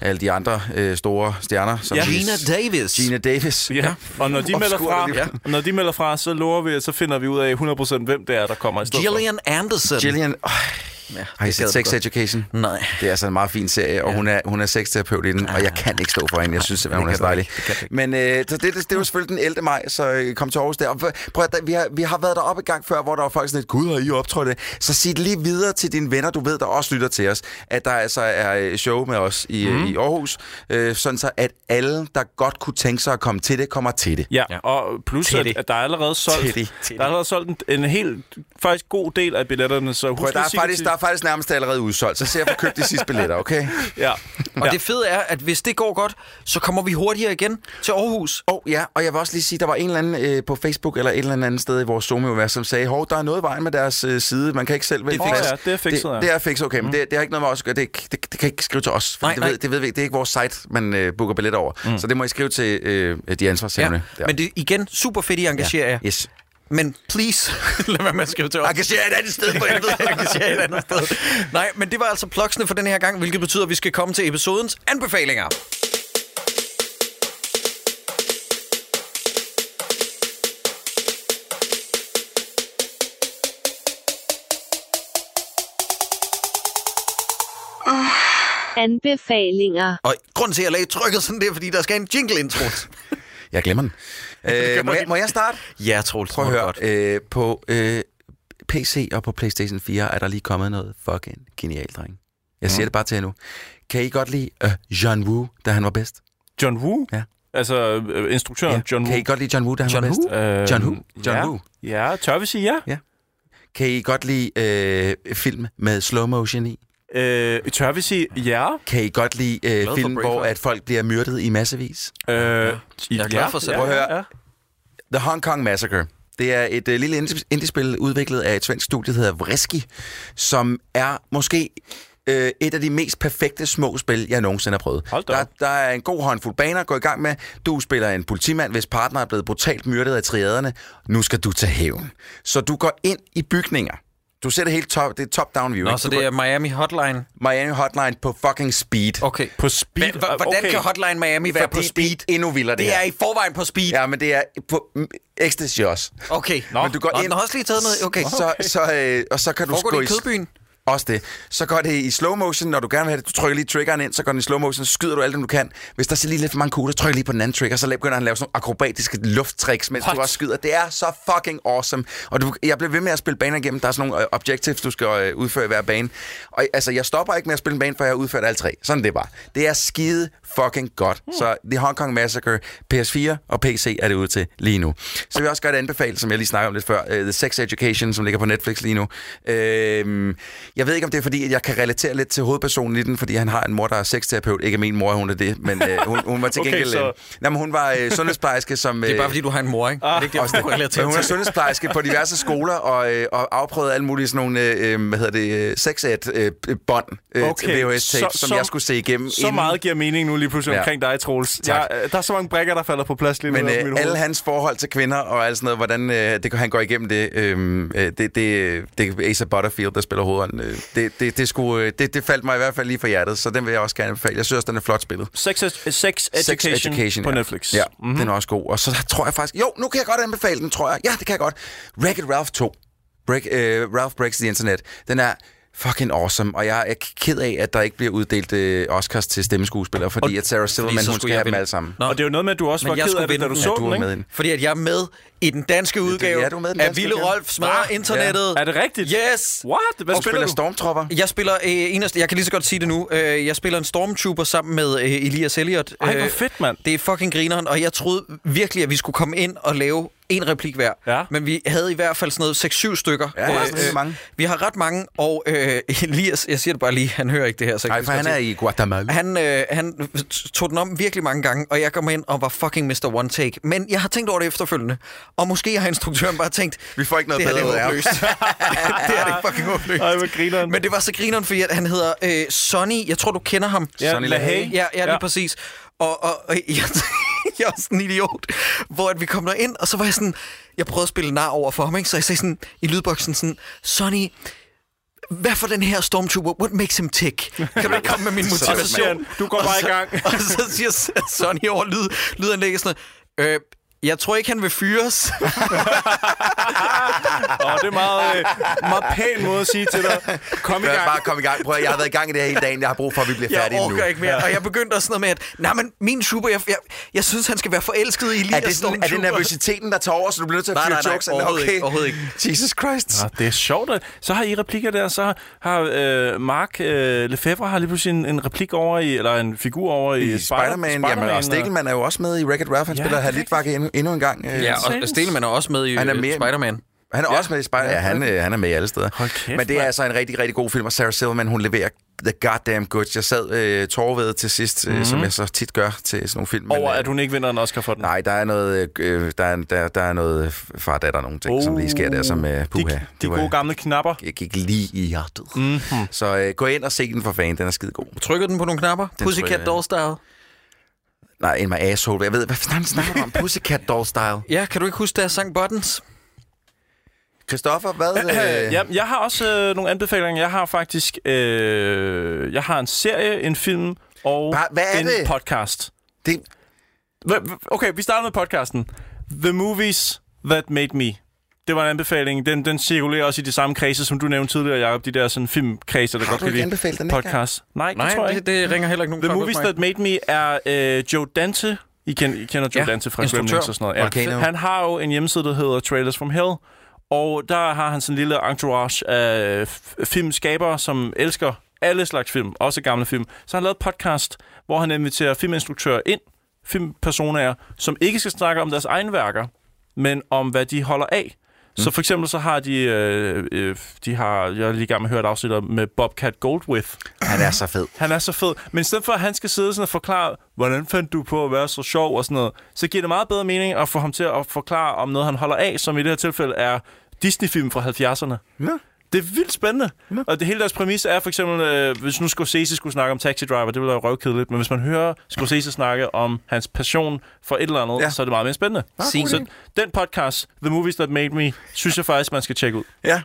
[SPEAKER 4] alle de andre øh, store stjerner. Som
[SPEAKER 5] Ja.
[SPEAKER 4] vi-
[SPEAKER 3] Gina Davis.
[SPEAKER 4] Gina Davis.
[SPEAKER 5] Ja, og når de,
[SPEAKER 4] Og
[SPEAKER 5] melder fra,
[SPEAKER 4] skuespiller.
[SPEAKER 5] ja. når de melder fra, så lover vi, at så finder vi ud af 100% hvem det er, der kommer i stedet
[SPEAKER 3] Gillian Anderson.
[SPEAKER 4] Gillian, øh,
[SPEAKER 3] Ja,
[SPEAKER 4] Har I set Sex Education?
[SPEAKER 3] Nej.
[SPEAKER 4] Det er altså en meget fin serie, og ja. hun, er, hun er seksterapeut i den, og jeg kan ikke stå for hende. Jeg synes simpelthen, hun er så dejlig. Men øh, så det, det, det er jo selvfølgelig den 11. maj, så øh, kom til Aarhus der. Og prøv at, der- vi, har, vi har været deroppe en gang før, hvor der var folk sådan lidt, gud, har I optrådt det? Så sig det lige videre til dine venner, du ved, der også lytter til os, at der altså er øh, show med os i, mm. i Aarhus, øh, sådan så at alle, der godt kunne tænke sig at komme til det, kommer til det.
[SPEAKER 5] Ja, ja, og plus, at,
[SPEAKER 3] Teddy.
[SPEAKER 5] at der er allerede solgt,
[SPEAKER 4] Teddy.
[SPEAKER 5] Der er allerede solgt en, en helt, faktisk god del af billetterne, så husk
[SPEAKER 4] Prøv, at- der,
[SPEAKER 5] at
[SPEAKER 4] er
[SPEAKER 5] sige
[SPEAKER 4] faktisk,
[SPEAKER 5] det
[SPEAKER 4] der er faktisk nærmest allerede udsolgt, så ser jeg få købt de sidste billetter, okay?
[SPEAKER 5] til- Ja.
[SPEAKER 3] Og ja. det fede er, at hvis det går godt, så kommer vi hurtigere igen til Aarhus.
[SPEAKER 4] Og ja, og jeg vil også lige sige, der var en eller anden øh, på Facebook eller et eller andet sted i vores zoom som sagde, hov, der er noget i vejen med deres øh, side, man kan ikke selv vælge
[SPEAKER 5] Det er
[SPEAKER 4] plads."
[SPEAKER 5] fikset. Ja, det er fikset,
[SPEAKER 4] det,
[SPEAKER 5] ja. Mm.
[SPEAKER 4] det er fikset, okay, men det, det har ikke noget med os at gøre. Det, det, det kan I ikke skrive til os, for
[SPEAKER 3] Nej,
[SPEAKER 4] det,
[SPEAKER 3] nej.
[SPEAKER 4] Ved, det ved vi ikke. Det er ikke vores site, man øh, booker billetter over. Mm. Så det må I skrive til øh, de ansvarshavende. der.
[SPEAKER 3] Men det, igen, super fedt, I engagerer jer.
[SPEAKER 4] Yes.
[SPEAKER 3] Men please, *laughs* lad være med at skrive til os.
[SPEAKER 4] Engager et andet sted, for
[SPEAKER 3] *laughs*
[SPEAKER 4] helvede.
[SPEAKER 3] Engagere et andet sted. Nej, men det var altså plugsene for den her gang, hvilket betyder, at vi skal komme til episodens anbefalinger.
[SPEAKER 6] Anbefalinger.
[SPEAKER 3] Og grunden til, at jeg lagde trykket sådan der, fordi der skal en jingle intro.
[SPEAKER 4] Jeg glemmer
[SPEAKER 5] *laughs*
[SPEAKER 4] den. Øh, må, jeg, må jeg starte?
[SPEAKER 3] ja, Troels,
[SPEAKER 4] Prøv at
[SPEAKER 3] må du
[SPEAKER 4] høre. Øh, på øh, PC og på PlayStation 4 er der lige kommet noget fucking genialt, dreng. Jeg
[SPEAKER 5] Mm.
[SPEAKER 4] siger det bare til jer nu. Kan I godt lide uh, John Woo, da han var bedst?
[SPEAKER 5] John Woo?
[SPEAKER 4] Ja.
[SPEAKER 5] Altså, øh, instruktøren John Woo.
[SPEAKER 4] Kan I godt lide John Woo, da han
[SPEAKER 3] John
[SPEAKER 4] var bedst?
[SPEAKER 3] Woo?
[SPEAKER 5] Øh,
[SPEAKER 4] John Who? John
[SPEAKER 5] ja.
[SPEAKER 4] Who?
[SPEAKER 5] Ja, tør vi sige ja?
[SPEAKER 4] Kan I godt lide øh, film med slow motion i?
[SPEAKER 5] Øh, tør vi sige ja?
[SPEAKER 4] Kan I godt lide
[SPEAKER 3] for
[SPEAKER 4] øh, film, hvor
[SPEAKER 3] Braveheart.
[SPEAKER 4] at folk bliver myrdet i massevis?
[SPEAKER 5] Øh,
[SPEAKER 3] Jeg er glad for at sætte-
[SPEAKER 4] Prøv at høre.
[SPEAKER 5] Ja.
[SPEAKER 4] The Hong Kong Massacre. Det er et øh, lille indie- indiespil udviklet af et svensk studie, der hedder Vriski, som er måske øh, et af de mest perfekte små spil, jeg nogensinde har prøvet.
[SPEAKER 5] Hold da
[SPEAKER 4] der,
[SPEAKER 5] op.
[SPEAKER 4] der er en god håndfuld baner at gå i gang med. Du spiller en politimand, hvis partner er blevet brutalt myrdet af triaderne. Nu skal du tage hævn. Så du går ind i bygninger. Du ser det helt top, det er top-down view.
[SPEAKER 3] Nå,
[SPEAKER 4] ikke?
[SPEAKER 3] så
[SPEAKER 4] Du
[SPEAKER 3] det er Miami Hotline.
[SPEAKER 4] går- Miami Hotline på fucking speed.
[SPEAKER 3] Okay.
[SPEAKER 5] På speed.
[SPEAKER 3] Men, h- hvordan
[SPEAKER 5] okay.
[SPEAKER 3] okay. kan Hotline Miami være
[SPEAKER 4] Fordi
[SPEAKER 3] på speed?
[SPEAKER 4] Det er endnu vildere, det,
[SPEAKER 3] Det er
[SPEAKER 4] her.
[SPEAKER 3] i forvejen på speed.
[SPEAKER 4] Ja, men det er på mm, ecstasy også.
[SPEAKER 3] Okay.
[SPEAKER 4] Nå, men du går
[SPEAKER 3] Nå,
[SPEAKER 4] ind,
[SPEAKER 3] den har også lige taget noget. Okay.
[SPEAKER 4] Så, så, øh, og så kan du
[SPEAKER 3] Foregår
[SPEAKER 4] gå
[SPEAKER 3] det i kødbyen?
[SPEAKER 4] Også det. Så går det i slow motion, når du gerne vil have det. Du trykker lige triggeren ind, så går den i slow motion, så skyder du alt, det, du kan. Hvis der ser lige lidt for mange kugler, trykker lige på den anden trigger, så begynder han at lave sådan nogle akrobatiske lufttricks, mens What? du også skyder. Det er så fucking awesome. Og du, jeg blev ved med at spille baner igennem. Der er sådan nogle øh, objectives, du skal øh, udføre i hver bane. Og altså, jeg stopper ikke med at spille en bane, før jeg har udført alle tre. Sådan det er bare. Det er skide fucking godt. Hmm. Så The Hong Kong Massacre, PS4 og PC er det ude til lige nu. Så vil jeg også godt anbefale, som jeg lige snakkede om lidt før, uh, The Sex Education, som ligger på Netflix lige nu. Øhm, jeg ved ikke, om det er fordi, at jeg kan relatere lidt til hovedpersonen i den, fordi han har en mor, der er sexterapeut. Ikke min mor, hun er det, men øh, hun, hun var til
[SPEAKER 5] Okay,
[SPEAKER 4] gengæld... øh,
[SPEAKER 5] så-
[SPEAKER 4] nej, men hun var øh, sundhedsplejerske, som... øh,
[SPEAKER 3] Det er bare, fordi du har en mor, ikke? Ah, det er ikke derfor, du relaterer
[SPEAKER 4] men hun er
[SPEAKER 3] til.
[SPEAKER 4] sundhedsplejerske på diverse skoler og, øh, og afprøvede alle mulige sådan nogle, øh, øh, hvad hedder det, øh, sexed øh, bånd, øh, okay. VHS-tape, som jeg skulle se igennem.
[SPEAKER 5] Så
[SPEAKER 4] inden-
[SPEAKER 5] meget giver mening nu lige pludselig
[SPEAKER 4] Ja.
[SPEAKER 5] ja. omkring dig, Troels.
[SPEAKER 4] Tak.
[SPEAKER 5] Jeg, øh, der er så mange brækker, der falder på plads lige nu.
[SPEAKER 4] Men
[SPEAKER 5] i
[SPEAKER 4] øh,
[SPEAKER 5] mit
[SPEAKER 4] alle
[SPEAKER 5] hoved.
[SPEAKER 4] hans forhold til kvinder og alt sådan noget, hvordan øh, det, han går igennem det, øh, øh, det, det, det er Asa Butterfield, der spiller hovedånden. Øh, det, det, det, skulle, øh, det, det faldt mig i hvert fald lige for hjertet, så den vil jeg også gerne anbefale. Jeg synes også, den er flot spillet.
[SPEAKER 5] Sex, sex, education, sex education på
[SPEAKER 4] ja.
[SPEAKER 5] Netflix. Mhm.
[SPEAKER 4] Ja, mm-hmm. den er også god. Og så tror jeg faktisk... Jo, nu kan jeg godt anbefale den, tror jeg. Ja, det kan jeg godt. wreck Ralph 2. Break, øh, Ralph Breaks the Internet. Den er fucking awesome, og jeg er ked af, at der ikke bliver uddelt øh, Oscars til stemmeskuespillere, fordi og, at Sarah Silverman,
[SPEAKER 3] så
[SPEAKER 4] hun skal
[SPEAKER 3] skulle
[SPEAKER 4] have
[SPEAKER 3] jeg
[SPEAKER 4] dem
[SPEAKER 3] vinde.
[SPEAKER 4] alle sammen.
[SPEAKER 5] Og det er jo noget med, at du også
[SPEAKER 3] Men
[SPEAKER 5] var
[SPEAKER 3] jeg
[SPEAKER 5] ked af
[SPEAKER 3] skulle
[SPEAKER 5] det, da
[SPEAKER 3] vinde
[SPEAKER 5] du
[SPEAKER 3] den.
[SPEAKER 5] så
[SPEAKER 4] Ja, du
[SPEAKER 5] den,
[SPEAKER 4] var
[SPEAKER 5] ikke?
[SPEAKER 4] med i den.
[SPEAKER 3] Fordi at jeg er med i den danske udgave
[SPEAKER 4] ja, du er med i den
[SPEAKER 3] af
[SPEAKER 4] danske
[SPEAKER 3] Ville
[SPEAKER 4] udgave.
[SPEAKER 3] Rolf smadrer
[SPEAKER 4] Ah,
[SPEAKER 3] internettet.
[SPEAKER 5] Er det rigtigt?
[SPEAKER 3] Yes!
[SPEAKER 5] What? Hvad
[SPEAKER 4] Hun
[SPEAKER 5] spiller,
[SPEAKER 4] spiller
[SPEAKER 5] *laughs* du?
[SPEAKER 4] stormtropper.
[SPEAKER 3] Jeg spiller øh, en af, jeg kan lige så godt sige det nu. Øh, jeg spiller en stormtrooper sammen med øh, Elias Elliot.
[SPEAKER 5] Ej, hvor
[SPEAKER 3] Øh,
[SPEAKER 5] fedt, mand.
[SPEAKER 3] Det er fucking grineren, og jeg troede virkelig, at vi skulle komme ind og lave en replik hver.
[SPEAKER 5] Ja.
[SPEAKER 3] Men vi havde i hvert fald sådan noget 6-7 stykker. Øh,
[SPEAKER 4] Ja, der er sådan lidt mange.
[SPEAKER 3] Vi har ret mange, og øh, Elias, jeg siger det bare lige, han hører ikke det her. Så jeg
[SPEAKER 4] Nej,
[SPEAKER 3] kan
[SPEAKER 4] for
[SPEAKER 3] lige
[SPEAKER 4] han
[SPEAKER 3] så godt
[SPEAKER 4] er
[SPEAKER 3] sige-
[SPEAKER 4] i Guatemala.
[SPEAKER 3] han, øh, han t- tog den om virkelig mange gange, og jeg kom ind og var fucking Mr. One Take. Men jeg har tænkt over det efterfølgende, og måske har instruktøren bare tænkt,
[SPEAKER 4] Vi får ikke noget
[SPEAKER 3] det her,
[SPEAKER 4] bedre ud
[SPEAKER 3] det er
[SPEAKER 4] af
[SPEAKER 3] håbløst. *laughs* det er det er fucking håbløst.
[SPEAKER 5] Ej, hvor grineren.
[SPEAKER 3] Men det var så grineren, fordi at han hedder øh, Sonny. Jeg tror, du kender ham.
[SPEAKER 5] Ja,
[SPEAKER 4] Sonny Lahey.
[SPEAKER 5] Lahey.
[SPEAKER 3] Ja, ja lige
[SPEAKER 5] Ja.
[SPEAKER 3] ja. præcis. Og, og, og jeg, jeg er sådan en idiot, hvor at vi kom ind og så var jeg sådan, jeg prøvede at spille nar over for ham, ikke? så jeg sagde sådan i lydboksen sådan, Sonny, hvad for den her Stormtrooper? What makes him tick? Kan du ikke komme med min
[SPEAKER 5] Så
[SPEAKER 3] motivation?
[SPEAKER 5] *laughs* siger han, "Du går
[SPEAKER 3] Og
[SPEAKER 5] bare i
[SPEAKER 3] så-
[SPEAKER 5] gang."
[SPEAKER 3] og så siger Sonny over lyd, lydanlægget sådan noget, øh, Jeg tror ikke, han vil fyres.
[SPEAKER 5] Og det er meget, øh, meget pæn måde at sige til dig. Kom i
[SPEAKER 4] Lad os
[SPEAKER 5] gang.
[SPEAKER 4] bare komme i gang. Prøv at, jeg har været i gang i det her hele dagen. Jeg har brug for, at vi bliver
[SPEAKER 3] Jeg
[SPEAKER 4] færdige nu.
[SPEAKER 3] orker ikke mere. Og jeg begyndte også noget med, at nej, men min super, jeg, jeg, jeg synes, han skal være forelsket i lige
[SPEAKER 4] Er det, sådan, er det nervøsiteten, der tager over, så du bliver nødt til at
[SPEAKER 3] Nej,
[SPEAKER 4] fyre
[SPEAKER 3] nej, nej,
[SPEAKER 4] jokes? af? Nå,
[SPEAKER 3] overhovedet
[SPEAKER 4] okay.
[SPEAKER 3] ikke, overhovedet ikke.
[SPEAKER 4] Jesus Christ.
[SPEAKER 5] Nå, Ah, det er sjovt. at- Så har I replikker der, så har øh, Mark øh, Lefebvre har lige pludselig en, en replik over i, eller en figur over i,
[SPEAKER 4] I
[SPEAKER 5] Spider- altså.
[SPEAKER 4] Spider-Man, Spider-Man, jamen, og Stikkelman er jo også med i Wreck-It Ralph. Han
[SPEAKER 5] Ja,
[SPEAKER 4] ja, spiller
[SPEAKER 5] det er rigtigt.
[SPEAKER 4] Halitvak endnu, endnu en gang. Øh,
[SPEAKER 3] Ja, og
[SPEAKER 5] Satans.
[SPEAKER 3] Stelman er også med i
[SPEAKER 4] Han er
[SPEAKER 3] øh,
[SPEAKER 4] mere-
[SPEAKER 3] Spider-Man.
[SPEAKER 4] Han er også med i Spider. Ja, han, øh, han er med i alle steder.
[SPEAKER 5] Hold kæft,
[SPEAKER 4] Men det er
[SPEAKER 5] mand.
[SPEAKER 4] altså en rigtig, rigtig god film, og Sarah Silverman, hun leverer the goddamn goods. Jeg sad øh, tårved til sidst, mm. øh, som jeg så tit gør til sådan nogle film. men,
[SPEAKER 5] Over,
[SPEAKER 4] øh,
[SPEAKER 5] at hun ikke vinder en Oscar for den.
[SPEAKER 4] Nej, der er noget, øh, der, er, der, der er noget far, datter, nogle ting, oh, som lige sker der, som øh, puha.
[SPEAKER 5] de, de
[SPEAKER 4] det var-
[SPEAKER 5] gode Mhm. gamle knapper.
[SPEAKER 4] jeg gik lige i hjertet. Mm-hmm. Så øh, gå ind og se den for fanden, den er skide god.
[SPEAKER 3] Trykkede den på nogle knapper?
[SPEAKER 4] tror
[SPEAKER 3] Pussycat
[SPEAKER 4] jeg-
[SPEAKER 3] Doll Style.
[SPEAKER 4] Nej, in my asshole. Jeg ved, hvad fanden snakker du om? Pussycat Doll Style.
[SPEAKER 3] Ja, kan du ikke huske, da jeg sang Buttons?
[SPEAKER 4] Christoffer, hvad...
[SPEAKER 5] Øh,
[SPEAKER 4] Øh,
[SPEAKER 5] ja, jeg har også øh, nogle anbefalinger. Jeg har faktisk... Øh, jeg har en serie, en film og
[SPEAKER 4] Hva- hvad er
[SPEAKER 5] en
[SPEAKER 4] det?
[SPEAKER 5] podcast.
[SPEAKER 4] det,
[SPEAKER 5] Hva- hva- Okay, vi starter med podcasten. The Movies That Made Me. Det var en anbefaling. Den, den cirkulerer også i de samme kredse, som du nævnte tidligere, Jacob. De der sådan filmkredse, der
[SPEAKER 4] Har
[SPEAKER 5] godt
[SPEAKER 4] du
[SPEAKER 5] kan
[SPEAKER 4] ikke anbefalet den,
[SPEAKER 5] lide
[SPEAKER 4] ikke?
[SPEAKER 5] podcast. Nej, det
[SPEAKER 3] Nej,
[SPEAKER 5] tror jeg
[SPEAKER 3] det,
[SPEAKER 5] ikke.
[SPEAKER 3] det ringer heller ikke nogen
[SPEAKER 5] The
[SPEAKER 3] klokker
[SPEAKER 5] Movies
[SPEAKER 3] hos mig.
[SPEAKER 5] That Made Me er øh, Joe Dante. I kender, I kender Joe
[SPEAKER 3] Ja,
[SPEAKER 5] ja, Dante fra
[SPEAKER 3] instruktør.
[SPEAKER 5] Gremlins og sådan noget.
[SPEAKER 4] Volcano.
[SPEAKER 5] Han har jo en hjemmeside, der hedder Trailers From Hell. Og der har han sådan en lille entourage af f- filmskabere, som elsker alle slags film, også gamle film. Så han lavede et podcast, hvor han inviterer filminstruktører ind, filmpersonaer, som ikke skal snakke om deres egne værker, men om hvad de holder af. Så for eksempel så har de, øh, øh, de har, jeg er lige i gang med at høre et afsnit med Bobcat Goldthwait,
[SPEAKER 4] han er så fed.
[SPEAKER 5] han er så fed. Men i stedet for, at han skal sidde sådan og forklare, hvordan fandt du på at være så sjov og sådan noget, så giver det meget bedre mening at få ham til at forklare om noget, han holder af, som i det her tilfælde er Disney-film fra 70'erne.
[SPEAKER 4] Ja.
[SPEAKER 5] Det er vildt spændende. Ja. Og det hele deres præmis er for eksempel, øh, hvis nu Scorsese skulle snakke om Taxi Driver, det ville være røvkedeligt, men hvis man hører Scorsese snakke om hans passion for et eller andet, ja.
[SPEAKER 4] Ja.
[SPEAKER 5] så er det meget mere spændende.
[SPEAKER 3] Scene.
[SPEAKER 5] Så den podcast, The Movies That Made Me, synes jeg faktisk, man skal tjekke ud.
[SPEAKER 4] Ja.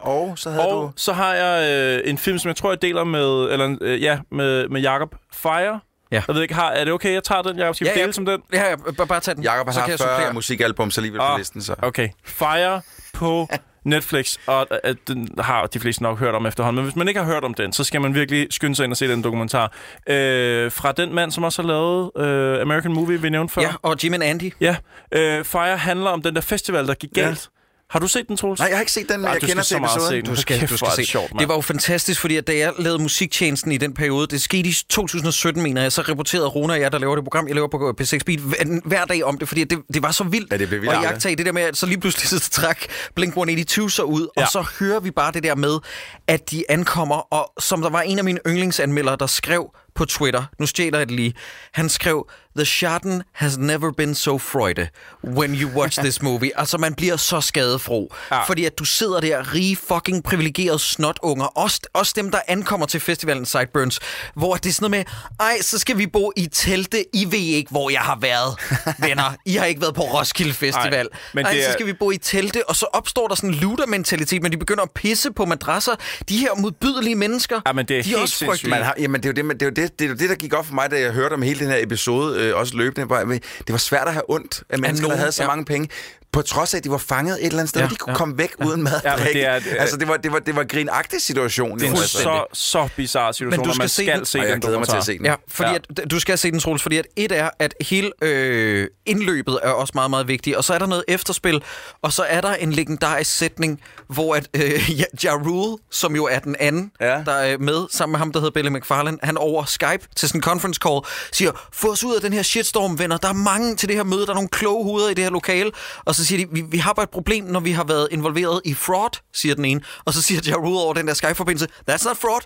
[SPEAKER 4] Og så havde
[SPEAKER 5] Og
[SPEAKER 4] du...
[SPEAKER 5] så har jeg øh, en film, som jeg tror, jeg deler med, eller, øh, ja, med, med Jacob Fire.
[SPEAKER 3] Ja.
[SPEAKER 5] Jeg ved ikke, har, er det okay, jeg tager den, Jacob? Skal vi
[SPEAKER 3] Ja, ja.
[SPEAKER 5] dele som den?
[SPEAKER 3] Ja, ja, bare, bare tag den.
[SPEAKER 4] Jakob har
[SPEAKER 3] så kan
[SPEAKER 4] haft
[SPEAKER 3] jeg
[SPEAKER 4] 40
[SPEAKER 3] supplere.
[SPEAKER 4] musikalbum, så alligevel på
[SPEAKER 5] Ah,
[SPEAKER 4] listen, så...
[SPEAKER 5] Okay. Fire
[SPEAKER 4] *laughs*
[SPEAKER 5] på Netflix, og øh, den har de fleste nok hørt om efterhånden. Men hvis man ikke har hørt om den, så skal man virkelig skynde sig ind og se den dokumentar. Øh, fra den mand, som også har lavet øh, American Movie, vi nævnte før.
[SPEAKER 3] Ja, og Jim and Andy.
[SPEAKER 5] ja. Øh, Fire handler om den der festival, der gik
[SPEAKER 4] Ja.
[SPEAKER 5] galt. Har du set den, Troels?
[SPEAKER 4] Nej, jeg har ikke set den, men
[SPEAKER 5] Ej,
[SPEAKER 4] jeg
[SPEAKER 5] du skal
[SPEAKER 4] kender
[SPEAKER 5] så
[SPEAKER 4] til
[SPEAKER 5] meget se
[SPEAKER 4] episoden.
[SPEAKER 5] den. Du skal- Kæft, du skal hvor er det se. sjovt, mand.
[SPEAKER 3] det var jo fantastisk, fordi at da jeg lavede musiktjenesten i den periode, det skete i 2017, mener jeg, så rapporterede Rune og jeg, der laver det program, jeg laver på P6 Beat, hver- hver dag om det, fordi at det, det var så vildt.
[SPEAKER 4] Ja, det blev vildt,
[SPEAKER 3] Og
[SPEAKER 4] ja.
[SPEAKER 3] jeg det der med, at så lige pludselig *laughs* så træk Blink-182 så ud, ja.
[SPEAKER 5] Ja.
[SPEAKER 3] og så hører vi bare det der med, at de ankommer, og som der var en af mine yndlingsanmeldere, der skrev på Twitter, nu stjæler jeg det lige, han skrev, The Sharden has never been so Freude when you *laughs* watch this movie. altså, man bliver så skadefro, ja. fordi at du sidder der, rige fucking privilegerede snotunger, også, også dem, der ankommer til festivalen Sideburns, hvor det er sådan noget med, ej, så skal vi bo i telte, I ved ikke, hvor jeg har været, venner. I har ikke været på Roskilde Festival. Ej,
[SPEAKER 5] Ej, men
[SPEAKER 3] men ej,
[SPEAKER 5] det
[SPEAKER 3] så
[SPEAKER 5] er-
[SPEAKER 3] skal vi bo i telte, og så opstår der sådan en ludermentalitet, men de begynder at pisse på madrasser. De her modbydelige mennesker,
[SPEAKER 5] Ja, men det er
[SPEAKER 3] de
[SPEAKER 5] helt
[SPEAKER 3] er også
[SPEAKER 5] sindssygt.
[SPEAKER 3] frygtelige.
[SPEAKER 4] Man har, jamen, det er, jo det, man, det, er jo det, det er jo det, der gik op for mig, da jeg hørte om hele den her episode, øh, også løbende. Var, det var svært at have ondt af mennesker,
[SPEAKER 3] nogen,
[SPEAKER 4] der havde så
[SPEAKER 3] ja.
[SPEAKER 4] ja. mange penge. På trods af, at de var fanget et eller andet sted,
[SPEAKER 3] Ja,
[SPEAKER 4] ja, de kunne
[SPEAKER 3] ja.
[SPEAKER 4] ja, komme væk ja, uden mad og
[SPEAKER 5] Ja, men det
[SPEAKER 4] drikke.
[SPEAKER 5] er et, øh,
[SPEAKER 4] altså, det var, det var, det var en grinagtig situation. jo,
[SPEAKER 5] det er en
[SPEAKER 4] altså.
[SPEAKER 5] så, så bizarre situation,
[SPEAKER 3] Men du
[SPEAKER 5] og
[SPEAKER 3] skal
[SPEAKER 5] man
[SPEAKER 3] se
[SPEAKER 5] skal
[SPEAKER 3] den.
[SPEAKER 5] se
[SPEAKER 4] Ej,
[SPEAKER 5] den
[SPEAKER 4] jeg glæder mig til
[SPEAKER 5] dokumentar.
[SPEAKER 4] at se den.
[SPEAKER 3] Ja, fordi ja. At, du skal se den, Troels, fordi at et er, at hele øh, indløbet er også meget, meget vigtigt, og så er der noget efterspil, og så er der en legendarisk sætning, hvor at øh, *laughs* ja, ja Rule, som jo er den anden, ja.
[SPEAKER 4] Ja.
[SPEAKER 3] der er med, sammen med ham, der hedder Billy McFarlane, han over Skype til sådan en conference call, siger, få os ud af den her shitstorm, venner, der er mange til det her møde, der er nogle kloge hoveder i det her lokale, og så siger de, vi, vi har bare et problem, når vi har været involveret i fraud, siger den ene, og så siger Ja Rule over den der Skype-forbindelse, that's not fraud,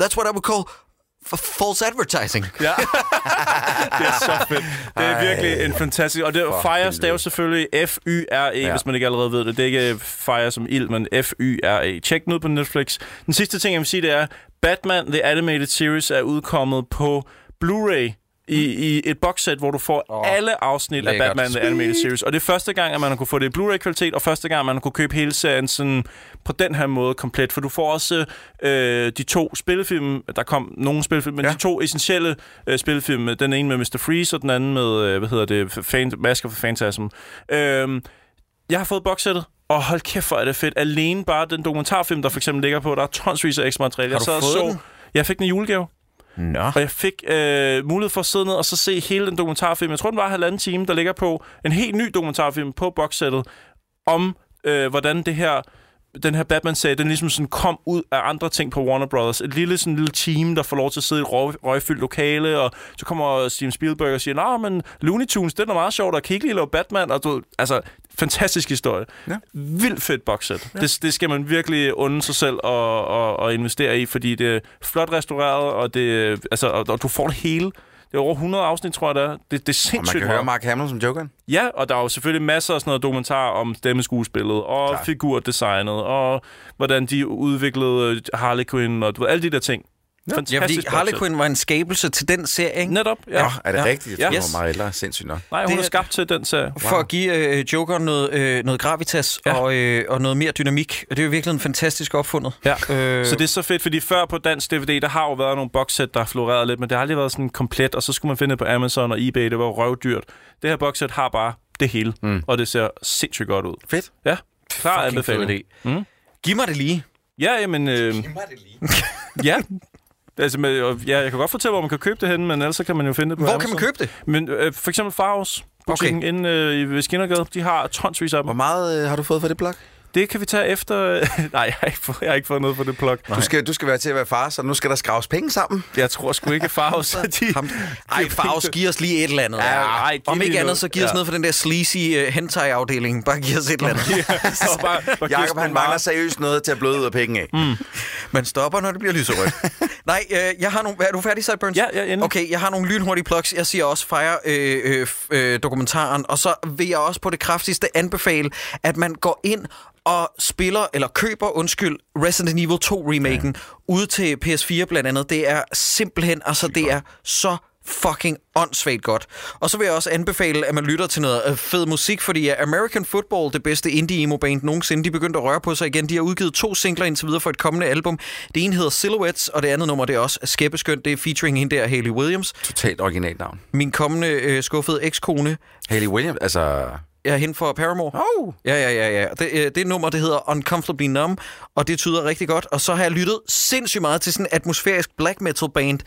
[SPEAKER 3] that's what I would call f- false advertising.
[SPEAKER 5] Ja. *laughs* det er så fedt. Det er virkelig en fantastisk... Og det er Fire staves selvfølgelig F-Y-R-E, ja. E, hvis man ikke allerede ved det. Det er ikke øh, Fire som ild, men F-Y-R-E. E. Tjek den ud på Netflix. Den sidste ting, jeg vil sige, det er, Batman The Animated Series er udkommet på Blu-ray i, i et boxsæt, hvor du får oh, alle afsnit lækkert. af
[SPEAKER 3] lækkert.
[SPEAKER 5] Batman The Animated Series. Og det er første gang, at man har kunne få det i Blu-ray-kvalitet, og første gang, at man har kunne købe hele serien sådan, på den her måde komplet. For du får også øh, de to spillefilm, der kom nogle spillefilm, men ja. de to essentielle øh, spillefilm, den ene med Mr. Freeze, og den anden med, øh, hvad hedder det, Fan- Mask of Phantasm. Øh, jeg har fået boxsættet, og hold kæft, hvor er det fedt. Alene bare den dokumentarfilm, der for eksempel ligger på, der er tonsvis af ekstra materiale.
[SPEAKER 3] Har
[SPEAKER 5] jeg
[SPEAKER 3] du
[SPEAKER 5] sad og
[SPEAKER 3] fået
[SPEAKER 5] så,
[SPEAKER 3] den?
[SPEAKER 5] Jeg fik den i julegave.
[SPEAKER 3] Nå.
[SPEAKER 5] Og jeg fik øh, mulighed for at sidde ned og så se hele den dokumentarfilm. Jeg tror, den var halvanden time, der ligger på en helt ny dokumentarfilm på boxsættet om, øh, hvordan det her den her Batman-serie, den ligesom sådan kom ud af andre ting på Warner Brothers. Et lille, sådan, lille team, der får lov til at sidde i et røg, røgfyldt lokale, og så kommer Steven Spielberg og siger, nej, men Looney Tunes, det er da meget sjovt, og kan I ikke lige lave Batman? Og du, ved, altså, fantastisk historie. Ja. Vildt fedt boxset. Ja. Det, det, skal man virkelig unde sig selv og, og, og, investere i, fordi det er flot restaureret, og, det, altså, og, og du får det hele. Det er over 100 afsnit, tror jeg, der. Det, det er sindssygt
[SPEAKER 4] Og man kan
[SPEAKER 5] meget.
[SPEAKER 4] høre Mark Hamill som Joker'en.
[SPEAKER 5] Ja, og der er jo selvfølgelig masser af sådan noget dokumentar om stemmeskuespillet og Klar. figurdesignet og hvordan de udviklede øh, Harley Quinn og du ved, alle de der ting. Ja.
[SPEAKER 3] Ja, fordi
[SPEAKER 5] Fantastisk
[SPEAKER 3] Harley
[SPEAKER 5] boxset.
[SPEAKER 3] Quinn var en skabelse til den serie, ikke?
[SPEAKER 5] Netop, ja.
[SPEAKER 4] Nå, er det ja. rigtigt? Jeg tror,
[SPEAKER 5] Yes.
[SPEAKER 4] yes. meget ældre. Sindssygt nok.
[SPEAKER 5] Nej, hun
[SPEAKER 3] Det
[SPEAKER 5] det, er
[SPEAKER 3] er-
[SPEAKER 5] skabt til den serie.
[SPEAKER 3] For at give øh, Joker noget, øh, noget gravitas
[SPEAKER 5] Ja.
[SPEAKER 3] ja. og, øh, og noget mere dynamik. Og det er jo virkelig en fantastisk opfundet.
[SPEAKER 5] Ja.
[SPEAKER 3] Øh,
[SPEAKER 5] Så det er så fedt, fordi før på dansk DVD, der har jo været nogle boxsæt, der har floreret lidt, men det har aldrig været sådan komplet, og så skulle man finde det på Amazon og eBay, det var jo røvdyrt. Det her boxsæt har bare det hele, mm. og det ser sindssygt godt ud.
[SPEAKER 4] Fedt.
[SPEAKER 5] Ja, klar
[SPEAKER 3] fucking fed
[SPEAKER 5] anbefaling.
[SPEAKER 3] idé. Giv mig det lige.
[SPEAKER 5] Ja, jamen... Øh, *laughs* ja. Altså, med, og, ja, jeg kan godt fortælle, hvor man kan købe det henne, men ellers så kan man jo finde det på
[SPEAKER 3] Hvor
[SPEAKER 5] Amazon.
[SPEAKER 3] kan man købe det?
[SPEAKER 5] Men øh, for eksempel Faros. Butikken okay.
[SPEAKER 3] Okay.
[SPEAKER 5] inde øh, i- ved Skinnergade, de har tonsvis af
[SPEAKER 4] Hvor
[SPEAKER 5] dem.
[SPEAKER 4] meget øh, har du fået for det blok?
[SPEAKER 5] Det kan vi tage efter... *laughs* Nej, jeg har ikke fået, jeg har ikke fået noget på det plug.
[SPEAKER 4] Du skal, du skal være til at være far, så nu skal der skraves penge sammen.
[SPEAKER 5] Jeg tror sgu ikke, at
[SPEAKER 3] *laughs*
[SPEAKER 5] Faros... de... *laughs*
[SPEAKER 3] Ham. Ej, Favs, giv os lige et eller andet.
[SPEAKER 5] Ja, ej, giv
[SPEAKER 3] Om
[SPEAKER 5] lige
[SPEAKER 3] ikke
[SPEAKER 5] noget.
[SPEAKER 3] andet, så giv os
[SPEAKER 5] Ja.
[SPEAKER 3] noget for den der sleazy uh, hentai-afdeling. Bare giv os et eller andet.
[SPEAKER 5] *laughs* Så
[SPEAKER 3] *laughs*
[SPEAKER 5] bare, bare kysse
[SPEAKER 4] Jakob,
[SPEAKER 5] den
[SPEAKER 4] han
[SPEAKER 5] bare.
[SPEAKER 4] mangler seriøst noget til at bløde ud af penge af. Mm.
[SPEAKER 3] Man stopper, når det bliver *laughs* lyserødt. Nej, øh, jeg har nogle... Er du færdig, Sideburns?
[SPEAKER 5] Ja, ja, endelig.
[SPEAKER 3] Okay, jeg har nogle lynhurtige plugs. Jeg siger også fejre øh, øh, f- øh, dokumentaren, og så vil jeg også på det kraftigste anbefale, at man går ind og spiller, eller køber, undskyld, Resident Evil 2-remaken ja. ude til PS4 blandt andet. Det er simpelthen, altså det er så fucking åndssvagt godt. Og så vil jeg også anbefale, at man lytter til noget øh, fed musik, fordi øh, American Football, det bedste indie-emo-band nogensinde, de begyndte at røre på sig igen. De har udgivet to singler indtil videre for et kommende album. Det ene hedder Silhouettes, og det andet nummer, det er også skæbbeskønt. Det er featuring hende der, Haley Williams.
[SPEAKER 4] Totalt originalt navn.
[SPEAKER 3] Min kommende øh, skuffede ekskone
[SPEAKER 4] Haley Williams, altså...
[SPEAKER 3] er hende for Paramore.
[SPEAKER 4] Oh.
[SPEAKER 3] Ja, ja, ja, ja. Det, øh, det nummer, det hedder Uncomfortably Numb, og det tyder rigtig godt. Og så har jeg lyttet sindssygt meget til sådan en atmosfærisk black metal band,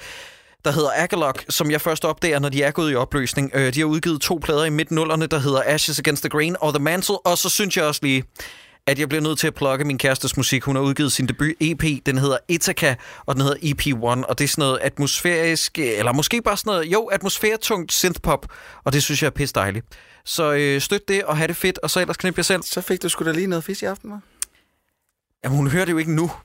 [SPEAKER 3] der hedder Agalog, som jeg først opdager, når de er gået i opløsning. Øh, de har udgivet to plader i midt nullerne, der hedder Ashes Against the Grain og The Mantle, og så synes jeg også lige at jeg bliver nødt til at plukke min kærestes musik. Hun har udgivet sin debut EP, den hedder Ithaca, og den hedder EP1, og det er sådan noget atmosfærisk, øh, eller måske bare sådan noget, jo, atmosfæretungt synthpop, og det synes jeg er pisse dejligt. Så øh, støt det, og have det fedt, og så ellers knip jer selv.
[SPEAKER 4] Så fik du sgu da lige noget fisk i aften, hva'?
[SPEAKER 3] Jamen, hun hører det jo ikke nu. *laughs*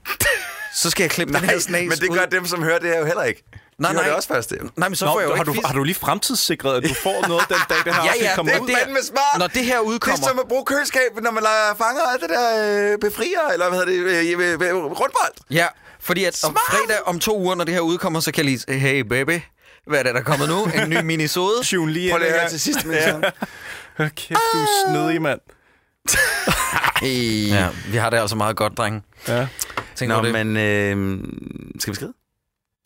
[SPEAKER 3] Så skal jeg klippe den her snas
[SPEAKER 4] men det gør
[SPEAKER 3] ud.
[SPEAKER 4] dem, som hører det her jo heller ikke.
[SPEAKER 3] Nej,
[SPEAKER 4] de hører
[SPEAKER 3] nej.
[SPEAKER 4] det også først. Det.
[SPEAKER 3] Nej, men så
[SPEAKER 5] Nå,
[SPEAKER 3] får jeg jo
[SPEAKER 5] har,
[SPEAKER 3] ikke
[SPEAKER 5] du,
[SPEAKER 3] fis.
[SPEAKER 5] har du lige fremtidssikret, at du får noget den dag, det her
[SPEAKER 3] *laughs* Ja,
[SPEAKER 5] afsnit
[SPEAKER 3] ja,
[SPEAKER 5] kommer
[SPEAKER 4] Det
[SPEAKER 5] ud?
[SPEAKER 3] det
[SPEAKER 4] er
[SPEAKER 3] er-
[SPEAKER 4] fandme smart.
[SPEAKER 3] Når det her
[SPEAKER 4] det er
[SPEAKER 3] udkommer...
[SPEAKER 4] som at bruge køleskabet, når man lader fanger af det der øh, befrier, eller hvad hedder det, øh, øh, øh, rundbold.
[SPEAKER 3] Ja, fordi at om fredag om to uger, når det her udkommer, så kan jeg lige... sige, Hey baby, hvad er det, der er kommet nu? En ny minisode?
[SPEAKER 5] Tune lige
[SPEAKER 4] Prøv
[SPEAKER 5] ind
[SPEAKER 4] lige at
[SPEAKER 5] her.
[SPEAKER 4] høre til sidst, men sådan.
[SPEAKER 5] Hold Kæft, du
[SPEAKER 3] Ah.
[SPEAKER 5] er snedig, mand.
[SPEAKER 4] Hey.
[SPEAKER 3] Ja, vi har det altså meget godt, drenge.
[SPEAKER 5] Ja.
[SPEAKER 3] Tænk
[SPEAKER 4] Nå,
[SPEAKER 3] over det.
[SPEAKER 4] men øh, skal vi skride?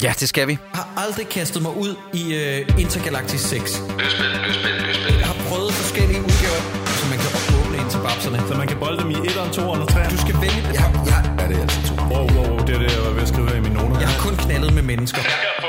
[SPEAKER 3] Ja, det skal vi. Jeg har aldrig kastet mig ud i øh, Intergalactic 6. Løsbind, løsbind, løsbind. Jeg har prøvet forskellige udgaver, så man kan åbne ind til babserne.
[SPEAKER 5] Så man kan bolde dem i 1'eren, 2'eren og 3'eren.
[SPEAKER 3] Du skal vælge...
[SPEAKER 4] Ja, ja. Er det altså to?
[SPEAKER 5] Wow, wow, wow, det er det, jeg var ved at skrive her i mine noter.
[SPEAKER 3] Jeg har kun knaldet med mennesker.
[SPEAKER 6] Jeg